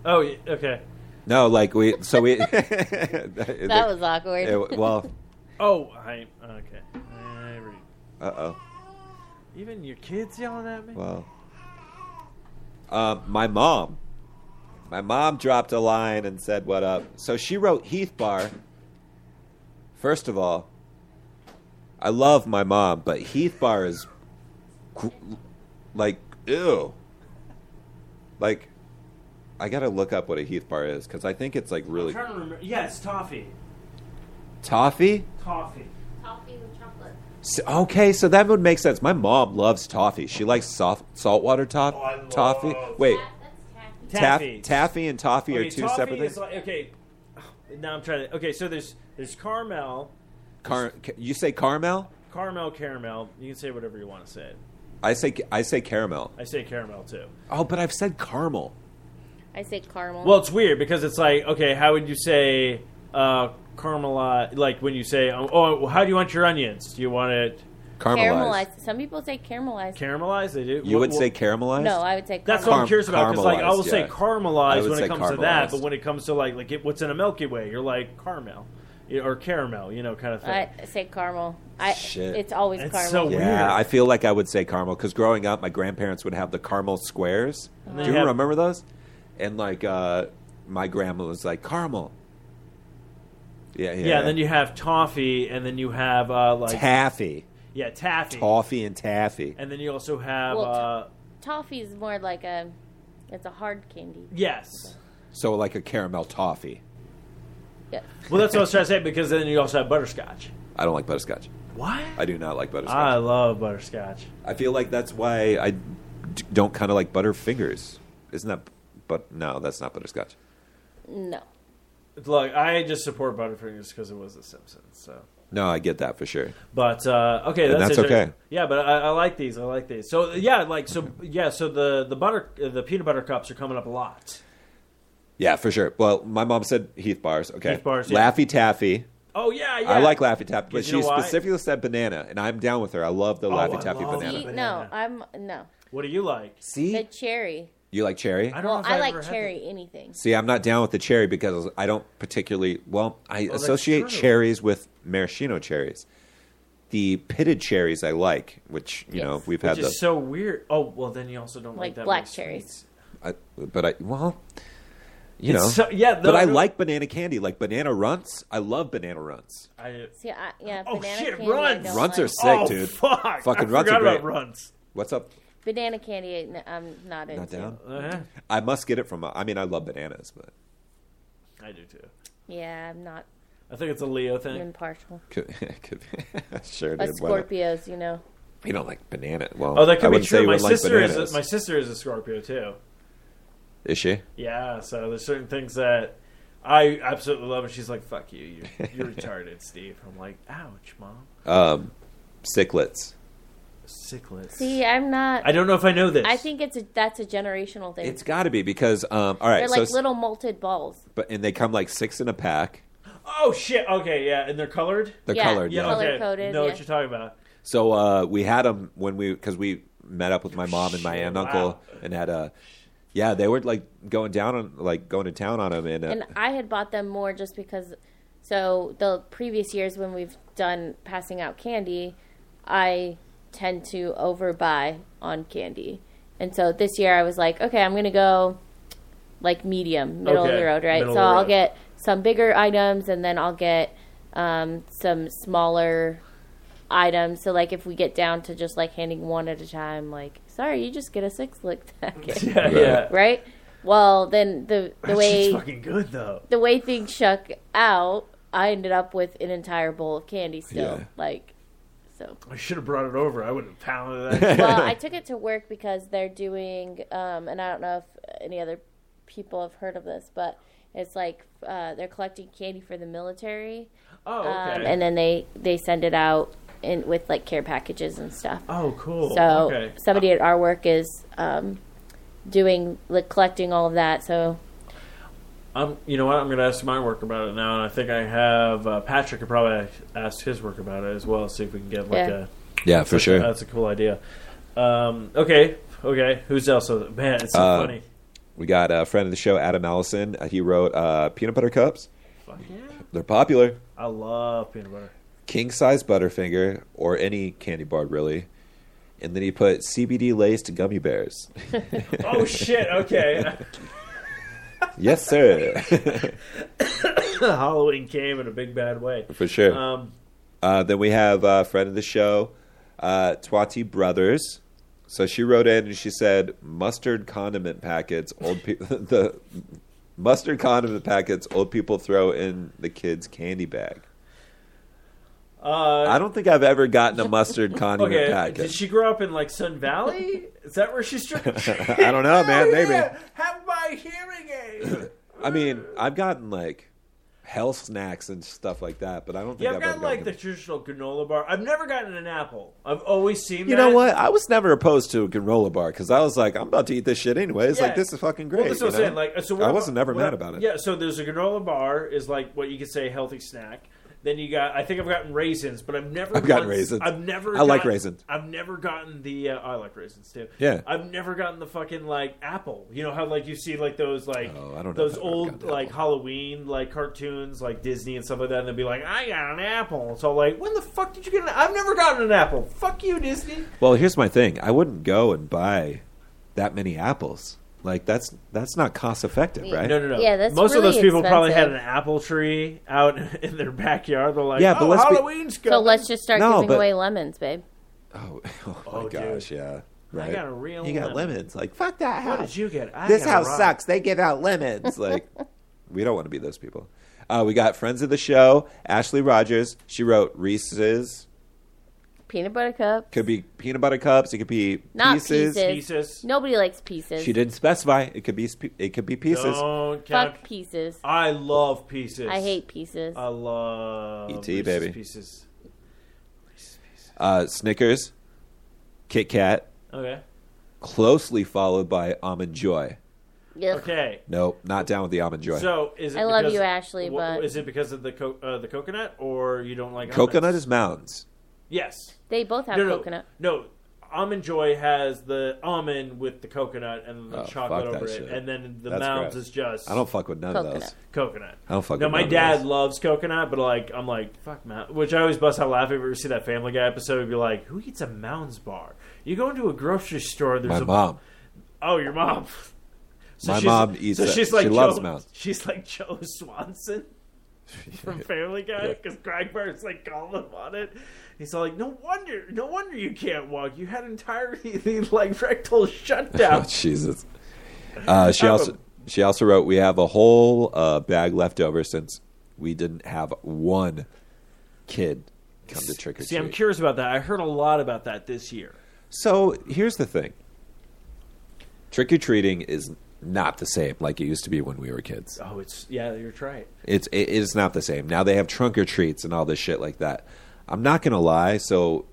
E: Oh, y- okay.
D: No, like we, so we. that
F: That was awkward.
D: well,
E: Oh, I okay. I re-
D: uh oh.
E: Even your kids yelling at me.
D: Well, um, my mom, my mom dropped a line and said, "What up?" So she wrote Heath Bar. First of all, I love my mom, but Heath Bar is gr- like ew. Like, I gotta look up what a Heath Bar is because I think it's like really
E: to remember. Yeah, it's toffee.
D: toffee.
E: Coffee.
F: Coffee with chocolate.
D: S okay, so that would make sense. My mom loves toffee. She likes soft saltwater toff-
E: Oh, I love
D: toffee. Wait,
F: that's
D: taffy. taffy and toffee are two
E: toffee
D: separate
E: is
D: things.
E: Like, okay, now I'm trying to. Okay, so there's there's caramel,
D: Car- ca- you say caramel?
E: caramel, caramel. You can say whatever you want to say.
D: I say ca- I say caramel.
E: I say caramel too.
D: Oh, but I've said caramel.
F: I say caramel.
E: Well, it's weird because it's like, okay, how would you say uh, caramelized? Like when you say, oh, oh, how do you want your onions? Do you want it
D: Caramelized.
F: caramelized. Some people say caramelized.
E: caramelized? They do.
D: You
E: Wh-
D: would
E: wh-
D: say caramelized?
F: no, I would say
E: That's what
F: caramel.
E: I'm curious about because, like, I will
D: Caramelized,
E: say
D: yeah. I
E: caramelized
D: would
E: when
D: say
E: it comes to that, but
D: caramelized.
E: when it comes to like like it, what's in a Milky Way, you're like caramel you- or caramel, you know, kind of thing.
F: I say caramel. I,
D: Shit.
F: It's always
E: It's
F: caramel.
E: so weird.
D: Yeah, I feel like I would say caramel because growing up, my grandparents would have the caramel squares. Do
F: Uh-huh.
E: they
D: you
E: have-
D: remember those? And like, uh, my grandma was like caramel. Yeah, yeah.
E: yeah, and then you have toffee, and then you have uh, like
D: taffy,
E: yeah taffy,
D: toffee, and taffee.
E: and then you also have
F: Well,
E: uh,
F: Toffee is more like a, it's a hard candy.
E: yes.
D: So like a caramel toffee.
F: Yeah.
E: Well, that's what I was trying to say because then you also have butterscotch.
D: I don't like butterscotch.
E: What?
D: I do not like butterscotch.
E: I love butterscotch.
D: I feel like that's why I d- don't kind of like butter fingers. Isn't that? But no, that's not butterscotch.
F: No.
E: Look, I just support Butterfingers because it was The Simpsons. So,
D: No, I get that for sure.
E: but uh, okay,
D: And
E: that's,
D: that's
E: it.
D: okay.
E: Yeah, but I, I like these. I like these. So yeah, like so yeah. So the the butter uh, the peanut butter cups are coming up a lot.
D: Yeah, for sure. Well, my mom said Heath bars. Okay,
E: Heath bars, yeah.
D: Laffy Taffy.
E: Oh yeah, yeah.
D: I like Laffy Taffy, but
E: Because
D: she
E: you know why? Oh,
D: specifically said banana, and I'm down with her. I love the Laffy
E: I
D: Taffy
E: love
D: banana.
F: See, no,
E: Banana.
F: I'm no.
E: What do you like?
F: The
D: See,
F: cherry.
D: you like cherry.
E: I don't know
F: Well,
E: if
F: I
E: I've
F: like
E: ever had
F: cherry
E: that.
F: anything.
D: See, I'm not down with the cherry because I don't particularly well. I
E: Oh, that's
D: associate
E: true.
D: cherries with maraschino cherries. The pitted cherries I like, which you
F: Yes.
D: know we've had
E: Which
D: those.
E: is so weird. Oh well, then you also don't like,
F: Like
E: that
F: black
E: many sweets.
F: cherries.
D: I, but I well, you
E: It's
D: know,
E: so- yeah,
D: but I
E: no-
D: like banana candy, like banana runts. I love banana runts.
E: I,
F: See, I, yeah,
E: Oh,
F: banana
E: shit,
F: candy. I
E: runs.
F: don't
D: Runts
F: like.
D: are sick,
E: oh
D: dude.
E: fuck!
D: Fucking
E: I
D: runs are
E: forgot
D: great.
E: about runs.
D: What's up?
F: Banana candy, n- I'm not into.
D: Not down.
E: Uh-huh.
D: I must get it from. I mean, I love bananas, but
E: I do too.
F: Yeah, I'm not
E: I think it's a Leo thing.
F: impartial.
D: could, could sure
F: Us
D: dude. why not?
F: Scorpios, you know.
D: You don't like banana. Well,
E: Oh, that could
D: I
E: be
D: wouldn't say
E: true.
D: you
E: My
D: would like
E: sister
D: bananas.
E: is a, my sister is a Scorpio too.
D: Is she?
E: Yeah, so there's certain things that I absolutely love, and she's like, "Fuck you, you're, you're retarded, Steve." I'm like, "Ouch, mom."
D: Um, sicklets.
E: Sicklets.
F: See, I'm not.
E: I don't know if I know this.
F: I think it's a, that's a generational thing.
D: It's got to be because um. All right,
F: They're
D: so
F: like little malted balls.
D: but and they come like six in a pack.
E: Oh shit. Okay, yeah, and they're colored.
D: They're
F: Yeah.
D: colored.
F: Yeah.
D: Yeah.
F: Color-coded,
E: Know
F: yeah.
E: what you're talking about?
D: So uh, we had them when we because we met up with my mom and my aunt and
E: Wow.
D: uncle and had a yeah they were like going down on like going to town on him and, uh,
F: And I had bought them more just because. So the previous years when we've done passing out candy, I tend to overbuy on candy, and so this year I was like, okay, I'm gonna go like medium, middle of
E: Okay,
F: the road, right?
E: middle
F: So
E: of the
F: I'll
E: road.
F: get some bigger items, and then I'll get um, some smaller items. So like if we get down to just like handing one at a time, like sorry, you just get a six lick packet,
E: Yeah, yeah.
F: right? Well, then the the
E: That
F: way
E: shit's fucking good though.
F: the way things shook out, I ended up with an entire bowl of candy still.
D: Yeah.
F: Like, so.
E: I should have brought it over. I would have pounded that.
F: Well, I took it to work because they're doing, um, and I don't know if any other people have heard of this, but it's like uh, they're collecting candy for the military,
E: oh, okay.
F: um, and then they they send it out in with like care packages and stuff.
E: oh, cool.
F: So
E: okay.
F: somebody at our work is um, doing like collecting all of that. So
E: I'm, you know what? I'm going to ask my work about it now, and I think I have uh, Patrick could probably ask his work about it as well. See if we can get like
F: Yeah.
E: a
D: yeah for sure
E: That's a cool idea. Um, okay, okay. Who's else? Man, it's so
D: Uh,
E: funny.
D: we got a friend of the show adam allison uh, he wrote uh, peanut butter cups
E: Fuck yeah.
D: they're popular
E: I love peanut butter.
D: king size butterfinger or any candy bar really and then he put cbd laced gummy bears
E: Oh shit! Okay,
D: yes sir
E: Halloween came in a big bad way.
D: for sure
E: Um,
D: Uh, then we have a friend of the show, uh, Twati Brothers. So she wrote in and she said, "Mustard condiment packets, old pe- the mustard condiment packets old people throw in the kids' candy bag."
E: uh,
D: I don't think I've ever gotten a mustard condiment
E: okay. Did
D: packet.
E: she grow up in like Sun Valley? Is that where she's from?
D: I don't know, Oh, man. Maybe.
E: Have my hearing aid.
D: I mean, I've gotten like health snacks and stuff like that, but I don't think
E: Yeah,
D: I've,
E: I've
D: ever
E: gotten like the
D: gotten-
E: traditional granola bar. I've never gotten an apple. I've always seen.
D: You
E: that.
D: know what? I was never opposed to a granola bar because I was like, I'm about to eat this shit anyway. It's like
E: Yeah.
D: this is fucking great.
E: Well, that's what
D: you
E: I'm
D: know?
E: saying. Like, so what
D: I
E: about-
D: wasn't never
E: what-
D: mad about it.
E: Yeah, so there's a granola bar is like what you could say healthy snack. Then you got, I think I've gotten raisins, but I've never.
D: I've gotten
E: once-
D: raisins.
E: I've never.
D: I like
E: gotten-
D: raisins.
E: I've never gotten the. Uh, I like raisins too.
D: Yeah.
E: I've never gotten the fucking like apple. You know how like you see like those like
D: Oh, I don't know if
E: those
D: I've ever
E: old
D: gotten
E: like Halloween like cartoons like Disney and stuff like that, and they'll be like, I got an apple. So like, when the fuck did you get an? I've never gotten an apple. Fuck you, Disney.
D: Well, here's my thing. I wouldn't go and buy that many apples. Like that's that's not cost effective, right?
E: No, no, no.
F: Yeah, that's
E: most
F: really
E: of those people probably had an
F: expensive.
E: apple tree out in their backyard. They're like,
D: Yeah,
E: yeah,
D: but
E: oh,
D: let's be-
E: Halloween's
F: so
E: coming."
F: let's just start
D: No,
F: giving
D: but-
F: away lemons, babe.
D: Oh, oh my
E: Oh, dude.
D: gosh, yeah. Right.
E: got a real
D: You got
E: lemon.
D: lemons. Like fuck that
E: What
D: house.
E: did you get? I
D: this
E: got a
D: house
E: rock.
D: sucks. They give out lemons. like we don't want to be those people. Uh, we got friends of the show, Ashley Rogers. She wrote Reese's.
F: Peanut butter cup.
D: Could be peanut butter cups. It could be
F: Not
D: pieces.
F: pieces.
E: Pieces.
F: Nobody likes pieces.
D: She didn't specify. It could be sp- it could be pieces.
E: Don't count.
F: Fuck pieces.
E: I love pieces.
F: I hate pieces.
E: I love
D: ET,
E: Reese's
D: E baby.
E: Pieces. Reese's Pieces.
D: Uh, Snickers, Kit Kat,
E: Okay.
D: closely followed by almond joy.
F: Ugh.
E: Okay.
D: Nope, not down with the almond joy.
E: So is it?
F: I love
E: because-
F: you, Ashley,
E: wh-
F: but-
E: is it because of the co- uh, the coconut, or you don't like
D: Coconut
E: almonds?
D: is mountains.
E: yes.
F: They both have
E: no, no,
F: coconut.
E: No, almond joy has the almond with the coconut and the
D: Oh,
E: chocolate
D: fuck that
E: over it,
D: shit.
E: and then the
D: That's
E: mounds
D: gross.
E: is just
D: I don't fuck with none of
F: Coconut.
D: those.
E: coconut.
D: I don't fuck
E: No,
D: with
E: my
D: none of
E: dad
D: those.
E: loves coconut, but like I'm like fuck mound, which I always bust out laughing. If you ever see that Family Guy episode, you'd be like, who eats a mounds bar? You go into a grocery store, there's
D: My
E: a,
D: mom.
E: Oh, your mom. So
D: My
E: she's-
D: mom eats
E: So
D: that.
E: she's like
D: She loves
E: Joe,
D: mounds.
E: She's like Joe Swanson from Family Guy because Craigbar's like calling him on it. He's all like, "No wonder, no wonder you can't walk. You had entirely like rectal
D: Oh
E: shutdown."
D: Jesus. Uh, she also she also wrote, "We have a whole uh, bag left over since we didn't have one kid come to trick or
E: See, I'm
D: treat."
E: curious about that. I heard a lot about that this year.
D: So here's the thing: trick or treating is not the same like it used to be when we were kids.
E: Oh, it's yeah, you're right.
D: It's it is not the same. Now they have trunk or treats and all this shit like that. I'm not gonna lie. So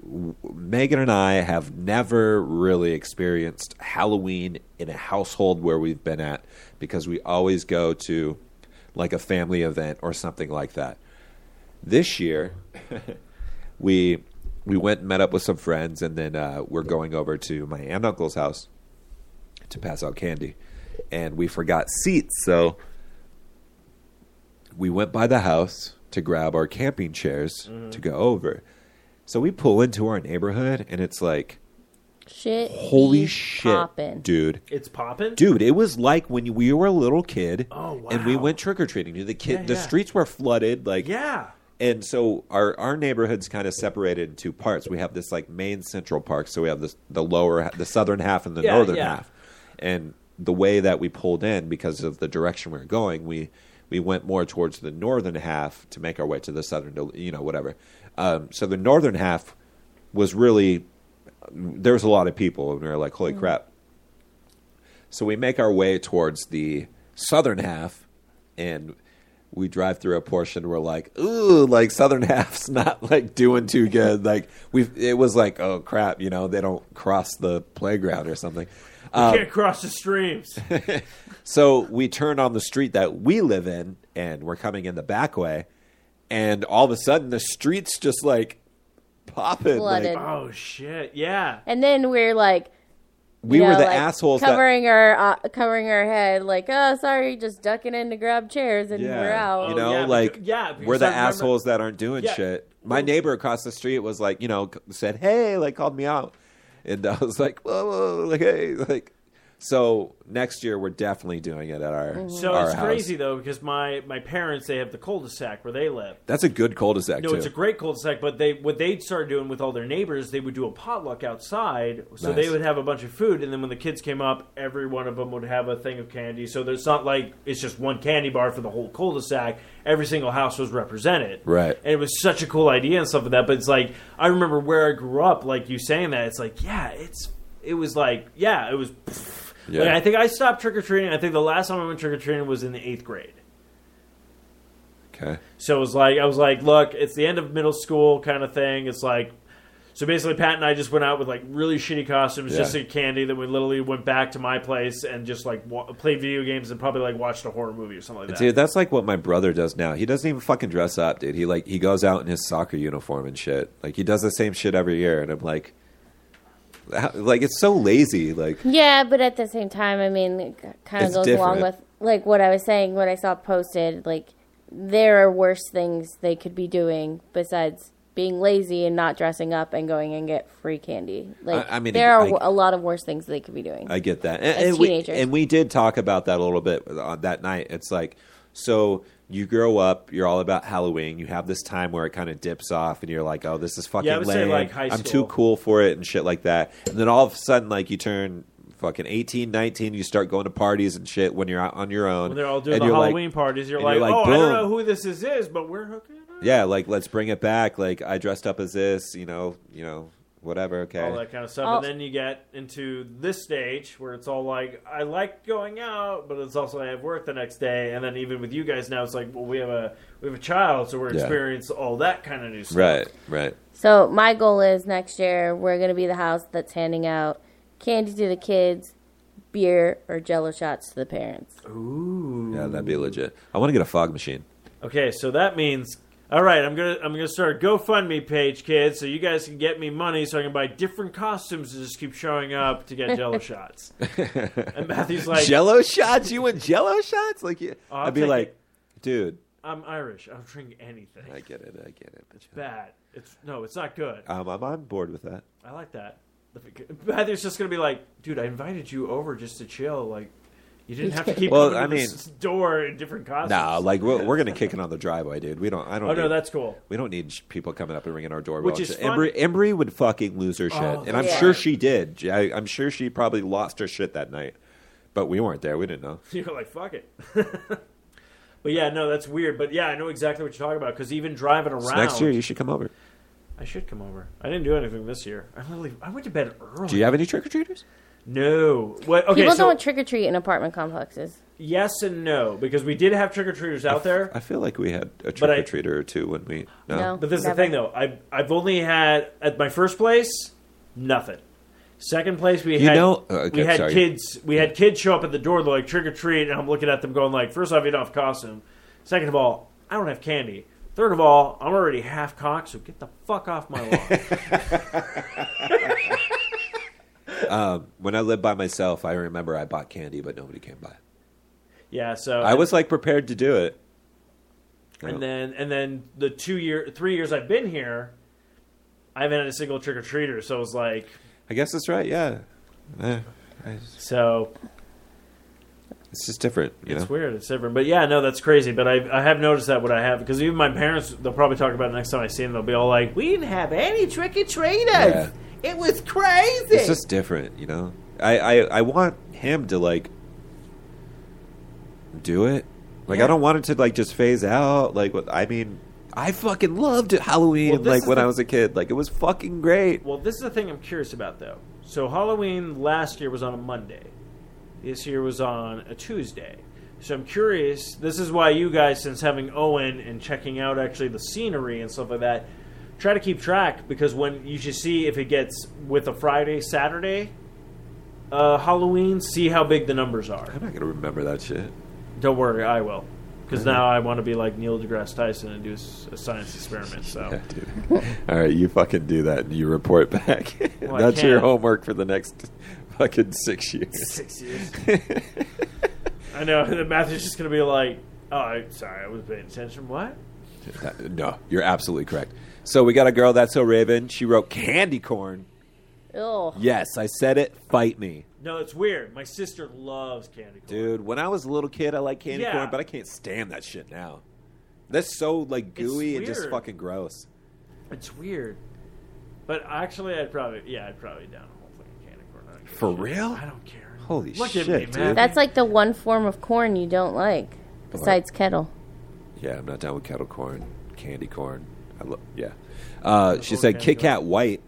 D: w- Megan and I have never really experienced Halloween in a household where we've been at because we always go to like a family event or something like that. This year, we we went and met up with some friends, and then uh, we're going over to my aunt and uncle's house to pass out candy, and we forgot seats, so we went by the house to grab our camping chairs
E: Mm-hmm.
D: to go over. So we pull into our neighborhood, and it's like,
F: Shit.
D: holy
F: is
D: shit,
F: poppin'.
D: dude!
E: It's popping.
D: Dude, it was like when we were a little kid,
E: Oh,
D: and we
E: wow.
D: went trick or treating. The kid,
E: Yeah,
D: the
E: yeah.
D: streets were flooded. Like,
E: Yeah.
D: and so our our neighborhood's kind of separated in two parts. We have this like main central park, so we have this the lower the southern half and the
E: Yeah,
D: northern
E: yeah.
D: half. And the way that we pulled in because of the direction we were going, we we went more towards the northern half to make our way to the southern, to- you know, whatever. Um, so the northern half was really there was a lot of people, and we were like, "Holy
E: Mm.
D: crap!" So we make our way towards the southern half, and we drive through a portion. We're like, "Ooh, like southern half's not like doing too good." Like we, it was like, "Oh crap!" You know, they don't cross the playground or something. Um,
E: Can't cross the streams.
D: so we turn on the street that we live in, and we're coming in the back way, and all of a sudden the street's just like popping.
F: Flooded.
D: Like,
E: oh shit. Yeah.
F: And then we're like,
D: we
F: you
D: were
F: know,
D: the
F: like,
D: assholes that
F: covering our uh, covering our head, like, oh, sorry, just ducking in to grab chairs, and
D: Yeah.
F: we're out.
D: You
E: Oh,
D: know,
E: yeah,
D: like
E: becau- yeah, because
D: we're the
E: I remember-
D: assholes that aren't doing
E: Yeah.
D: shit. My neighbor across the street was like, you know, c- said, "Hey," like called me out, and I was like, "Whoa, whoa," like hey, like. So next year we're definitely doing it at our.
E: So
D: our
E: it's
D: house.
E: crazy though because my my parents they have the cul-de-sac where they live.
D: That's a good cul-de-sac
E: No,
D: too.
E: it's a great cul-de-sac, but they what they'd started doing with all their neighbors, they would do a potluck outside. So
D: Nice.
E: they would have a bunch of food, and then when the kids came up, every one of them would have a thing of candy. So there's not like it's just one candy bar for the whole cul-de-sac. Every single house was represented,
D: Right.
E: And it was such a cool idea and stuff like that. But it's like I remember where I grew up, like you saying that. It's like yeah, it's it was like yeah, it was.
D: Yeah.
E: Like, I think I stopped trick or treating. I think the last time I went trick or treating was in the eighth grade.
D: okay.
E: So it was like I was like, look, it's the end of middle school kind of thing. It's like so basically Pat and I just went out with like really shitty costumes,
D: Yeah.
E: just to get candy. Then we literally went back to my place and just like wa- played video games and probably like watched a horror movie or something like that.
D: Dude, that's like what my brother does now. He doesn't even fucking dress up, dude. He like he goes out in his soccer uniform and shit. Like he does the same shit every year, and I'm like, how- like it's so lazy. Like
F: Yeah, but at the same time, I mean, it kind of
D: It's
F: goes along with
D: different.
F: like what I was saying, what I saw posted. Like, there are worse things they could be doing besides being lazy and not dressing up and going and get free candy. Like,
D: I- I mean,
F: there are
D: I-
F: a lot of worse things they could be doing.
D: I get that. And,
F: As
D: and we,
F: teenagers.
D: and we did talk about that a little bit on that night. It's like, so you grow up, you're all about Halloween. You have this time where it kind of dips off, and you're like, oh, this is fucking
E: Yeah, I would say,
D: lame.
E: like, high
D: I'm too
E: school.
D: cool for it and shit like that. And then all of a sudden, like, you turn fucking 18, 19, you start going to parties and shit when you're out on your own.
E: when they're all doing
D: And
E: the
D: you're like-
E: Halloween parties, you're
D: and
E: like,
D: you're like,
E: oh, I
D: boom.
E: don't know who this is, is but we're hooking up.
D: yeah, like, let's bring it back. Like, I dressed up as this, you know, you know, whatever, okay.
E: All that kind of stuff,
F: All-
E: and then you get into this stage where it's all like, I like going out, but it's also I have work the next day, and then even with you guys now, it's like, well, we have a we have a child, so we're
D: Yeah.
E: experiencing all that kind of new stuff.
D: right, right.
F: So my goal is next year we're gonna be the house that's handing out candy to the kids, beer or Jello shots to the parents.
E: Ooh.
D: Yeah, that'd be legit. I want to get a fog machine.
E: Okay, so that means all right. I'm gonna I'm gonna start a GoFundMe page, kids, so you guys can get me money so I can buy different costumes and just keep showing up to get Jello shots. and Matthew's like,
D: Jello shots? You want Jello shots? Like, you,
E: I'll
D: I'd be
E: take
D: like, dude,
E: I'm Irish. I'm drinking anything.
D: I get it, I get it. But you-
E: Bad. It's no, it's not good.
D: um, I'm on board with that.
E: I like that. Matthew's just gonna be like, dude, I invited you over just to chill. Like, you didn't have to keep
D: Well,
E: coming
D: I
E: to
D: mean-
E: this door in different costumes.
D: Nah, like we're, we're gonna kick it on the driveway, dude. We don't. I don't.
E: oh
D: need,
E: no, that's cool.
D: we don't need sh- people coming up and ringing our doorbell.
E: Which is
D: Shit.
E: fun.
D: Embry, Embry would fucking lose her shit,
E: Oh,
D: and I'm
F: yeah.
D: sure she did. I, I'm sure she probably lost her shit that night, but we weren't there. We didn't know.
E: You're like, fuck it. but yeah, no, that's weird. But yeah, I know exactly what you're talking about because even driving around,
D: So next year, you should come over.
E: I should come over. I didn't do anything this year. I literally, I went to bed early.
D: Do you have any trick or treaters?
E: no, what? Okay,
F: People
E: so
F: don't trick or treat in apartment complexes.
E: yes and no because we did have trick or treaters out there.
D: I feel like we had a trick
E: But I-
D: or treater or two when we.
F: No.
E: But this is the
F: Never.
E: thing though. I've I've only had at my first place nothing. Second place we
D: You
E: had
D: know- oh, okay,
E: we had
D: sorry.
E: kids we had kids show up at the door like trick or treat and I'm looking at them going like first off you don't have a costume second of all I don't have candy Third of all, I'm already half cocked, so get the fuck off my lawn.
D: When I lived by myself, I remember I bought candy, but nobody came by.
E: yeah, so
D: I was like prepared to do it.
E: and then and then the two year three years I've been here, I haven't had a single trick or treater. So it was like
D: I guess that's right. Yeah, Eh, I just-
E: so
D: it's just different. You know?
E: It's weird. It's different. But yeah, no, that's crazy. But I, I have noticed that what I have because even my parents, they'll probably talk about it next time I see them. They'll be all like, "We didn't have any trick or treaters.
D: Yeah.
E: It was crazy."
D: It's just different. You know, I I, I want him to like do it. Like
E: Yeah.
D: I don't want it to like just phase out. Like what I mean. I fucking loved Halloween
E: Well, this
D: like
E: is
D: when
E: the-
D: I was a kid. Like it was fucking great.
E: well, this is the thing I'm curious about though. So Halloween last year was on a Monday. This year was on a Tuesday. So I'm curious. This is why you guys, since having Owen and checking out actually the scenery and stuff like that, try to keep track because when you should see if it gets with a Friday, Saturday, uh, Halloween, see how big the numbers are.
D: I'm not gonna remember that shit.
E: Don't worry, I will. Because now I want to be like Neil deGrasse Tyson and do s- a science experiment. So
D: Dude. All right, you fucking do that and you report back.
E: I
D: That's your
E: can't.
D: homework for the next fucking six years.
E: six years. I know. The math is just going to be like, oh, I- sorry, I was paying attention. What?
D: Uh, no, you're absolutely correct. So we got a girl that's so raven. She wrote candy corn.
F: Ew.
D: Yes, I said it. Fight me,
E: No, it's weird. My sister loves candy corn.
D: dude. When I was a little kid, I liked candy
E: Yeah.
D: corn, but I can't stand that shit now. That's so like gooey and just
E: weird.
D: fucking gross.
E: It's weird. But actually, I'd probably yeah, I'd probably down a whole fucking candy corn. I don't give a
D: For
E: shit.
D: real?
E: I don't care.
D: Holy
E: Look
D: shit,
E: at me, man.
D: dude.
F: That's like the one form of corn you don't like, besides kettle.
D: Yeah, I'm not down with kettle corn, candy corn. I lo- yeah. Uh, she said Kit Kat White.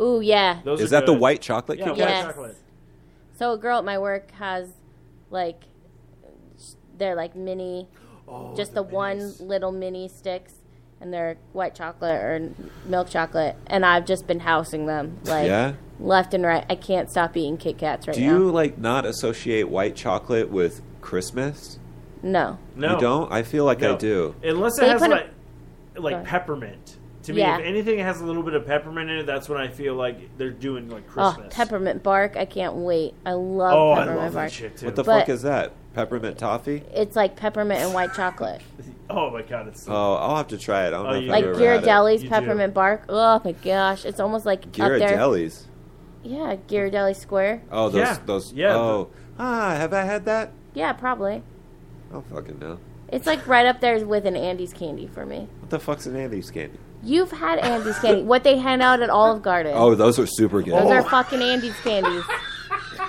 F: Ooh, yeah.
E: Those
D: Is
E: are
D: that the
E: good.
D: white chocolate
E: Yeah,
D: Kit
E: white
D: Kat?
F: Yes.
E: chocolate.
F: So a girl at my work has, like, they're like mini,
E: Oh,
F: just the, one little mini sticks, and they're white chocolate or milk chocolate, and I've just been housing them like
D: Yeah?
F: left and right. I can't stop eating Kit Kats right
D: Do
F: now.
D: you like not associate white chocolate with Christmas?
F: No,
E: No,
D: You don't? I feel like
E: No.
D: I do.
E: Unless it
F: They
E: has
F: put a-
E: like, like
F: ahead.
E: peppermint. To me,
F: Yeah.
E: if anything has a little bit of peppermint in it, that's when I feel like they're doing like
F: oh,
E: Christmas.
F: peppermint bark. I can't wait. I love
E: Oh, I
F: peppermint
E: love
F: bark.
E: that shit too.
D: What the
F: But-
D: fuck is that? Peppermint toffee?
F: It's like peppermint and white chocolate,
E: oh my god, it's
D: Oh, I'll have to try it. I don't
E: Oh,
D: know if
E: you
D: I've
F: like
E: do.
D: ever had it.
F: Ghirardelli's
E: You do.
F: peppermint bark. Oh my gosh, it's almost like up there.
D: Ghirardelli's.
F: Yeah, Ghirardelli Square.
D: Oh, those.
E: Yeah.
D: those
E: Yeah,
D: oh. Ah, have I had that?
F: Yeah, probably.
D: I don't fucking know.
F: It's like right up there with an Andy's candy for me.
D: What the fuck's an Andy's candy?
F: You've had Andy's candy. what they hand out at Olive Garden.
D: Oh, those are super good.
F: Those are fucking Andy's candies.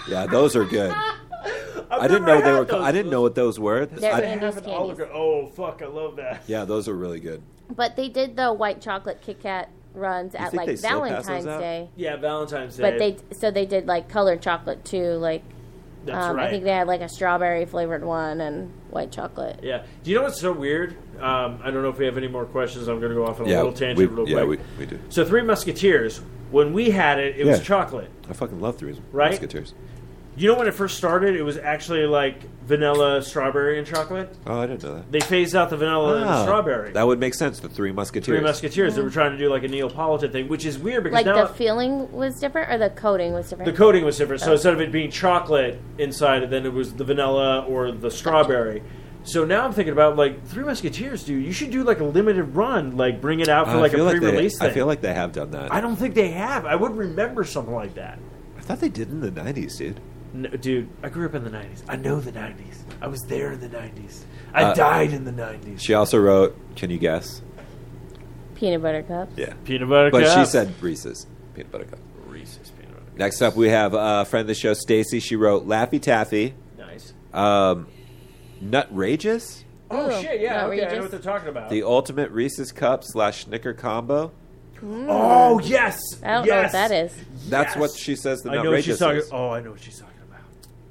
D: Yeah, those are good. I didn't
E: never
D: know they
E: had
D: were.
E: those.
D: I didn't know what those were.
F: They're
D: I-
F: Andy's
E: Have an olive
F: candies.
E: gar- Oh fuck, I love that.
D: yeah, those are really good.
F: But they did the white chocolate Kit Kat runs at
D: think they
F: like
D: still pass those
F: Valentine's
D: out?
F: Day.
E: Yeah, Valentine's Day.
F: But they so they did like colored chocolate too. Like
E: that's
F: um,
E: right.
F: I think they had like a strawberry flavored one and white chocolate.
E: yeah. Do you know what's so weird? Um, I don't know if we have any more questions. I'm going to go off on a
D: Yeah,
E: little tangent
D: we,
E: real quick.
D: yeah, we, we do.
E: So Three Musketeers. When we had it, it was
D: Yeah.
E: chocolate.
D: I fucking love Three
E: Right?
D: Musketeers.
E: You know when it first started, it was actually like vanilla, strawberry, and chocolate.
D: Oh, I didn't know that.
E: They phased out the vanilla and the
D: Ah,
E: strawberry.
D: That would make sense. The Three Musketeers.
E: Three Musketeers. They were trying to do like a Neapolitan thing, which is weird because
F: Mm. Like
E: now
F: the feeling was different or the coating was different.
E: the coating was different.
F: Oh.
E: So instead of it being chocolate inside, then it was the vanilla or the strawberry. So now I'm thinking about like Three Musketeers, dude. You should do like a limited run, like bring it out for
D: I
E: like a
D: feel they-
E: pre-release thing.
D: I feel like they have done that.
E: I don't think they have. I would remember something like that.
D: I thought they did in the '90s, dude.
E: No, dude, I grew up in the '90s. I know the '90s. I was there in the '90s. I
D: Uh,
E: died in the '90s.
D: She also wrote, "Can you guess?"
F: Peanut butter cups.
D: Yeah,
E: Peanut butter.
D: but she
E: cups.
D: said Reese's peanut butter cup.
E: Reese's peanut butter.
D: Next up, we have uh, a friend of the show, Stacy. She wrote Laffy Taffy,
E: Nice.
D: um, Nutrageous,
E: Oh
F: Ooh,
E: shit! Yeah.
F: not
E: Okay, I know
F: Regis.
E: what they're talking about.
D: the ultimate Reese's cup slash Snicker combo.
E: oh yes.
F: Mm. I don't know what
E: yes.
F: that is.
D: That's
E: Yes.
D: what she says. The
E: I know what she's
D: Nutrageous
E: talking.
D: is.
E: Oh, I know what she's talking about.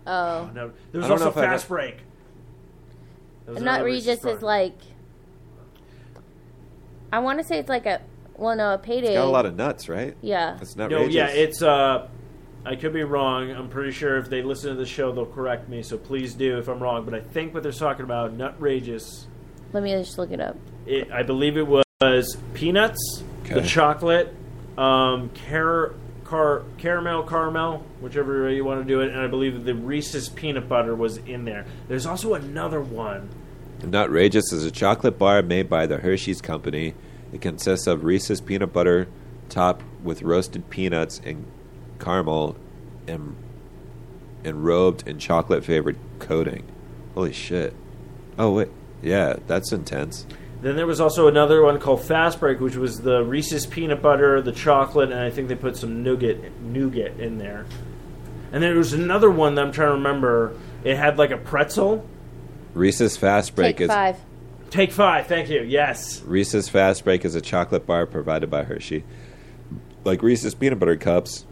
F: Oh,
E: No, there was
D: I don't know
E: also
D: if I got-
E: fast break. There was
F: Nut
E: another
F: Regis is
E: product.
F: like. I want to say it's like a well, no, a payday.
D: Got a lot of nuts, right?
F: yeah.
D: That's not
E: no, yeah, it's uh, I could be wrong. I'm pretty sure if they listen to the show, they'll correct me. So please do if I'm wrong. But I think what they're talking about, Nut Regis,
F: Let me just look it up.
E: It, I believe it was peanuts, the
D: Okay.
E: chocolate, um, car- car- caramel, caramel, whichever way you want to do it, and I believe the Reese's peanut butter was in there. There's also another one.
D: Nutrageous is a chocolate bar made by the Hershey's Company. It consists of Reese's peanut butter topped with roasted peanuts and caramel and enrobed in chocolate flavored coating. Holy shit. Oh wait. Yeah, that's intense.
E: Then there was also another one called Fast Break, which was the Reese's peanut butter, the chocolate, and I think they put some nougat nougat in there. And there was another one that I'm trying to remember. It had like a pretzel.
D: Reese's Fast Break
F: Take
D: is
F: five.
E: Take five, thank you. Yes.
D: Reese's Fast Break is a chocolate bar provided by Hershey. Like Reese's peanut butter cups,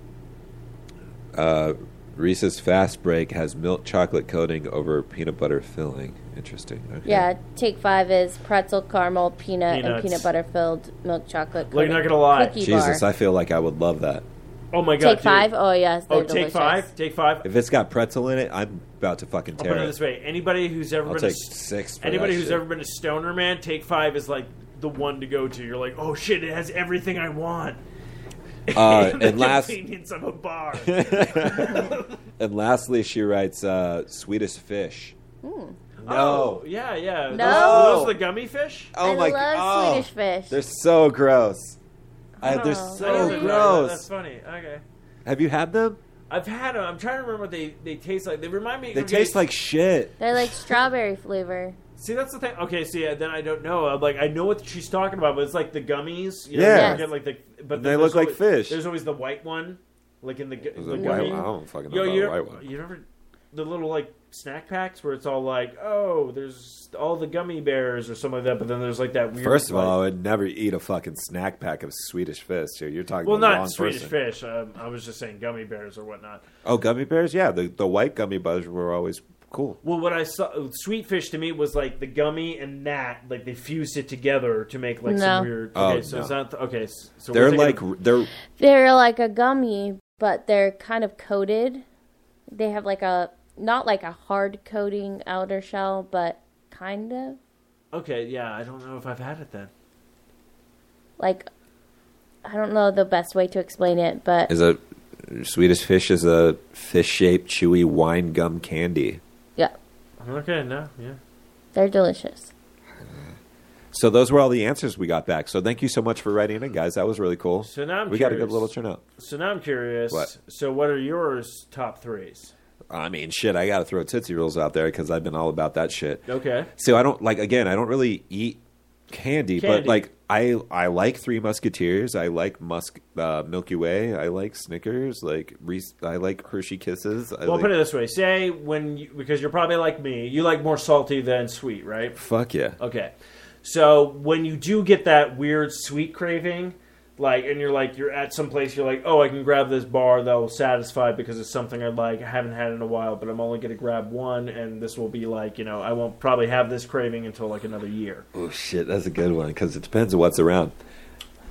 D: uh, Reese's Fast Break has milk chocolate coating over peanut butter filling. Interesting. Okay.
F: Yeah, take five is pretzel, caramel, peanut,
E: Peanuts.
F: and peanut butter filled milk chocolate.
E: Look, you're not
F: coating
E: gonna lie.
F: Cookie
D: Jesus,
F: bar.
D: I feel like I would love that.
E: Oh my god.
F: take
E: dude.
F: five. Oh yes, they're
E: Oh, take
F: delicious.
E: five. Take five.
D: If it's got pretzel in it, I'm about to fucking
E: I'll put
D: tear
E: it
D: it.
E: this way: anybody who's ever
D: I'll
E: been a,
D: take
E: s-
D: six. For
E: anybody
D: that
E: who's
D: shit.
E: ever been a stoner man, take five is like the one to go to. You're like, oh shit, it has everything I want.
D: Uh,
E: the
D: and last,
E: convenience of a bar.
D: and lastly, she writes uh, sweetest fish.
F: Hmm.
D: No.
E: Oh, yeah, yeah.
F: No.
E: Those, those the gummy fish.
D: Oh
F: I
D: my
F: love
D: oh,
F: Swedish fish.
D: They're so gross. I, they're
F: Oh.
E: I
D: so
E: didn't know that. That's
D: gross.
E: funny. Okay.
D: Have you had them?
E: I've had them. I'm trying to remember what they, they taste like. They remind me.
D: They
E: okay,
D: taste like shit.
F: They're like strawberry flavor.
E: See, that's the thing. Okay, see, uh, then I don't know. I'm like, I know what she's talking about, but it's like the gummies. You know,
D: Yeah.
E: you get like the, but
D: And they
E: then
D: look
E: there's
D: like
E: always-
D: fish.
E: There's always the white one, like in the, gu-
D: Is
E: the
D: it white-
E: gummy.
D: I don't fucking know
E: Yo,
D: about
E: you
D: a white
E: never,
D: one.
E: you never the little like snack packs where it's all like, oh, there's all the gummy bears or something like that. But then there's like that weird.
D: First of
E: like-
D: all, I would never eat a fucking snack pack of Swedish fish. Here, you're talking
E: well,
D: to the
E: not
D: wrong
E: Swedish
D: person.
E: fish. Um, I was just saying gummy bears or whatnot.
D: Oh, gummy bears? Yeah, the, the white gummy bears were always cool.
E: Well, what I saw, sweet fish to me was like the gummy and that, like they fused it together to make like
F: No.
E: some weird.
D: Oh,
E: Okay, so
D: no.
E: it's not okay. s- So we're
D: They're
E: thinking
D: like
E: of-
D: they're
F: They're like a gummy, but they're kind of coated. They have like a not like a hard coating outer shell, but kind of
E: okay, yeah. I don't know if I've had it then.
F: like I don't know the best way to explain it, but
D: is a Swedish fish is a fish shaped chewy wine gum candy.
F: yeah,
E: Okay, no, yeah.
F: they're delicious.
D: So those were all the answers we got back. So thank you so much for writing in, guys. That was really cool.
E: So now I'm
D: we got a good
E: curious.
D: little turnout.
E: So now I'm curious.
D: What?
E: So what are yours top threes?
D: I mean, shit, I got to throw Tootsie Rolls out there because I've been all about that shit.
E: Okay.
D: So I don't like again. I don't really eat candy, but
E: Candy.
D: like I I like Three Musketeers. I like Musk uh, Milky Way. I like Snickers. Like Reese. I like Hershey Kisses. I
E: Well,
D: like,
E: put it this way: say when you, because you're probably like me, you like more salty than sweet, right?
D: Fuck yeah.
E: Okay. So when you do get that weird sweet craving, like, and you're like, you're at some place, you're like, oh, I can grab this bar that will satisfy because it's something I like. I haven't had in a while, but I'm only going to grab one, and this will be like, you know, I won't probably have this craving until like another year.
D: Oh shit, that's a good one because it depends on what's around.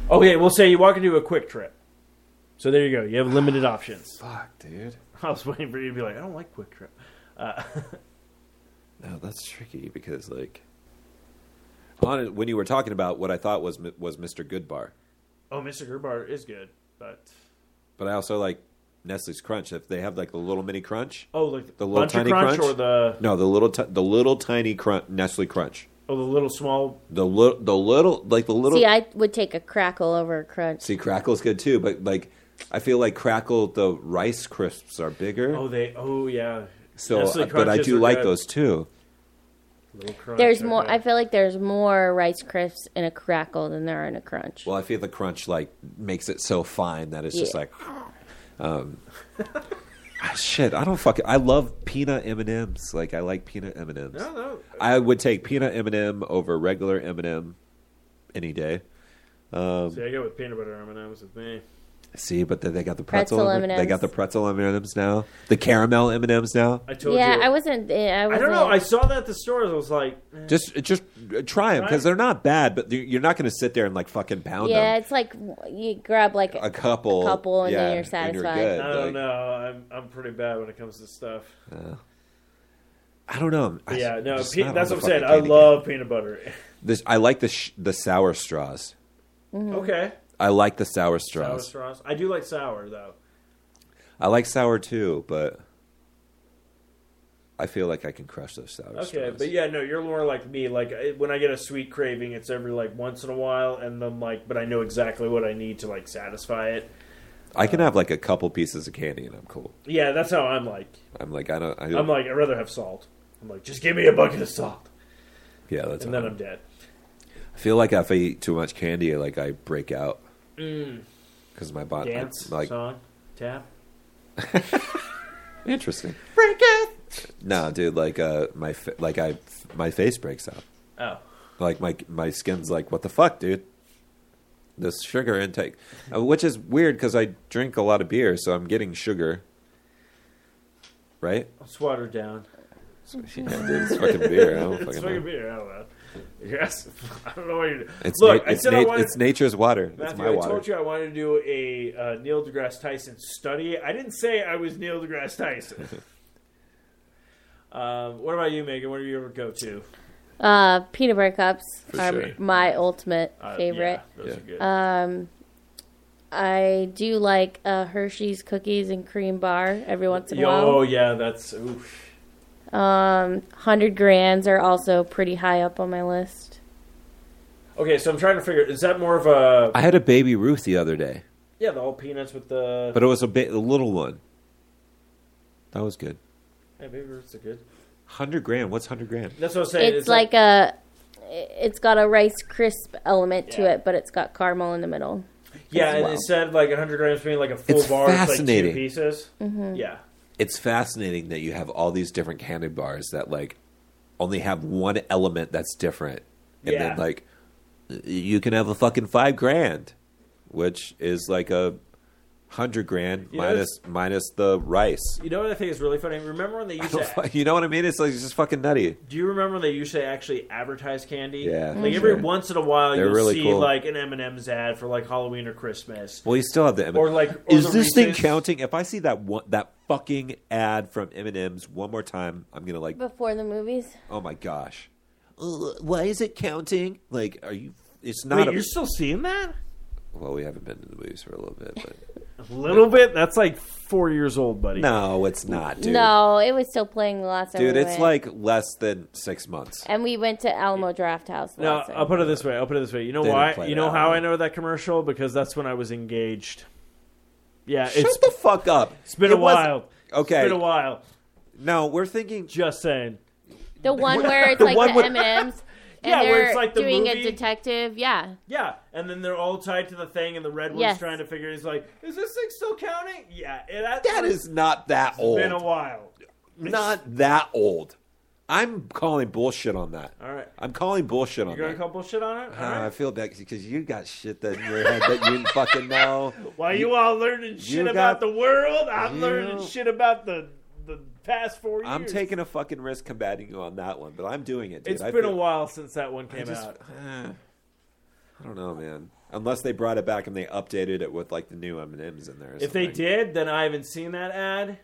E: Okay, we'll say you walk into a quick trip. So there you go. You have limited options.
D: Fuck, dude.
E: I was waiting for you to be like, I don't like quick trip.
D: No, that's tricky because like. On, when you were talking about what I thought was was Mr. Goodbar,
E: Oh, Mr. Gerbar is good, but
D: but I also like Nestle's Crunch. If they have like the little mini crunch,
E: oh, like
D: The
E: the
D: little
E: bunch of
D: tiny
E: crunch,
D: crunch?
E: or the
D: no, the little ti- the little tiny crunch Nestle Crunch,
E: or the little small.
D: the little the little like the little
F: See, I would take a crackle over a crunch.
D: See, crackle's good too, but like I feel like crackle the rice crisps are bigger.
E: Oh, they. Oh, yeah.
D: so, uh,
E: Nestle
D: but I
E: Crunches
D: do
E: are
D: like
E: good.
D: those too.
E: Little crunch,
F: There's
E: okay.
F: more. I feel like there's more rice crisps in a crackle than there are in a crunch.
D: Well, I feel the crunch like makes it so fine that it's just
F: Yeah.
D: like, um, ah, shit. I don't fucking. I love peanut M and M's. Like I like peanut M and M's.
E: No, no.
D: I would take peanut M and M over regular M and M any day.
E: See, I go with peanut butter M and M's with me.
D: See, but then they got the pretzel.
F: Pretzel
D: M&Ms. They
F: M&Ms.
D: got the pretzel M and M's now. The caramel M and M's now.
E: I told
F: yeah,
E: you.
F: I wasn't. eh, I
E: I
F: wasn't.
E: don't know. I saw that at the stores. I was like, eh.
D: Just just try them because
E: Try-
D: they're not bad, but you- you're not going to sit there and like fucking pound
F: yeah,
D: them.
F: it's like you grab like
D: A couple,
F: a couple, and
D: yeah,
F: then you're
D: and you're
F: satisfied.
D: good.
E: I don't
D: like-
E: know. I'm I'm pretty bad when it comes to stuff.
D: I don't know. I-
E: Yeah, no,
D: just
E: pe-
D: not
E: that's
D: on
E: what I'm
D: the
E: saying.
D: fucking
E: I
D: candy
E: love peanut butter.
D: cane. this. I like the sh- the sour straws.
F: Mm-hmm.
E: okay,
D: I like the sour
E: sour
D: straws.
E: straws. I do like sour though.
D: I like sour too, but I feel like I can crush those sour straws.
E: Okay, but yeah, no, you're more like me. Like I- when I get a sweet craving, it's every like once in a while, and then like, but I know exactly what I need to like satisfy it.
D: I
E: uh,
D: can have like a couple pieces of candy and I'm cool.
E: Yeah, that's how I'm like.
D: I'm like I don't. I don't
E: I'm like, I'd rather have salt. I'm like, just give me a bucket of salt,
D: yeah, that's.
E: and
D: how
E: then
D: I'm-
E: I'm dead.
D: I feel like if I eat too much candy, like I break out because my body
E: Mm. Dance,
D: like
E: song, tap.
D: interesting. Break it. No, dude, like uh, my fa- like I my face breaks out.
E: Oh,
D: like my my skin's like what the fuck dude this sugar intake Uh, which is weird because i drink a lot of beer so i'm getting sugar right
E: let's water down.
D: yeah, dude, it's fucking beer i don't
E: It's
D: fucking
E: fucking
D: know.
E: beer. I don't know. Yes, I don't know what you're.
D: it's,
E: Look,
D: na-
E: I
D: it's,
E: said I
D: nat-
E: wanted.
D: it's nature's water it's
E: Matthew,
D: my
E: I
D: water
E: told you I wanted to do a uh, Neil deGrasse Tyson study. I didn't say I was Neil deGrasse Tyson. um, what about you, Megan? What are your go to?
F: Uh, peanut butter cups are
D: sure.
F: my ultimate
E: Uh,
F: favorite.
E: Yeah, those
D: Yeah.
E: are good.
F: Um, I do like uh, Hershey's cookies and cream bar every once in a
E: Yo, oh,
F: while.
E: yeah, that's. Oof.
F: Um, hundred grands are also pretty high up on my list.
E: Okay, so I'm trying to figure. Is that more of a.
D: i had a baby ruth the other day
E: Yeah, the whole peanuts with the.
D: but it was a, ba- a little one that was good
E: yeah, baby roots are good.
D: 100 grand what's 100 grand
E: That's what I'm saying.
F: It's
E: that-
F: like a, it's got a rice crisp element to
E: Yeah.
F: it, but it's got caramel in the middle.
E: Yeah,
F: as
E: and
F: well.
E: it said like 100 grams being like a full
D: It's
E: bar. It's like two
D: fascinating.
E: pieces. Yeah.
D: it's fascinating that you have all these different candy bars that like only have one element that's different and
E: Yeah.
D: then like you can have a fucking five grand which is like a hundred grand
E: You know, it's-
D: minus minus the rice
E: You know what I think is really funny? Remember when they used to.
D: you know what i mean it's like it's just fucking nutty
E: Do you remember they used to actually advertise candy?
D: Yeah,
E: Like
D: Mhm.
E: every
D: sure.
E: once in a while,
D: They're
E: you'll
D: really
E: see
D: cool.
E: like an M and M's ad for like Halloween or Christmas.
D: well you still have the M-
E: Or, like, or
D: is
E: the
D: this thing
E: Reese's.
D: counting if i see that one that fucking ad from m&ms one more time i'm gonna like
F: Before the movies,
D: oh my gosh Ugh, why is it counting like are you it's not
E: Wait,
D: a-
E: you're still seeing that?
D: well we haven't been to the movies for a little bit but
E: A little bit. That's like four years old, buddy.
D: No, it's not, dude.
F: no, it was still playing the last. time
D: Dude,
F: we
D: it's
F: went.
D: like less than six months.
F: and we went to Alamo Draft House.
E: No,
F: last time.
E: I'll put it this way. I'll put it this way. You know
D: They didn't
E: why?
D: play
E: You
D: that
E: know how
D: one.
E: I know that commercial because that's when I was engaged. Yeah,
D: Shut
E: it's
D: the fuck up.
E: it's been
D: It
E: a
D: wasn't-
E: while.
D: Okay.
E: It's been a while.
D: No, we're thinking.
E: Just saying.
F: The one where it's like
D: one
F: the
D: where-
F: M Ms. And
E: Yeah,
F: they're
E: where it's like the
F: doing
E: movie.
F: a detective. Yeah,
E: Yeah, and then they're all tied to the thing, and the red one's
F: Yes.
E: trying to figure. He's like, "Is this thing still counting?" Yeah, it,
D: That is not that old.
E: been a while.
D: Not that old. I'm calling bullshit on that.
E: All right.
D: I'm calling bullshit on
E: You're
D: that.
E: gonna call bullshit on it? All
D: Ah,
E: right.
D: I feel bad because you got shit that in your head that you didn't fucking know.
E: While you, all learning shit
D: got-
E: about the world, I'm
D: you-
E: learning shit about the the past four years.
D: I'm taking a fucking risk combating you on that one, but I'm doing it, dude.
E: It's
D: I
E: been
D: feel-
E: a while since that one came
D: just-
E: out.
D: eh, I don't know, man. Unless they brought it back and they updated it with like the new M and M's in there. Or
E: If they
D: something.
E: did, then I haven't seen that ad.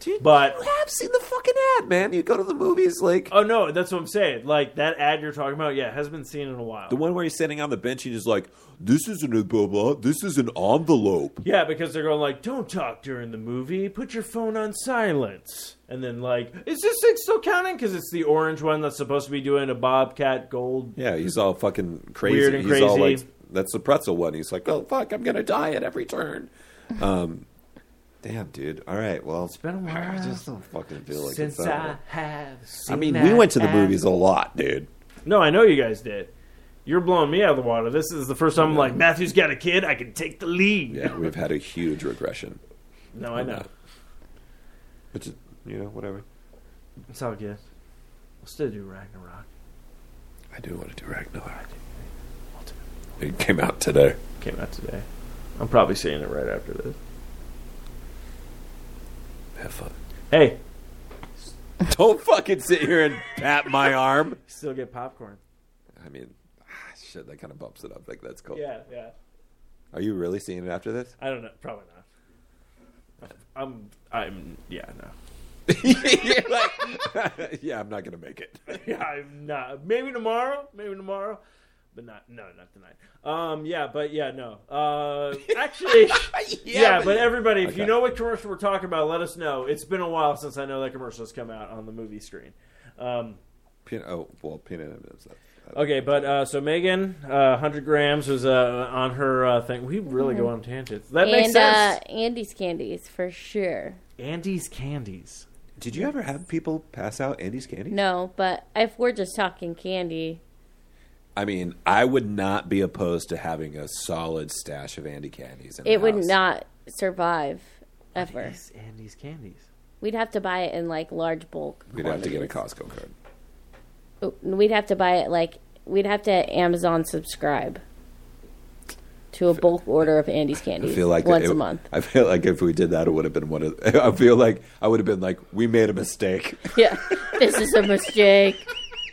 D: Dude,
E: But-
D: you have seen the fucking ad, man. You go to the movies, like
E: Oh no, that's what I'm saying. Like that ad you're talking about, yeah, has been seen in a while.
D: the one where he's sitting on the bench and he's like, "This isn't a blah blah. This is an envelope."
E: yeah, because they're going like, "Don't talk during the movie. Put your phone on silence." And then like, is this thing still counting? Because it's the orange one that's supposed to be doing a Bobcat Gold.
D: Yeah, he's all fucking crazy.
E: Weird and
D: he's all like,
E: crazy.
D: "That's the pretzel one." He's like, "Oh fuck, I'm gonna die at every turn." Um, damn, dude. All right, well, it's
E: been a
D: I
E: while
D: just don't fucking feel like
E: Since
D: it's
E: I
D: that.
E: have,
D: I
E: seen
D: mean, we
E: that
D: went to the
E: ad.
D: movies a lot, dude.
E: No, I know you guys did. You're blowing me out of the water. This is the first time I'm like, Matthew's got a kid. I can take the lead.
D: Yeah, we've had a huge regression.
E: No, I know.
D: Which is, you know, whatever.
E: It's all good. We'll still do Ragnarok.
D: I do want to do Ragnarok. It came out today.
E: Came out today. I'm probably seeing it right after this.
D: Have fun.
E: Hey,
D: Don't fucking sit here and pat my arm.
E: still get popcorn.
D: I mean, ah, shit, that kind of bumps it up. Like, that's cool.
E: Yeah, yeah.
D: Are you really seeing it after this?
E: I don't know. Probably not. I'm. I'm. Um, Yeah, no.
D: You're like, yeah, I'm not gonna make it.
E: yeah, I'm not. Maybe tomorrow. Maybe tomorrow. But not no, not tonight. Um, yeah, but yeah, no. Uh, actually, yeah, but, everybody, if you
D: Okay.
E: know what commercial we're talking about, let us know. It's been a while since I know that commercial has come out on the movie screen. Um,
D: Peanut, oh well, peanut M&Ms. that's- that's-
E: okay, but uh, so Megan, uh, hundred grams was uh, on her uh, thing. We really go on tangents. That makes
F: Mm-hmm. and uh,
E: sense.
F: Andy's candies for sure.
E: Andy's candies.
D: Did you ever have people pass out Andy's candy?
F: No, but if we're just talking candy,
D: I mean, I would not be opposed to having a solid stash of Andy candies. In the
F: it would
D: house.
F: not survive ever.
E: Yes, Andy's candies.
F: We'd have to buy it in like large bulk.
D: We'd have to get a
F: quantities.
D: Costco card.
F: Ooh, We'd have to buy it like we'd have to Amazon subscribe to a bulk order of Andy's
D: I
F: candies
D: feel like
F: once
D: it-
F: a month.
D: I feel like if we did that, it would have been one of. I feel like I would have been like, we made a mistake.
F: Yeah, this is a mistake.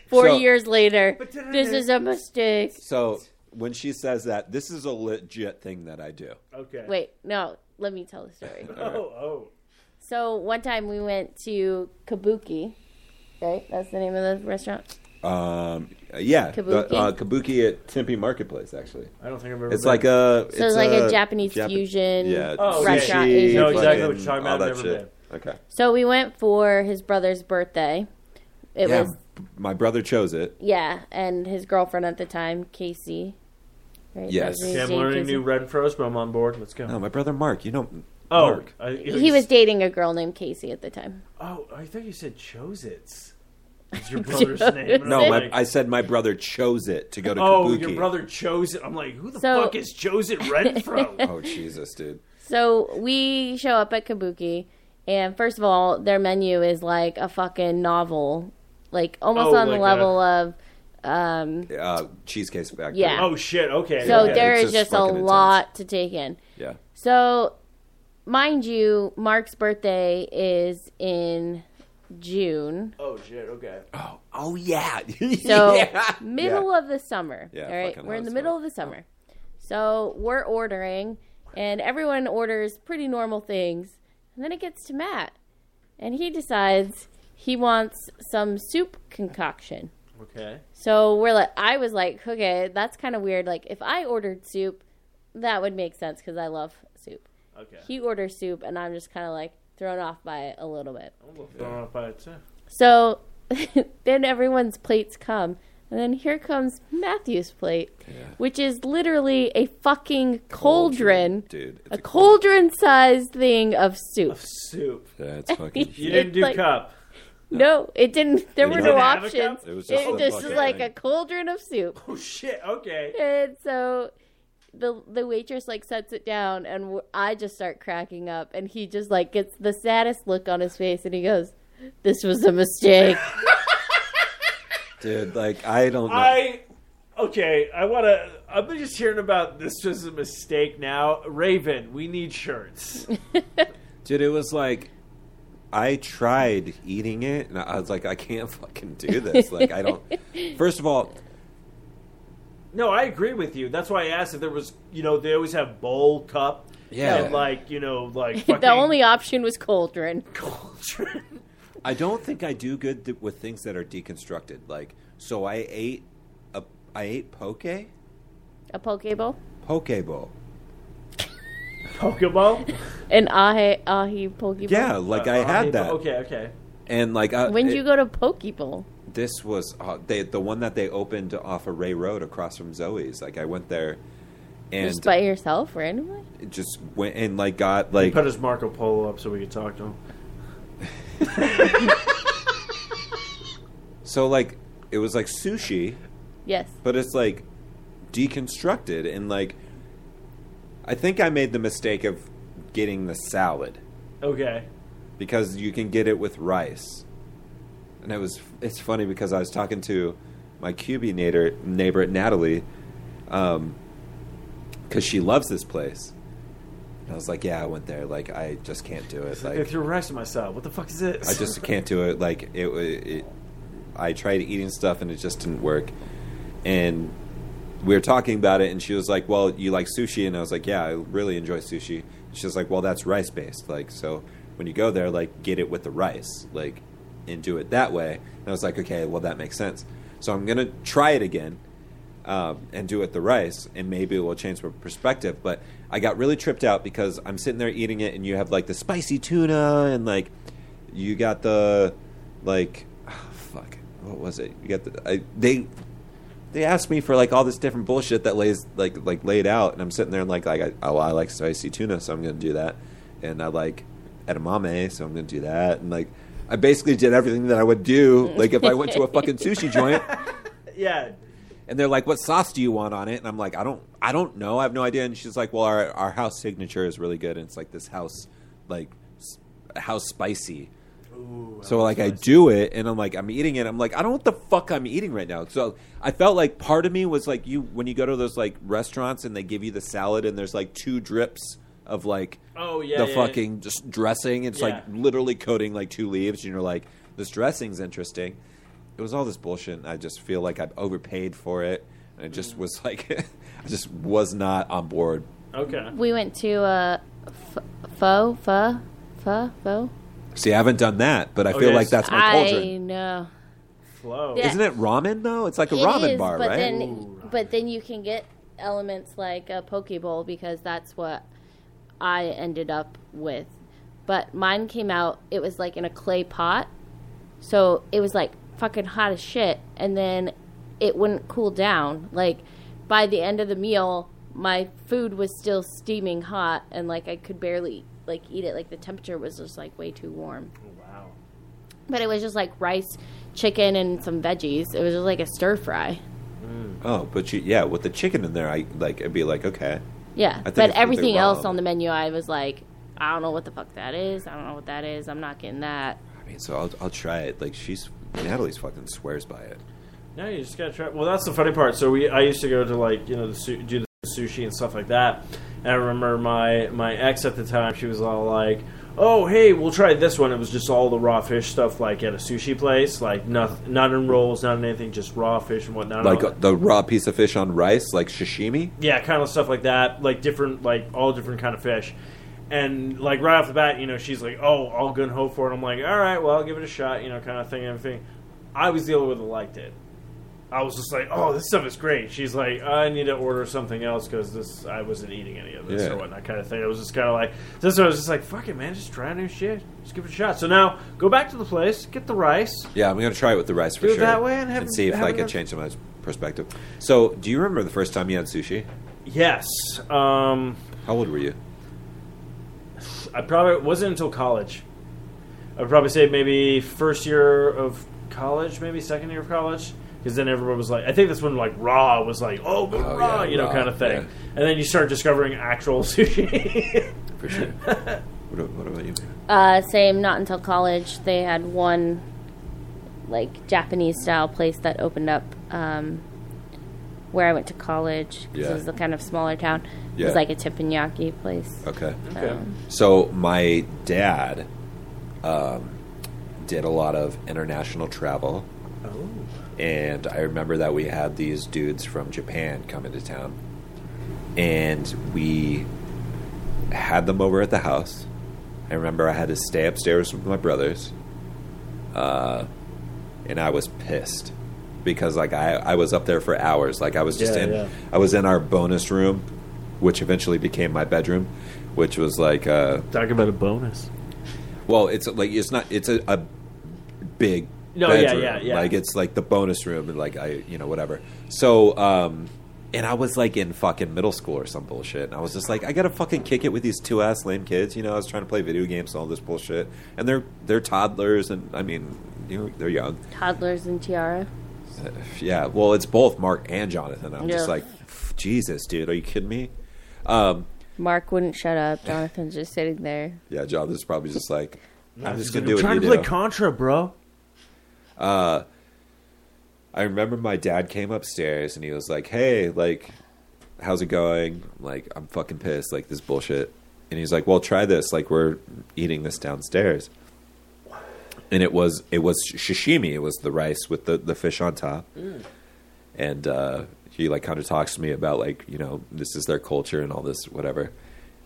F: Four
D: So-
F: years later, this is a mistake.
D: So when she says that, this is a legit thing that I do.
E: Okay.
F: Wait, no, let me tell the story.
E: Oh, oh.
F: So one time we went to Kabuki, right? That's the name of the restaurant.
D: Um, yeah, the,
F: Kabuki?
D: uh, Kabuki at Tempe Marketplace. Actually,
E: I don't think I've ever.
D: it's
E: been.
D: like a.
F: So it's like a Japanese fusion
D: Yeah,
E: Oh, okay.
F: restaurant.
D: sushi,
F: Asian
E: No, exactly
F: fusion.
E: what you're talking
D: all
E: about,
D: that
E: I've never
D: shit. Okay.
F: So we went for his brother's birthday. It
D: yeah,
F: was
D: my brother chose it.
F: yeah, and his girlfriend at the time, Casey. Right?
D: Yes.
F: That was his
E: Okay, I'm
F: name,
E: learning
F: Casey.
E: new Renfro's, but I'm on board. Let's go.
D: No, my brother Mark. You know,
E: oh,
D: Mark.
E: I,
F: He was dating a girl named Casey at the time.
E: Oh, I thought you said Chositz. It's your brother's name. And I'm
D: No, my,
E: Oh, like,
D: I said my brother chose it to go to
E: Oh,
D: Kabuki.
E: your brother chose it. I'm like, who the
F: So-
E: fuck is Joseph Renfro?
D: Oh Jesus, dude.
F: So we show up at Kabuki, and first of all, their menu is like a fucking novel, like almost
E: Oh,
F: on
E: like
F: the
E: a-
F: level of. Um,
D: Uh, Cheesecake Factory.
F: Yeah.
E: oh shit. Okay.
F: so
D: yeah,
F: there
D: it's
F: is
D: just
F: just a
D: fucking intense.
F: lot to take in.
D: Yeah.
F: So, mind you, Mark's birthday is in June,
E: oh shit. Okay.
D: Oh, oh yeah.
F: so
D: yeah.
F: middle
D: Yeah.
F: of the summer.
D: Yeah,
F: all right,
D: fucking oh.
F: we're in
D: hot
F: the
D: as
F: middle
D: fuck.
F: of the summer, so we're ordering, and everyone orders pretty normal things, and then it gets to Matt, and he decides he wants some soup concoction.
E: Okay.
F: So we're like, I was like, okay, that's kind of weird. Like, if I ordered soup, that would make sense because I love soup.
E: Okay.
F: He orders soup, and I'm just kind of like thrown off by it a little bit.
E: I'm a little thrown off by it too.
F: So then everyone's plates come, and then here comes Matthew's plate, which is literally a fucking cauldron,
D: dude. It's
F: a cauldron sized thing of soup.
E: Soup.
D: That's fucking.
E: You
F: It's
E: didn't do
F: like-
E: cup.
F: No, it didn't. There were
D: didn't
F: no
E: have a
F: options.
E: cup?
D: It
F: It
D: was
F: was
D: just a
F: just
D: bucket
F: like
D: thing.
F: a cauldron of soup.
E: Oh shit. Okay.
F: And so the the waitress like sets it down, and w- I just start cracking up, and he just like gets the saddest look on his face, and he goes, "This was a mistake."
D: Dude, like I don't know.
E: I okay. I want to. I've been just hearing about this was a mistake. Now, Raven, we need shirts.
D: Dude, it was like I tried eating it, and I was like, I can't fucking do this. Like I don't. First of all,
E: No, I agree with you. That's why I asked if there was, you know, they always have bowl cup.
D: Yeah.
E: And like, you know, like fucking
F: the only option was cauldron.
E: cauldron.
D: I don't think I do good th- with things that are deconstructed. Like, so I ate a I ate poke
F: A poke bowl,
D: poke bowl.
E: Pokeball?
F: an ahi ahi poke bowl.
D: Yeah, like I
E: Uh,
D: had
E: okay,
D: that,
E: Okay, okay.
D: and like I,
F: When did
D: it-
F: you go to poke bowl?
D: This was uh, they, the one that they opened off of Ray Road across from Zoe's. Like I went there and
F: Just by yourself randomly?
D: just went and like got like
E: Put his Marco Polo up so we could talk to him.
D: so like it was like sushi,
F: Yes.
D: but it's like deconstructed and like I think I made the mistake of getting the salad
E: Okay.
D: because you can get it with rice. And it was it's funny because I was talking to my QB neighbor, neighbor Natalie, um, because she loves this place. And I was like, yeah, I went there. Like, I just can't do it.
E: I
D: Like,
E: threw rice at myself. What the fuck is this?
D: I just can't do it. Like, it, wa- it. I tried eating stuff and it just didn't work. And we were talking about it, and she was like, "Well, you like sushi," and I was like, "Yeah, I really enjoy sushi." She was like, "Well, that's rice based, like so." when you go there, like get it with the rice, like, and do it that way. And I was like, okay, well that makes sense. So I'm gonna try it again, um, and do it the rice, and maybe it will change my perspective. But I got really tripped out because I'm sitting there eating it, and you have like the spicy tuna, and like you got the like, ah, fuck, what was it? You got the I, they they asked me for like all this different bullshit that lays like like laid out, and I'm sitting there and like like I, oh I like spicy tuna, so I'm gonna do that, and I like edamame, so I'm gonna do that, and like I basically did everything that I would do like if I went to a fucking sushi joint,
E: Yeah.
D: and they're like, what sauce do you want on it? And I'm like, I don't I don't know, I have no idea. And she's like, well, our our house signature is really good, and it's like this house like s- house spicy, so like I do it, and I'm like I'm eating it. I'm like I don't know what the fuck I'm eating right now. So I felt like part of me was like you when you go to those like restaurants and they give you the salad and there's like two drips of like
E: Oh, yeah,
D: the
E: yeah,
D: fucking just dressing. It's like
E: Yeah.
D: literally coating like two leaves, and you're like this dressing's interesting. It was all this bullshit. And I just feel like I've overpaid for it, and it
E: Mm-hmm.
D: just was like I just was not on board.
E: Okay.
F: We went to uh, f- pho, pho, pho, pho.
D: See, I haven't done that, but I feel
E: yes.
D: like that's my
F: I
D: cauldron.
F: know.
E: Flow.
F: Yeah.
D: Isn't it ramen though? It's like a
F: It
D: ramen
F: is,
D: bar,
F: but
D: right?
F: Then,
E: Ooh,
F: But then you can get elements like a poke bowl because that's what I ended up with. But mine came out, it was like in a clay pot. So it was like fucking hot as shit. And then it wouldn't cool down. Like by the end of the meal, my food was still steaming hot and like I could barely like eat it. Like the temperature was just like way too warm.
E: Wow.
F: But it was just like rice, chicken, and some veggies. It was just like a stir fry.
D: Oh, but you, yeah, with the chicken in there, I like. I'd be like, okay,
F: Yeah,
D: think
F: but
D: it's
F: everything
D: completely
F: else
D: wrong.
F: on the menu, I was like, I don't know what the fuck that is. I don't know what that is. I'm not getting that.
D: I mean, so I'll, I'll try it. Like she's Natalie's fucking swears by it.
E: No, you just gotta try. Well, that's the funny part. So we, I used to go to like you know the su- do the sushi and stuff like that. And I remember my my ex at the time. She was all like, "Oh, hey, we'll try this one." It was just all the raw fish stuff, like at a sushi place, like not not in rolls, not in anything, just raw fish and whatnot.
D: Like uh, the raw piece of fish on rice, like sashimi.
E: yeah, kind of stuff like that, like different, like all different kind of fish. And like right off the bat, you know, she's like, "Oh, all good hope for it." I'm like, "All right, well, I'll give it a shot," you know, kind of thing, everything. I was the only one that liked it. I was just like, "Oh, this stuff is great." She's like, "I need to order something else because this I wasn't eating any of this
D: Yeah.
E: or whatnot." Kind of thing. It was just kind of like this. I was just like, "Fuck it, man, just try new shit, just give it a shot." So now go back to the place, get the rice.
D: Yeah, I'm gonna try it with the rice for
E: Do it
D: sure.
E: that way and have-
D: see if
E: have
D: I can
E: enough-
D: change my perspective. So, do you remember the first time you had sushi?
E: Yes, um,
D: How old were you?
E: I probably it wasn't until college. I'd probably say maybe first year of college, maybe second year of college, because then everyone was like, I think that's when like raw was like, oh, go
D: Oh,
E: raw,
D: yeah,
E: you know,
D: raw,
E: kind of thing.
D: yeah.
E: And then you start discovering actual sushi.
D: For sure. what, a- what about you?
F: Uh, same, not until college. They had one, like, Japanese style place that opened up um, where I went to college. 'cause
D: Yeah.
F: It was a kind of smaller town. It
D: Yeah.
F: was like a teppanyaki place.
D: Okay.
E: okay.
D: So my dad um, did a lot of international travel.
E: Oh.
D: And I remember that we had these dudes from Japan come into town. And we had them over at the house. I remember I had to stay upstairs with my brothers. Uh, and I was pissed because like I, I was up there for hours. Like I was just
E: Yeah,
D: in
E: yeah.
D: I was in our bonus room, which eventually became my bedroom, which was like uh,
E: Talk about a bonus.
D: well, it's like it's not it's a, a big
E: No, yeah,
D: bedroom.
E: yeah, yeah.
D: Like it's like the bonus room and like I you know whatever. So um and I was like in fucking middle school or some bullshit, and I was just like, I gotta fucking kick it with these two ass lame kids. You know, I was trying to play video games and all this bullshit, and they're they're toddlers, and I mean, you know, they're young.
F: Toddlers and Tiara.
D: Yeah, well, it's both Mark and Jonathan. I'm just
F: Yeah.
D: like, Jesus, dude, are you kidding me? Um,
F: Mark wouldn't shut up. Jonathan's just sitting there.
D: yeah, Jonathan's probably just like, I'm just gonna
E: I'm
D: do what
E: trying
D: you
E: to play
D: do.
E: Contra, bro.
D: I remember my dad came upstairs and he was like, "Hey, like, how's it going? I'm like, I'm fucking pissed. Like this bullshit." And he's like, "Well, try this. Like, we're eating this downstairs." And it was it was sashimi. It was the rice with the the fish on top. And uh, he like kind of talks to me about like you know this is their culture and all this whatever.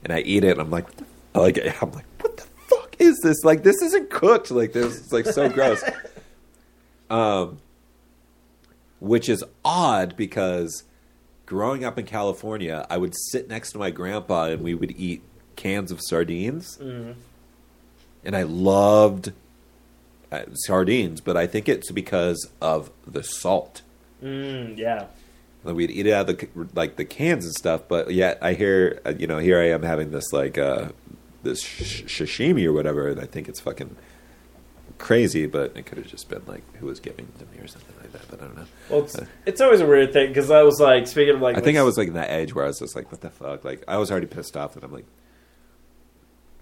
D: And I eat it and I'm like, what the, like I'm like, what the fuck? fuck is this? Like, this isn't cooked. Like, this is like so gross. Um, which is odd because growing up in California, I would sit next to my grandpa and we would eat cans of sardines.
E: Mm-hmm.
D: And I loved uh, sardines, but I think it's because of the salt.
E: Mm, yeah.
D: Like, we'd eat it out of the like the cans and stuff. But yet I hear uh, you know here I am having this like uh, this sh- sashimi or whatever, and I think it's fucking crazy. But it could have just been like who was giving it to me or something like that. But I don't know. Uh,
E: Well, it's, it's always a weird thing because I was like, speaking of like,
D: I think I was
E: what's-
D: like in that edge where I was just like, what the fuck? Like I was already pissed off that I'm like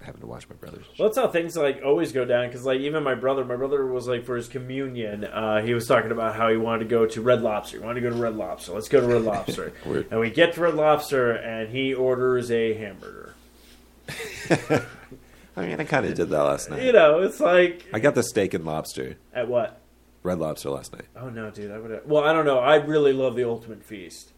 D: having to watch my brothers.
E: Well, that's how things like always go down. Because like even my brother, my brother was like for his communion, uh, he was talking about how he wanted to go to Red Lobster. He wanted to go to Red Lobster. Let's go to Red Lobster.
D: Weird.
E: and we get to Red Lobster, and he orders a hamburger.
D: I mean, I kind of did that last night.
E: You know, it's like
D: I got the steak and lobster,
E: at what?
D: red lobster last night.
E: Oh no, dude! I would. Well, I don't know. I really love the Ultimate Feast.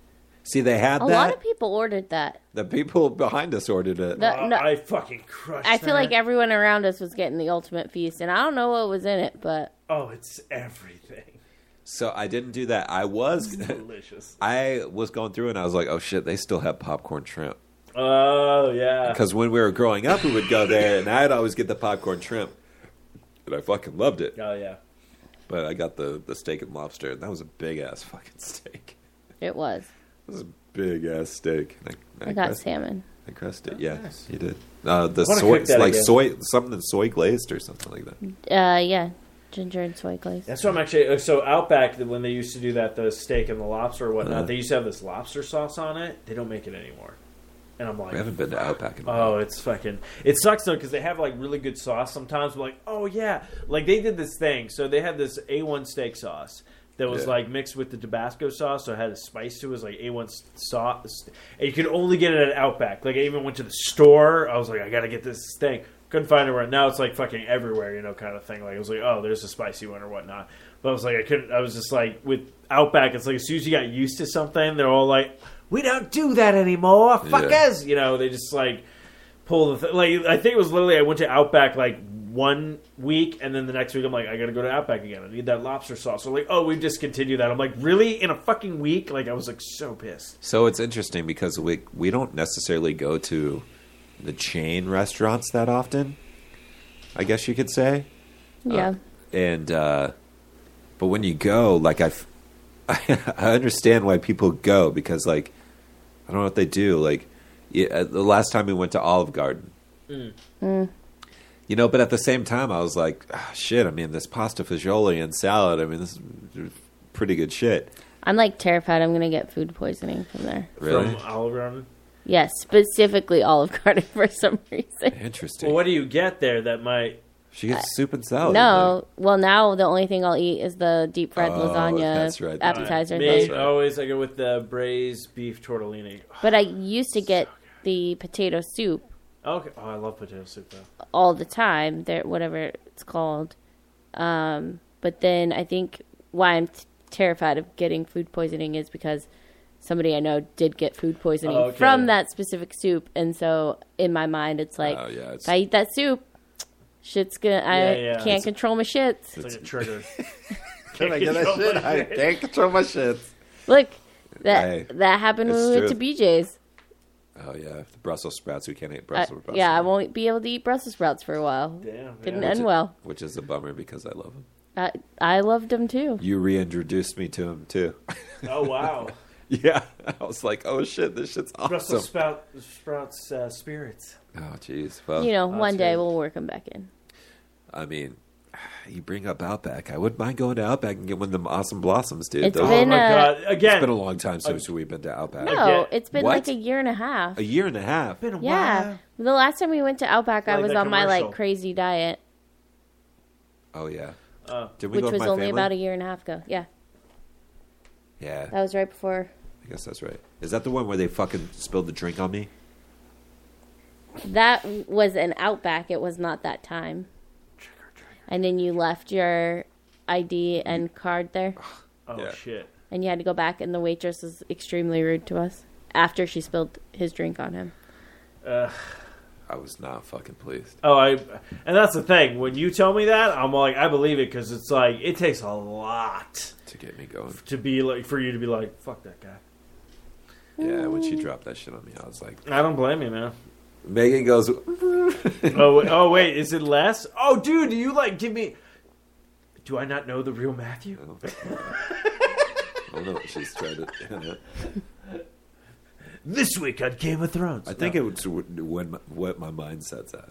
D: See, they had
F: A
D: that.
F: lot of people ordered that.
D: the people behind us ordered it.
F: The-
E: Uh,
F: no,
E: I fucking crushed.
F: I feel
E: that.
F: like everyone around us was getting the ultimate feast, and I don't know what was in it, but
E: oh, it's everything.
D: so I didn't do that. I was
E: Delicious.
D: I was going through and I was like, oh shit, they still have popcorn shrimp.
E: Oh yeah.
D: Because when we were growing up, we would go there and I'd always get the popcorn shrimp. And I fucking loved it.
E: Oh yeah.
D: But I got the, the steak and lobster, and that was a big ass fucking steak.
F: it was.
D: It was a big ass steak. And I,
F: I got
D: crust-
F: salmon.
D: I crushed it. Yeah, you did. Uh, the
E: wanna
D: soy,
E: cook that
D: like
E: again.
D: soy, something that's soy glazed or something like that.
F: Uh, yeah, ginger and soy glaze.
E: That's what I'm actually. uh, So Outback, the- when they used to do that, the steak and the lobster or whatnot,
D: Uh.
E: they used to have this lobster sauce on it. They don't make it anymore. And I'm like,
D: We haven't been to Outback in a while.
E: oh, it's fucking. It sucks though because they have like really good sauce sometimes. But like, oh yeah, like they did this thing. So they had this A1 steak sauce that was
D: Yeah.
E: like mixed with the Tabasco sauce, so it had a spice to it. It was like A1 s- sauce, and you could only get it at Outback. Like I even went to the store. I was like, I gotta get this thing. Couldn't find it anywhere. Now it's like fucking everywhere, you know, kind of thing. Like it was like, oh, there's a spicy one or whatnot. But I was like, I couldn't. I was just like, with Outback, it's like as soon as you got used to something, they're all like, we don't do that anymore, fuckers. You know, they just like pull the th- like I think it was literally I went to Outback like one week and then the next week I'm like I gotta go to Outback again. I need that lobster sauce. So like oh we discontinued that. I'm like really in a fucking week. Like I was like so pissed.
D: So it's interesting because we we don't necessarily go to the chain restaurants that often. I guess you could say.
F: Yeah,
D: and uh, but when you go, like I, f- I understand why people go because like I don't know what they do. Like y- uh, the last time we went to Olive Garden, Hmm.
F: Hmm.
D: you know, but at the same time, I was like, ah, shit. I mean, this pasta fagioli and salad. I mean, this is pretty good shit.
F: I'm like terrified. I'm gonna get food poisoning from there.
D: Really
E: From Olive Garden.
F: Yes, specifically Olive Garden for some reason.
D: interesting.
E: Well, what do you get there that might?
D: she gets soup and salad.
F: No, well now the only thing I'll eat is the deep fried
D: Oh,
F: lasagna
D: that's right, that's right.
F: appetizer
E: Made
F: thing.
D: right.
E: always I go with the braised beef tortellini.
F: But I used to get the potato soup
E: Okay. Oh, I love potato soup though.
F: all the time, there whatever it's called. Um, but then I think why I'm t- terrified of getting food poisoning is because somebody I know did get food poisoning
E: Oh, okay.
F: from that specific soup, and so in my mind it's like
D: Oh, yeah, it's-
F: if I eat that soup, shit's gonna I
E: Yeah, yeah,
F: can't
E: it's-
F: control my shits.
E: It's like a trigger.
D: Can I get that shit? I can't control my shit.
F: Look, that
D: Hey,
F: that happened when
D: it's
F: we went to
D: true.
F: BJ's.
D: Oh yeah, the Brussels sprouts. We can't eat
F: I-
D: Brussels sprouts.
F: Uh, yeah, I won't be able to eat Brussels sprouts for a while.
E: Damn.
F: Didn't
E: yeah.
F: end well.
D: Which is a bummer because I love them.
F: I, I loved them too.
D: You reintroduced me to him too.
E: Oh wow.
D: Yeah, I was like, oh shit, this shit's awesome.
E: Brussels sprout sprouts uh, spirits.
D: oh jeez, well,
F: You know, one day
E: good.
F: we'll work them back in.
D: I mean, you bring up Outback. I wouldn't mind going to Outback and get one of them awesome blossoms, dude.
F: It's
D: Those-
F: been-
E: Oh my
F: uh,
E: god! Again,
D: it's been a long time since we've been to Outback.
F: No,
E: Okay.
F: it's been
D: What?
F: like a year and a half.
D: A year and a half.
E: Been a
F: yeah.
E: while.
F: The last time we went to Outback, I
E: Like
F: was
E: that
F: on my like
E: commercial.
F: crazy diet,
D: Oh yeah.
E: Oh.
D: Did we
F: which
D: go with
F: was
D: my
F: only
D: family?
F: about a year and a half ago. Yeah,
D: Yeah,
F: that was right before.
D: I guess that's right. Is that the one where they fucking spilled the drink on me?
F: That was an Outback. It was not that time. And then you left your ID and card there,
E: Oh
D: Yeah.
E: shit.
F: and you had to go back. And the waitress was extremely rude to us after she spilled his drink on him.
D: I was not fucking pleased.
E: Oh, I, and that's the thing. When you tell me that, I'm like, I believe it because it's like it takes a lot
D: to get me going.
E: to be like for you to be like, fuck that guy.
D: Yeah, when she dropped that shit on me, I was like,
E: I don't blame you, man.
D: Megan goes,
E: Oh, wait, oh wait, is it less? Oh, dude, do you like give me? Do I not know the real Matthew?
D: I don't know what she's trying to.
E: This week on Game of Thrones.
D: I think it's when my, what my mindset's at.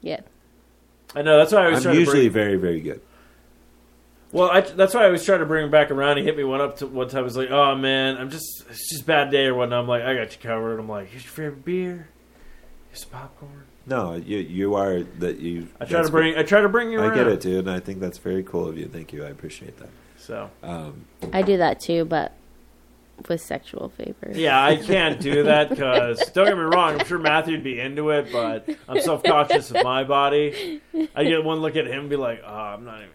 F: Yeah.
E: I know that's why I was
D: I'm
E: trying to
D: usually
E: bring.
D: very, very good.
E: Well, I, that's why I was trying to bring him back around. He hit me one up to one time. I was like, "Oh man, I'm just it's just a bad day or whatnot." I'm like, "I got you covered." I'm like, "Here's your favorite beer. Here's some popcorn."
D: No, you you are that you.
E: I try
D: that's
E: to bring I try to bring you.
D: what- I
E: Around.
D: get it, dude, and I think that's very cool of you. Thank you. I appreciate that.
E: So
D: Um,
F: I do that too, but with sexual favors.
E: yeah, I can't do that because don't get me wrong. I'm sure Matthew'd be into it, but I'm self conscious of my body. I get one look at him and be like, "Oh, I'm not even.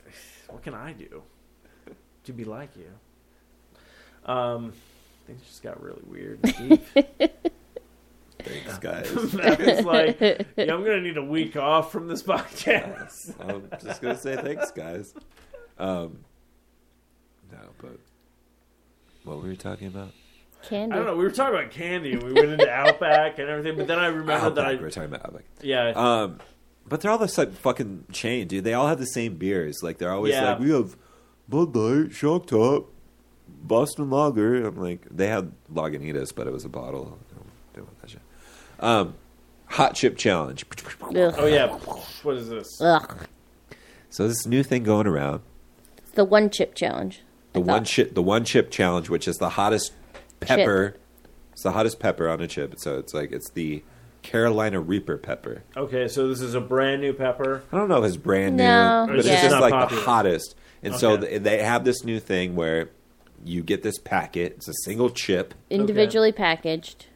E: What can I do to be like you?" Um, things just got really weird. and deep.
D: thanks, guys.
E: It's like, yeah, I'm gonna need a week off from this podcast.
D: I'm just gonna say thanks, guys. Um, no, but what were you talking about?
F: Candy.
E: I don't know. We were talking about candy, and we went into Outback and everything, but then I remembered that I,
D: Outback, We're talking about Outback.
E: yeah,
D: Um, but they're all this like fucking chain, dude. They all have the same beers. Like they're always
E: Yeah.
D: like, we have Bud Light, Shock Top, Boston Lager. I'm like, they had Lagunitas, but it was a bottle. I don't, don't want that shit. Um, Hot chip challenge.
F: Ugh.
E: oh yeah, what is this?
F: Ugh.
D: So this new thing going around.
F: It's the one chip challenge.
D: the
F: I
D: one
F: thought.
D: chip the one chip challenge which is the hottest pepper it's the hottest pepper on a chip so it's like it's the carolina reaper pepper
E: Okay, so this is a brand new pepper.
D: i don't know if it's brand
F: No,
D: new but it's
F: yeah.
D: just
E: Not
D: like
E: popular.
D: the hottest and so
E: Okay.
D: th- they have this new thing where you get this packet it's a single chip
F: Individually packaged.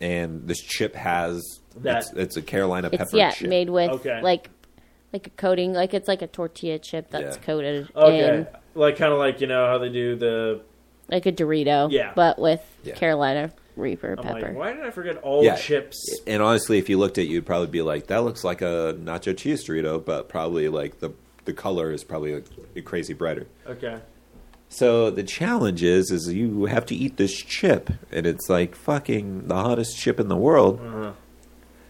D: and this chip has
E: That-
D: it's, it's a carolina
F: It's
D: pepper
F: yeah,
D: chip
F: made with
E: Okay.
F: like like a coating, like it's like a tortilla chip that's
D: Yeah.
F: coated
E: Okay,
F: in
E: like kind of like you know how they do the.
F: like a Dorito,
E: Yeah.
F: but with
D: Yeah.
F: Carolina Reaper
E: I'm
F: pepper.
E: like, why did I forget all
D: Yeah.
E: chips?
D: and honestly if you looked at it, you'd probably be like that looks like a nacho cheese dorito but probably like the the color is probably like, crazy brighter
E: Okay,
D: So the challenge is, is you have to eat this chip, and it's like fucking the hottest chip in the world.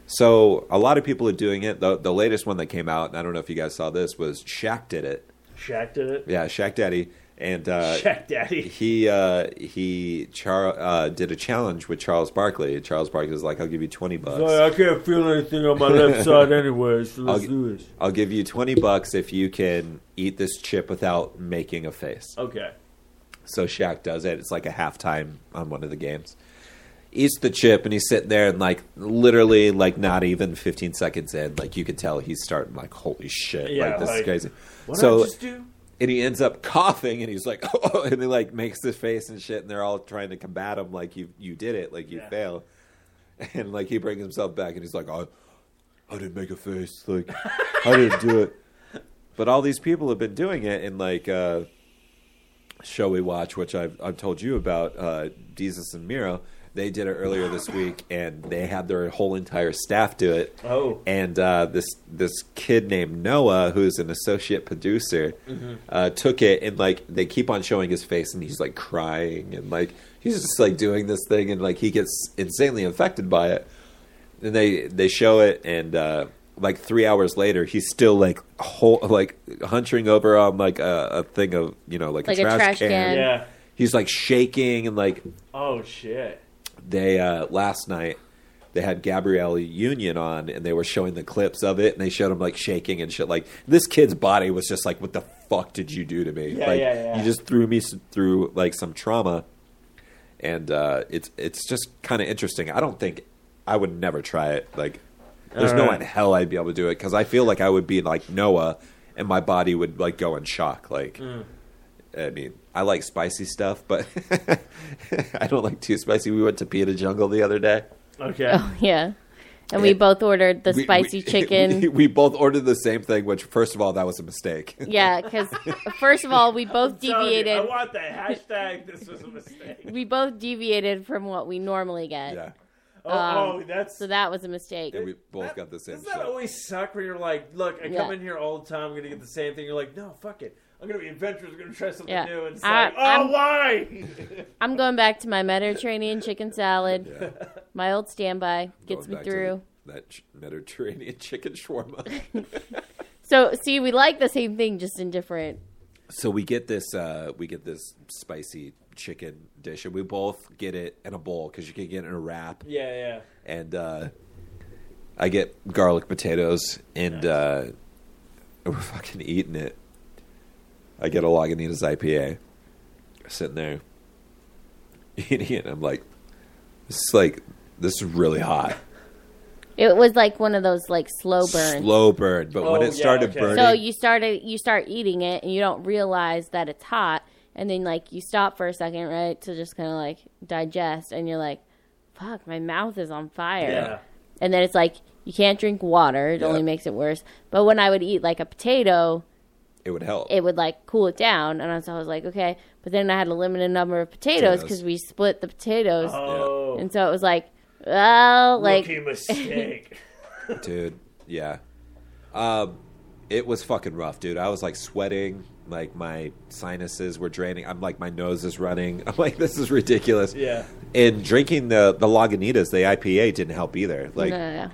D: So a lot of people are doing it. The, the latest one that came out, and I don't know if you guys saw this, was Shaq did it.
E: Shaq did it.
D: Yeah, Shaq Daddy, and uh,
E: Shaq Daddy.
D: he uh, he Char- uh, did a challenge with Charles Barkley. Charles Barkley was like, "I'll give you twenty bucks."
E: Sorry, I can't feel anything on my left side anyway, so let's
D: I'll-
E: do this.
D: I'll give you twenty bucks if you can eat this chip without making a face.
E: Okay.
D: So Shaq does it. It's like a halftime on one of the games. Eats the chip and he's sitting there and like literally like not even 15 seconds in, like you could tell he's starting like holy shit,
E: Yeah,
D: like this
E: like,
D: is crazy.
E: What did I
D: So
E: just do?
D: and he ends up coughing and he's like oh, and he like makes his face and shit and they're all trying to combat him like you you did it like you
E: Yeah.
D: fail and like he brings himself back and he's like I I didn't make a face like I didn't do it but all these people have been doing it in like uh show we watch which I've I've told you about uh Jesus and Miro they did it earlier this week and they had their whole entire staff do it
E: Oh.
D: and uh, this this kid named Noah, who's an associate producer, uh, took it and like they keep on showing his face, and he's like crying and like he's just like doing this thing, and like he gets insanely affected by it. And they they show it, and uh, like three hours later, he's still like whole like hunching over on like a, a thing of you know like,
F: Like
D: a, trash can.
E: Yeah.
D: He's like shaking and like
E: Oh shit.
D: they uh, last night they had Gabrielle Union on and they were showing the clips of it and they showed him like shaking and shit like this kid's body was just like what the fuck did you do to me
E: Yeah,
D: like
E: yeah, yeah.
D: you just threw me s- through like some trauma and uh, it's it's just kind of interesting I don't think I would never try it like there's no way
E: Alright.
D: in hell I'd be able to do it because I feel like I would be like Noah and my body would like go in shock like
E: Mm.
D: I mean, I like spicy stuff, but I don't like too spicy. We went to Pita Jungle the other day.
E: Okay.
F: Oh yeah, and we
D: It-
F: both ordered the
D: We-
F: spicy
D: we-
F: chicken.
D: We, we both ordered the same thing, which, first of all, that was a mistake.
F: Yeah, 'cause first of all, we both
E: Telling you, I
F: deviated.
E: want that hashtag. This was a mistake.
F: We both deviated from what we normally get.
D: yeah.
E: Oh,
F: Um,
E: oh, that's
F: so that was a mistake.
D: And we both got the same
E: Does that
D: shit.
E: always suck when you're like, look, I
F: Yeah.
E: come in here all the time, I'm gonna get the same thing. You're like, no, fuck it. I'm gonna be adventurous, I'm gonna try something
F: Yeah.
E: new and it's
F: I-
E: like, oh
F: I'm-
E: why?
F: I'm going back to my Mediterranean chicken salad.
D: Yeah.
F: My old standby gets
D: Going
F: me
D: back to
F: through.
D: That ch- Mediterranean chicken shawarma.
F: So see, we like the same thing, just in different.
D: so we get this uh, we get this spicy chicken dish and we both get it in a bowl because you can get it in a wrap
E: yeah, yeah.
D: and uh, i get garlic potatoes and uh, we're fucking eating it i get a lagunitas ipa sitting there eating it and i'm like this is like this is really hot
F: It was like one of those like slow burns.
D: slow burn but when
E: Oh,
D: it
E: yeah,
D: started
E: okay.
D: burning
F: so you started, you start eating it, and you don't realize that it's hot, and then like you stop for a second, right, to just kind of like digest, and you're like, "Fuck, my mouth is on fire."
E: Yeah.
F: And then it's like you can't drink water; it
D: Yeah.
F: only makes it worse. But when I would eat like a potato,
D: it would help
F: it would like cool it down, and I was, I was like, "Okay." But then I had a limited number of potatoes
D: Potatoes.
F: because we split the potatoes,
E: Oh
F: and so it was like, well, like
E: rookie mistake.
D: dude. Yeah. Um, it was fucking rough, dude. I was like sweating, like my sinuses were draining. I'm like my nose is running. I'm like this is ridiculous.
E: Yeah.
D: And drinking the the Lagunitas, the IPA, didn't help either. Like
F: no, no, no.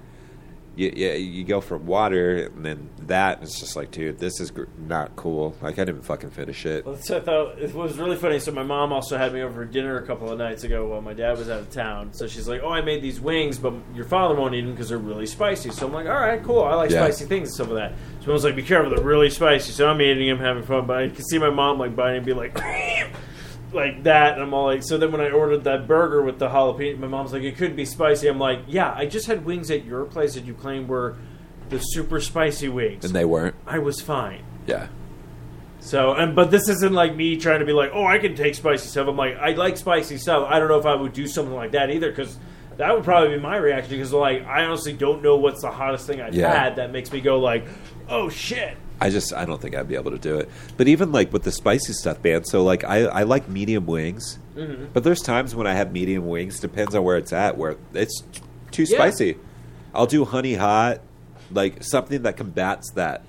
D: you, you, you go from water and then that. and It's just like, dude, this is gr- not cool. Like I didn't fucking finish it.
E: Well, So I thought it was really funny. So my mom also had me over for dinner a couple of nights ago while my dad was out of town. So she's like, "Oh, I made these wings, but your father won't eat them because they're really spicy." So I'm like, "All right, cool. I like
D: Yeah.
E: spicy things and stuff like that." So I was like, "Be careful, they're really spicy." So I'm eating them, having fun, but I can see my mom like biting and be like. Like that, and I'm all like. So then, when I ordered that burger with the jalapeno, my mom's like, "It could be spicy." I'm like, "Yeah, I just had wings at your place that you claimed were the super spicy wings.
D: And they weren't.
E: I was fine."
D: Yeah.
E: So, and but this isn't like me trying to be like, oh, I can take spicy stuff. I'm like, I like spicy stuff. I don't know if I would do something like that either because that would probably be my reaction because like I honestly don't know what's the hottest thing I've
D: Yeah.
E: had that makes me go like, oh shit.
D: I just I don't think I'd be able to do it. But even like with the spicy stuff, man. So like I I like medium wings, but there's times when I have medium wings. Depends on where it's at. Where it's too
E: Yeah.
D: spicy, I'll do honey hot, like something that combats that.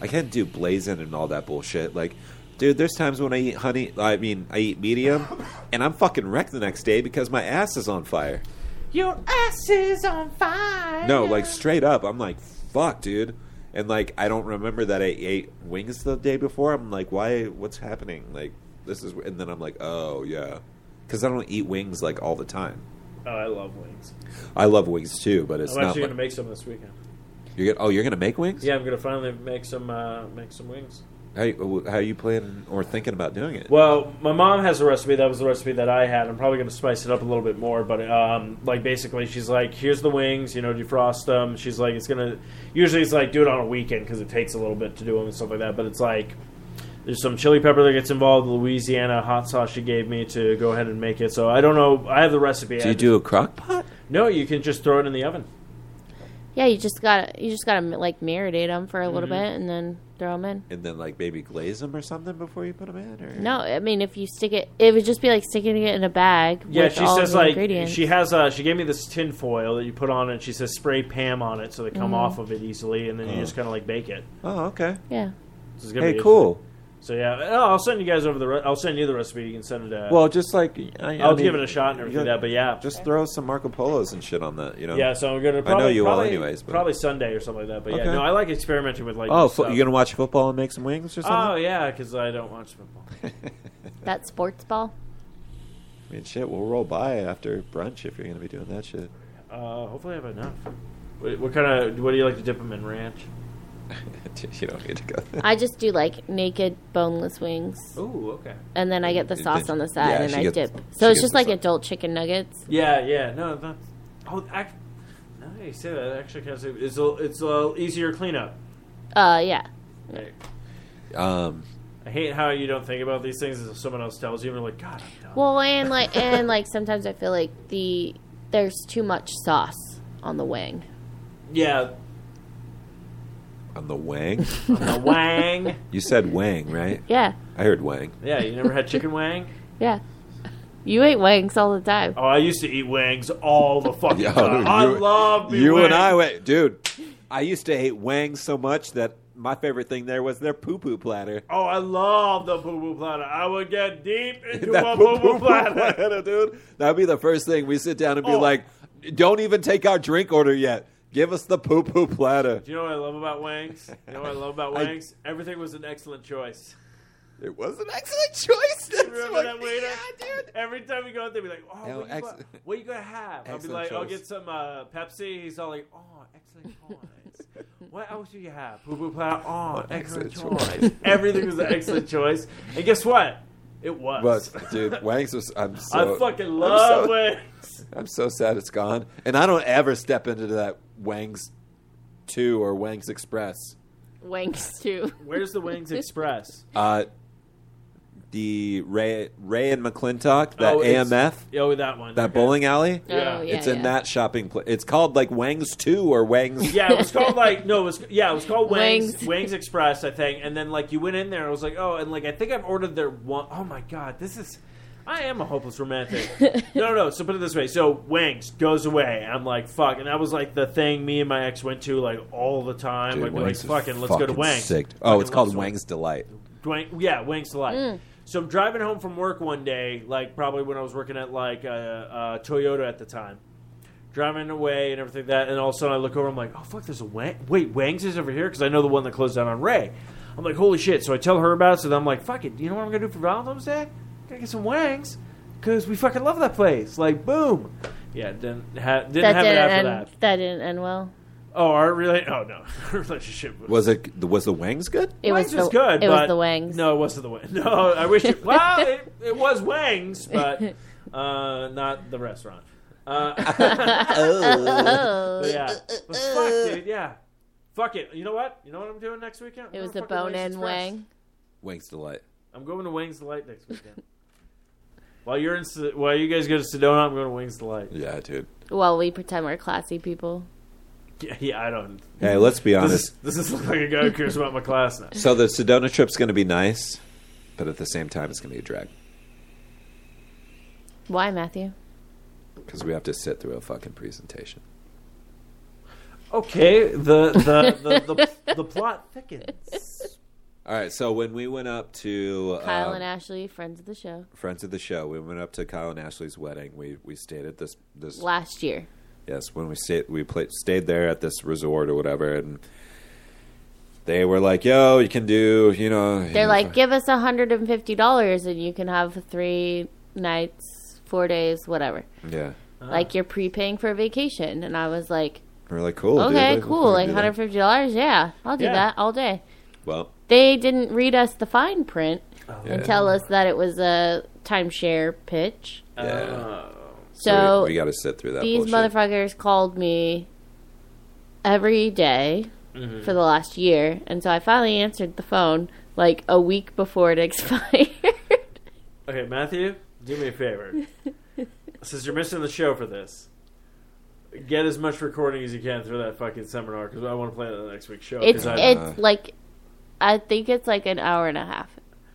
D: I can't do blazing and all that bullshit. Like, dude, there's times when I eat honey. I mean, I eat medium, and I'm fucking wrecked the next day because my ass is on fire.
E: Your ass is on fire.
D: No, like straight up, I'm like, fuck, dude. And like, I don't remember that I ate wings the day before. I'm like, why? What's happening? Like, this is. And then I'm like, oh yeah, because I don't eat wings like all the time.
E: Oh, I love wings.
D: I love wings too, but it's
E: I'm
D: not.
E: actually
D: Like,
E: gonna make some this weekend.
D: you're gonna, oh, you're gonna make wings?
E: Yeah, I'm gonna finally make some uh, make some wings.
D: How, you- how you planning or thinking about doing it?
E: Well, my mom has a recipe. That was the recipe that I had. I'm probably going to spice it up a little bit more, but um, like basically, she's like, "Here's the wings. You know, defrost them." She's like, "It's gonna." Usually, it's like do it on a weekend because it takes a little bit to do them and stuff like that. But it's like there's some chili pepper that gets involved, Louisiana hot sauce she gave me to go ahead and make it. So I don't know. I have the recipe.
D: do you do a crock pot?
E: No, you can just throw it in the oven.
F: yeah, you just gotta, you just gotta like marinate them for a little
D: Mm-hmm.
F: bit and then throw them in.
D: And then like maybe glaze them or something before you put them in? Or?
F: No, I mean if you stick it, it would just be like sticking it in a bag.
E: Yeah,
F: with
E: she
F: all
E: says
F: the
E: like
F: ingredients.
E: she has. Uh, she gave me this tin foil that you put on, it, and she says spray Pam on it so they come
F: Mm-hmm.
E: off of it easily, and then you just kind of like bake it.
D: Oh, okay.
F: yeah.
E: So it's gonna
D: Hey,
E: be
D: cool.
E: So yeah, Oh, I'll send you guys over the. Re- I'll send you the recipe. You can send it. To,
D: Well, just like I, I
E: I'll
D: mean,
E: give it a shot and everything
D: you-
E: like that. But yeah,
D: just throw some Marco Polos and shit on that. You know?
E: yeah. So I'm gonna. Probably,
D: know you will
E: probably,
D: anyways, but-
E: Probably Sunday or something like that. But
D: Okay.
E: yeah, no, I like experimenting with like.
D: Oh,
E: stuff.
D: fo- you gonna watch football and make some wings or something?
E: Oh yeah, because I don't watch football.
F: That sports ball.
D: I mean, shit, we'll roll by after brunch if you're going to be doing that shit.
E: Uh, hopefully, I have enough. What, what kind of? What do you like to dip them in? Ranch.
D: you don't need to go.
F: I just do like naked boneless wings,
E: Oh, okay.
F: and then I get the
D: It-
F: sauce
D: it-
F: on the side
D: yeah,
F: and
D: she
F: I
D: gets-
F: dip.
D: she
F: So
D: gets
F: it's just
D: the
F: like
D: sauce.
F: adult chicken nuggets.
E: Yeah, yeah. No, that's. Oh, I, now that you say that, it actually kind of it's a, it's a little easier cleanup.
F: Uh, yeah.
E: Right.
D: Um,
E: I hate how you don't think about these things until someone else tells you. And you're like, God, I'm dumb.
F: Well, and like and like sometimes I feel like the there's too much sauce on the wing.
E: yeah,
D: on the wang?
E: a wang.
D: you said wang, right?
F: Yeah,
D: I heard wang.
E: Yeah, you never had chicken wang?
F: yeah. You ate wangs all the time.
E: Oh, I used to eat wings all the fucking
D: Yo,
E: time. I
D: you-
E: love me
D: you
E: wings.
D: and I went, dude. I used to hate Wang so much that my favorite thing there was their poo poo platter.
E: Oh, I love the poo poo platter. I would get deep into a
D: That
E: poo
D: poo-poo
E: poo platter.
D: platter, dude. That'd be the first thing we sit down and be
E: Oh.
D: like, "Don't even take our drink order yet. Give us the poo poo platter."
E: Do you know what I love about Wangs? You know what I love about
D: I-
E: Wangs? Everything was an excellent choice.
D: It was an excellent choice. That's
E: Remember
D: what-
E: that waiter?
D: Yeah, dude.
E: Every time we go out there, be like, oh,
D: Yeah,
E: what, you
D: ex-
E: got- what you gonna have? I'll be
D: Excellent
E: like, I'll
D: choice.
E: get some uh, Pepsi. He's all like, oh, excellent choice. what else do you have? Poo poo platter. Oh, excellent,
D: excellent
E: choice.
D: choice.
E: Everything was an excellent choice. And guess what? It was.
D: But dude, Wang's was. I'm so.
E: I fucking
D: I'm
E: love
D: so-
E: Wangs.
D: I'm so sad it's gone, and I don't ever step into that Wang's Two or Wang's Express.
F: Wangs too.
E: Where's the Wangs Express?
D: Uh, the Ray Ray and McClintock, that
E: Oh, it's-
D: AMF,
E: Yo, that one.
D: that
E: Okay.
D: bowling alley.
E: Yeah.
F: Oh, yeah,
D: it's in
F: yeah.
D: that shopping place. It's called like Wang's Two or Wang's.
E: Yeah, it was called like no, it was yeah, it was called Wings
F: Wings.
E: Wings, Express, I think. And then like you went in there, and it was like oh, and like I think I've ordered their one oh my god, this is. I am a hopeless romantic. no, no, no. So put it this way. So Wings goes away. I'm like, fuck. And that was like the thing me and my ex went to like all the time. like, we're like,
D: Wang's is
E: fucking, let's go to
D: fucking
E: Wings.
D: sick. Oh,
E: Fucking
D: it's called
E: let's-
D: Wang's Delight.
E: Dwayne, yeah, Wings Delight.
F: Mm.
E: So I'm driving home from work one day, like probably when I was working at like uh, uh, Toyota at the time, driving away and everything that, and all of a sudden I look over, I'm like, oh fuck, there's a Wang. Wait, Wangs is over here because I know the one that closed down on Ray. I'm like, holy shit. So I tell her about it. So then I'm like, fuck it. You know what I'm gonna do for Valentine's Day? Gonna get some Wangs because we fucking love that place. Like, boom. Yeah, didn't ha- didn't
F: That
E: have it
F: didn't
E: after
F: end.
E: that.
F: That. didn't end well.
E: Oh, our really? Oh no, our relationship was
D: Was it? Was the Wang's good?
F: It
E: Wangs
F: was,
E: was
F: the,
E: good.
F: It
E: but
F: was the Wangs.
E: No, it wasn't the Wangs. No, I wish it. Well, it, it was Wangs, but uh, not the restaurant. Uh,
F: Oh,
E: but yeah, but fuck, dude. Yeah, fuck it. You know what? You know what I'm doing next weekend? I'm
F: it was
E: going
F: the
E: to fucking
F: bone
E: Wings
F: and
E: Express.
F: wang.
D: Wang's Delight.
E: I'm going to Wings Delight next weekend. while you're in, Se- while you guys go to Sedona, I'm going to Wings Delight.
D: Yeah, dude.
F: Well, we pretend we're classy people.
E: Yeah, yeah I don't.
D: Hey, let's be
E: This
D: honest.
E: is, this is like a guy who cares about my class now.
D: So the Sedona trip's going to be nice, but at the same time, it's going to be a drag
F: Why, Matthew?
D: because we have to sit through a fucking presentation.
E: Okay, the the the, the, the plot thickens.
D: All right. So when we went up to
F: Kyle
D: um,
F: and Ashley, friends of the show,
D: friends of the show, we went up to Kyle and Ashley's wedding. We we stayed at this this
F: last year.
D: Yes, when we stayed, we played, stayed there at this resort or whatever, and they were like, "Yo, you can do, you know."
F: They're like, give us hundred and fifty dollars, and you can have three nights, four days, whatever.
D: "Yeah."
F: Like you're prepaying for a vacation, and I was like,
D: And we're like, "Cool, dude,
F: okay,
D: like, we'll
F: cool,
D: fucking
F: like
D: do that."
F: hundred fifty dollars, yeah, I'll do
E: Yeah.
F: that all day.
D: Well,
F: They didn't read us the fine print and
D: Yeah.
F: tell us that it was a timeshare pitch.
D: yeah.
E: Uh,
F: So
D: we, got to sit through that.
F: these
D: bullshit.
F: motherfuckers called me every day
E: Mm-hmm.
F: for the last year, and so I finally answered the phone like a week before it expired.
E: Okay, Matthew, do me a favor. Since you're missing the show for this, get as much recording as you can through that fucking seminar because I want to play it on the next week's show. 'cause
F: it's
E: I,
F: it's like I think it's like an hour and a half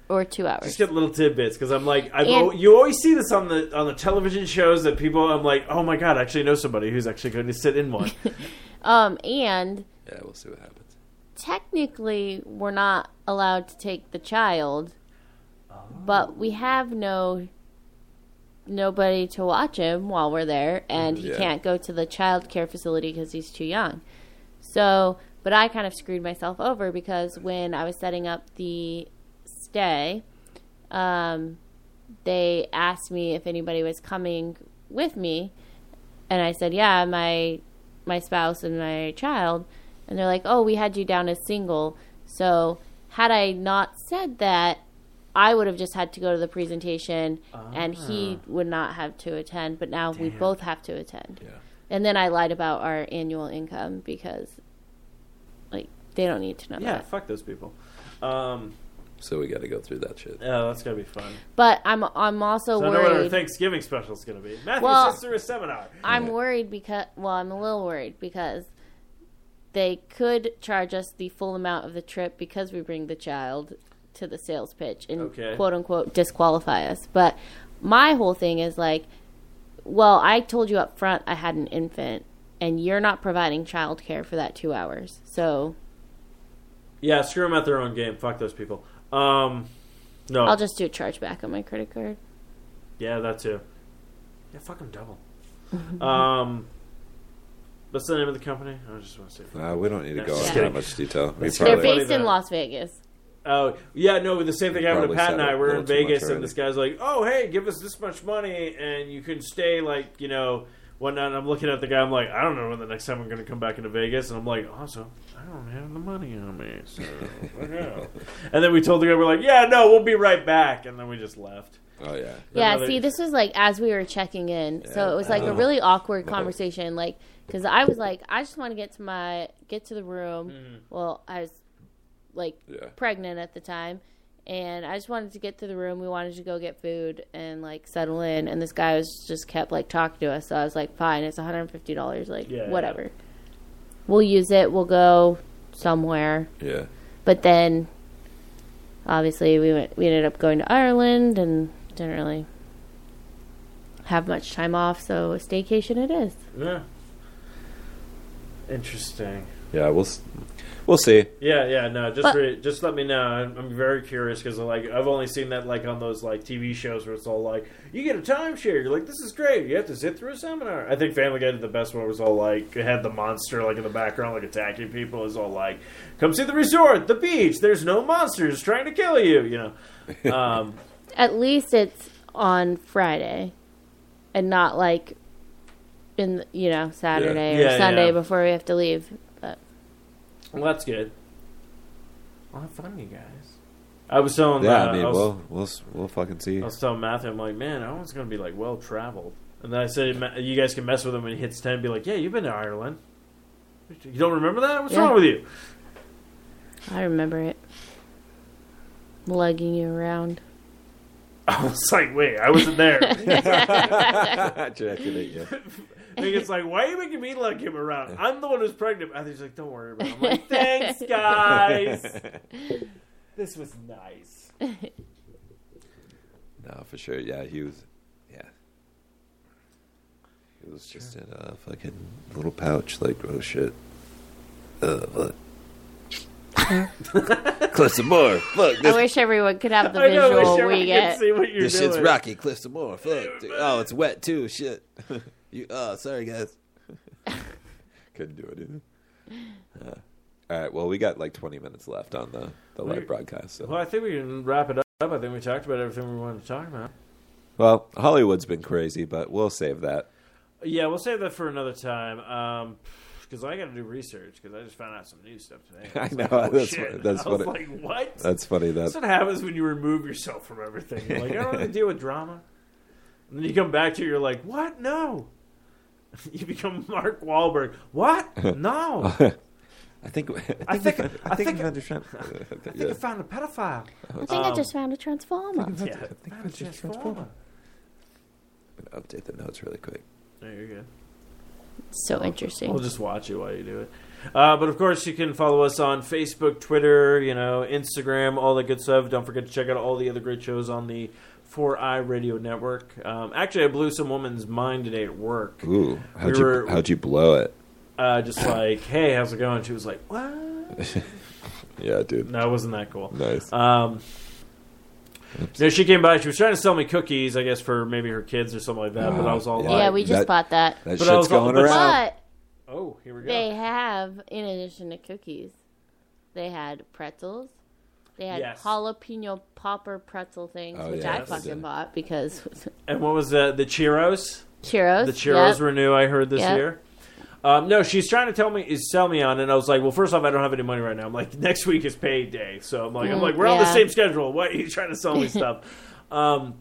F: or two hours.
E: just get little tidbits because I'm like, I've,
F: And-
E: al- you always see this on the on the television shows that people. I'm like, oh my god, I actually know somebody who's actually going to sit in one.
F: Um, and
D: yeah, we'll see what happens.
F: technically we're not allowed to take the child, but we have no nobody to watch him while we're there, and he
D: Yeah.
F: can't go to the child care facility because he's too young. So, but I kind of screwed myself over because when I was setting up the stay, um, they asked me if anybody was coming with me, and I said, "Yeah, my my spouse and my child." And they're like, "Oh, we had you down as single." So, had I not said that, I would have just had to go to the presentation, and he
E: Ah.
F: would not have to attend. But now we both have to attend. And then I lied about our annual income because, like, they don't need to know
E: yeah,
F: that.
E: fuck those people. Um,
D: So we got to go through that shit.
E: yeah, that's gonna be fun.
F: But I'm I'm also
E: So I know what our
F: worried.
E: Thanksgiving special is gonna be. Matthew
F: Well-
E: sits through a seminar.
F: I'm worried because well, I'm a little worried because they could charge us the full amount of the trip because we bring the child to the sales pitch and
E: Okay.
F: quote unquote disqualify us. But my whole thing is like, well, I told you up front I had an infant, and you're not providing childcare for that two hours. So
E: Yeah, screw them at their own game. Fuck those people. Um, no.
F: I'll just do a chargeback on my credit card.
E: Yeah, that too. Yeah, fuck them double. um, what's the name of the company? I just want to say.
D: Uh, we don't need to go
E: Just
D: into
F: kidding.
D: that much detail. We
E: They're
F: They're
E: Probably.
F: based in
E: That-
F: Las Vegas.
E: Oh yeah, no. The same thing
D: You
E: happened to
D: probably
E: Pat
D: said
E: and
D: it
E: I.
D: a
E: We're
D: little
E: in
D: too much
E: Vegas, and
D: already.
E: this guy's like, "Oh hey, give us this much money, and you can stay like you know whatnot." And I'm looking at the guy. I'm like, "I don't know when the next time I'm going to come back into Vegas," and I'm like, "Also, I don't have the money on me." So, fuck out." and then we told the guy, "We're like, yeah, no, we'll be right back," and then we just left.
D: oh yeah.
F: Yeah,
E: Another-
F: see, this was like as we were checking in, so it was like a
D: Ugh.
F: really awkward conversation, like because I was like, I just want to get to my get to the room. Well, I was like
D: Yeah.
F: pregnant at the time, and I just wanted to get to the room. We wanted to go get food and like settle in, and this guy was just kept like talking to us. So I was like, fine, it's one hundred and fifty dollars, like
E: Yeah, yeah.
F: whatever. We'll use it. We'll go somewhere.
D: Yeah.
F: But then, obviously, we went. We ended up going to Ireland and didn't really have much time off. So a staycation it is.
E: Yeah. Interesting.
D: Yeah. We'll s- we'll see.
E: Yeah, yeah, no, just
F: But-
E: re- just let me know. I'm, I'm very curious because like I've only seen that like on those like TV shows where it's all like you get a timeshare. You're like, this is great. You have to sit through a seminar. I think Family Guy did the best one. It was all like it had the monster like in the background like attacking people. It was all like, come see the resort, the beach. There's no monsters trying to kill you. You know, um,
F: At least it's on Friday, and not like in the- you know Saturday
E: Yeah.
F: or
E: Yeah, yeah.
F: Sunday before we have to leave. But
E: well, that's good. Well, have fun, you guys. I was telling
D: Yeah.
E: uh,
D: I mean,
E: was-
D: we'll we'll s- we'll fucking see.
E: I was telling Matthew, I'm like, man, Owen's gonna be like well traveled. And then I said, "Ma- you guys can mess with him when he hits ten. Be like, yeah, you've been to Ireland. You don't remember that? What's
F: Yeah.
E: wrong with you?
F: I remember it lugging you around.
E: I was like, wait, I wasn't there. I think
D: Ejaculate, yeah.
E: it's like, why are you making me lug him around? I'm the one who's pregnant. Matthew's like, don't worry about it. I'm like, thanks, guys. this was nice.
D: No, for sure. Yeah, he was. Yeah, he was just in a fucking little pouch. Like, oh shit. Uh, fuck. Cliff some more. Fuck.
F: I
D: This,
F: wish everyone could have the
E: I know.
F: visual
E: I sure
F: we
E: we can
F: get.
E: see what you're
D: this
E: doing.
D: shit's rocky. Cliff some more. Fuck. dude. Oh, it's wet too. Shit. you. Oh, sorry guys. Couldn't do it either. Uh, all right. Well, we got like 20 minutes left on the the
E: We're-
D: live broadcast. So.
E: Well, I think we can wrap it up. I think we talked about everything we wanted to talk about.
D: Well, Hollywood's been crazy, but we'll save that.
E: Yeah, we'll save that for another time. Because I got to do research because I just found out some new stuff today.
D: I
E: was
D: know,
E: Like, oh,
D: that's
E: shit.
D: what- that's
E: I was
D: what
E: like, what? That's,
D: That's funny. That
E: what happens when you remove yourself from everything. You're like, I don't want to deal with drama. And then you come back to it, you're like, what? No. You become Mark Wahlberg. What?
D: Oh,
E: No. I
D: I think
E: I think- I think-
D: I've understand. I
E: think I found a pedophile.
F: I think I
E: Um,
F: just found a transformer.
E: Yeah, I'm a transformer.
D: Update the notes really quick.
E: There you go.
F: So interesting.
E: We'll just watch it while you do it. Uh, but of course, you can follow us on Facebook, Twitter, you know, Instagram, all that good stuff. Don't forget to check out all the other great shows on the 4i Radio Network. Um, actually, I blew some woman's mind today at work.
D: Ooh, how'd
E: We
D: you
E: were-
D: how'd you blow it?
E: Uh, just like, hey, how's it going? She was like, what?
D: Yeah, dude.
E: No, it wasn't that cool.
D: Nice.
E: Um, no, she came by. She was trying to sell me cookies, I guess, for maybe her kids or something like that. but I was all
D: Yeah.
F: yeah,
E: like,
F: we just
D: that-
F: bought that.
D: that
E: but I was
D: shit's going
E: all- but-
D: around.
F: But
E: oh, here we go.
F: They have, in addition to cookies, they had pretzels. They had
E: Yes.
F: jalapeno popper pretzel things,
D: Oh,
F: which
D: yeah,
F: I
D: that's
F: fucking
D: good.
F: bought because
E: And what was that? The Cheeros?
F: churros.
E: The Cheeros
F: yep.
E: were new. I heard this
F: Yep.
E: year. Um, no, she's trying to tell me is sell me on, and I was like, well, first off, I don't have any money right now. I'm like, next week is payday, so I'm like, I'm like, we're on the
F: yeah.
E: same schedule. Why are you trying to sell me stuff? Um,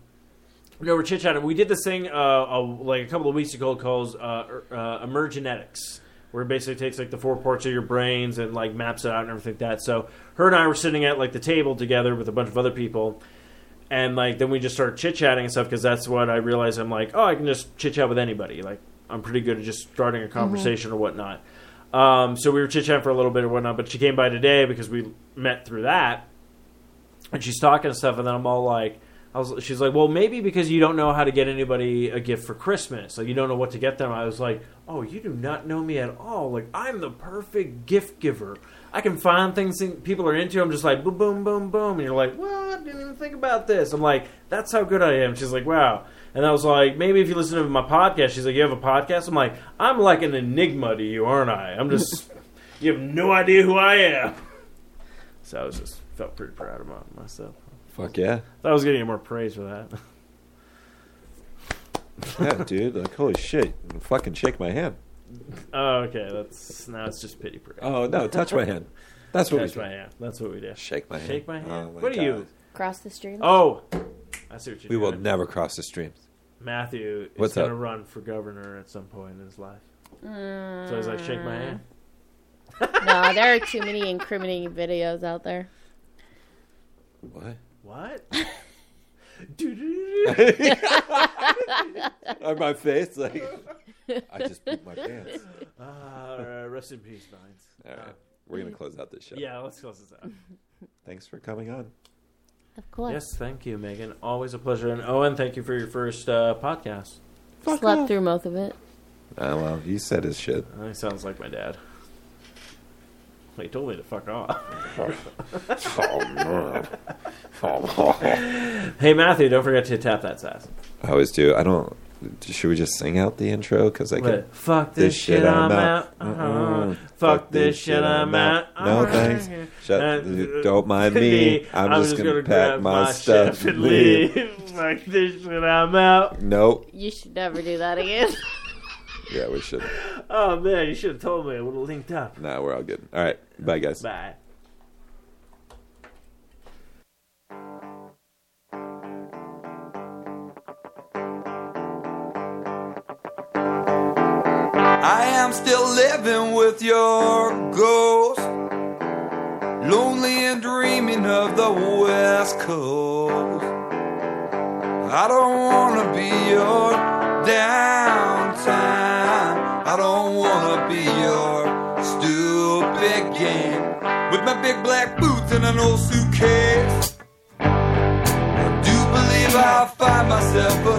E: no, we're chit chatting. We did this thing uh, a, like a couple of weeks ago called uh, er- uh, emergenetics, where it basically takes like the four parts of your brains and like maps it out and everything like that. So her and I were sitting at like the table together with a bunch of other people, and like then we just started chit chatting and stuff because that's what I realized. I'm like, oh, I can just chit chat with anybody. Like I'm pretty good at just starting a conversation or whatnot. Um, so we were chit chatting for a little bit or whatnot, but she came by today because we met through that and she's talking and stuff, and then I'm all like, I was, she's like, well, maybe because you don't know how to get anybody a gift for Christmas, like you don't know what to get them. I was like, oh, you do not know me at all. Like I'm the perfect gift giver. I can find things that people are into. I'm just like boom, boom, boom, boom, and you're like, what? I didn't even think about this. I'm like, that's how good I am. She's like, wow. And I was like, maybe if you listen to my podcast, she's like, you have a podcast. I'm like, I'm like an enigma to you, aren't I? I'm just, you have no idea who I am. So I was just felt pretty proud of my, myself.
D: Fuck yeah.
E: Thought I was gonna get more praise for that.
D: Yeah, dude. Like, holy shit. Fucking shake my hand.
E: Oh, okay. That's now it's just pity parade.
D: Oh, no. Touch my hand. That's what
E: That's
D: we do.
E: my hand. That's what we do.
D: Shake my hand.
E: Shake my hand.
D: Oh
E: what are you?
D: God.
F: Cross the stream.
E: Oh, I see what you're
D: We will
E: doing.
D: never cross the streams.
E: Matthew is
D: What's
E: going to
D: up?
E: run for governor at some point in his life. So he's like, shake my
D: Mm.
E: hand.
F: No, there are too many incriminating videos out there.
D: What?
E: What? Doo-doo-doo-doo.
D: On my face? Like, I just pooped my pants.
E: uh, rest in peace, Vines.
D: All right. We're going to close out this show.
E: Yeah, let's close this out.
D: Thanks for coming on.
F: Of course.
E: Yes, thank you, Megan. Always a pleasure. And Owen, thank you for your first uh, podcast.
F: Slept through most of it.
D: Oh, well, you said his shit.
E: Uh, He sounds like my dad. He told me to fuck off. hey, Matthew, don't forget to tap that sass.
D: I always do. I don't. Should we just sing out the intro? Because I
E: Wait,
D: can.
E: fuck this, shit, I'm out.
D: Uh-uh. Mm-mm.
E: Uh-huh. Fuck this shit, I'm out.
D: No
E: Uh-huh.
D: thanks. Shut.
E: Uh,
D: don't mind me. I'm, just, gonna, pack
E: grab
D: my
E: shit
D: stuff and leave.
E: fuck this shit, I'm out.
D: Nope.
F: You should never do that again.
D: Yeah, we should.
E: Oh man, you should have told me. I would have linked up.
D: Nah, we're all good. All right. Bye, guys.
E: Bye.
B: I am still living with your ghost. Lonely and dreaming of the West Coast. I don't wanna be your downtime. I don't wanna be your stupid game. With my big black boots and an old suitcase. I do believe I'll find myself a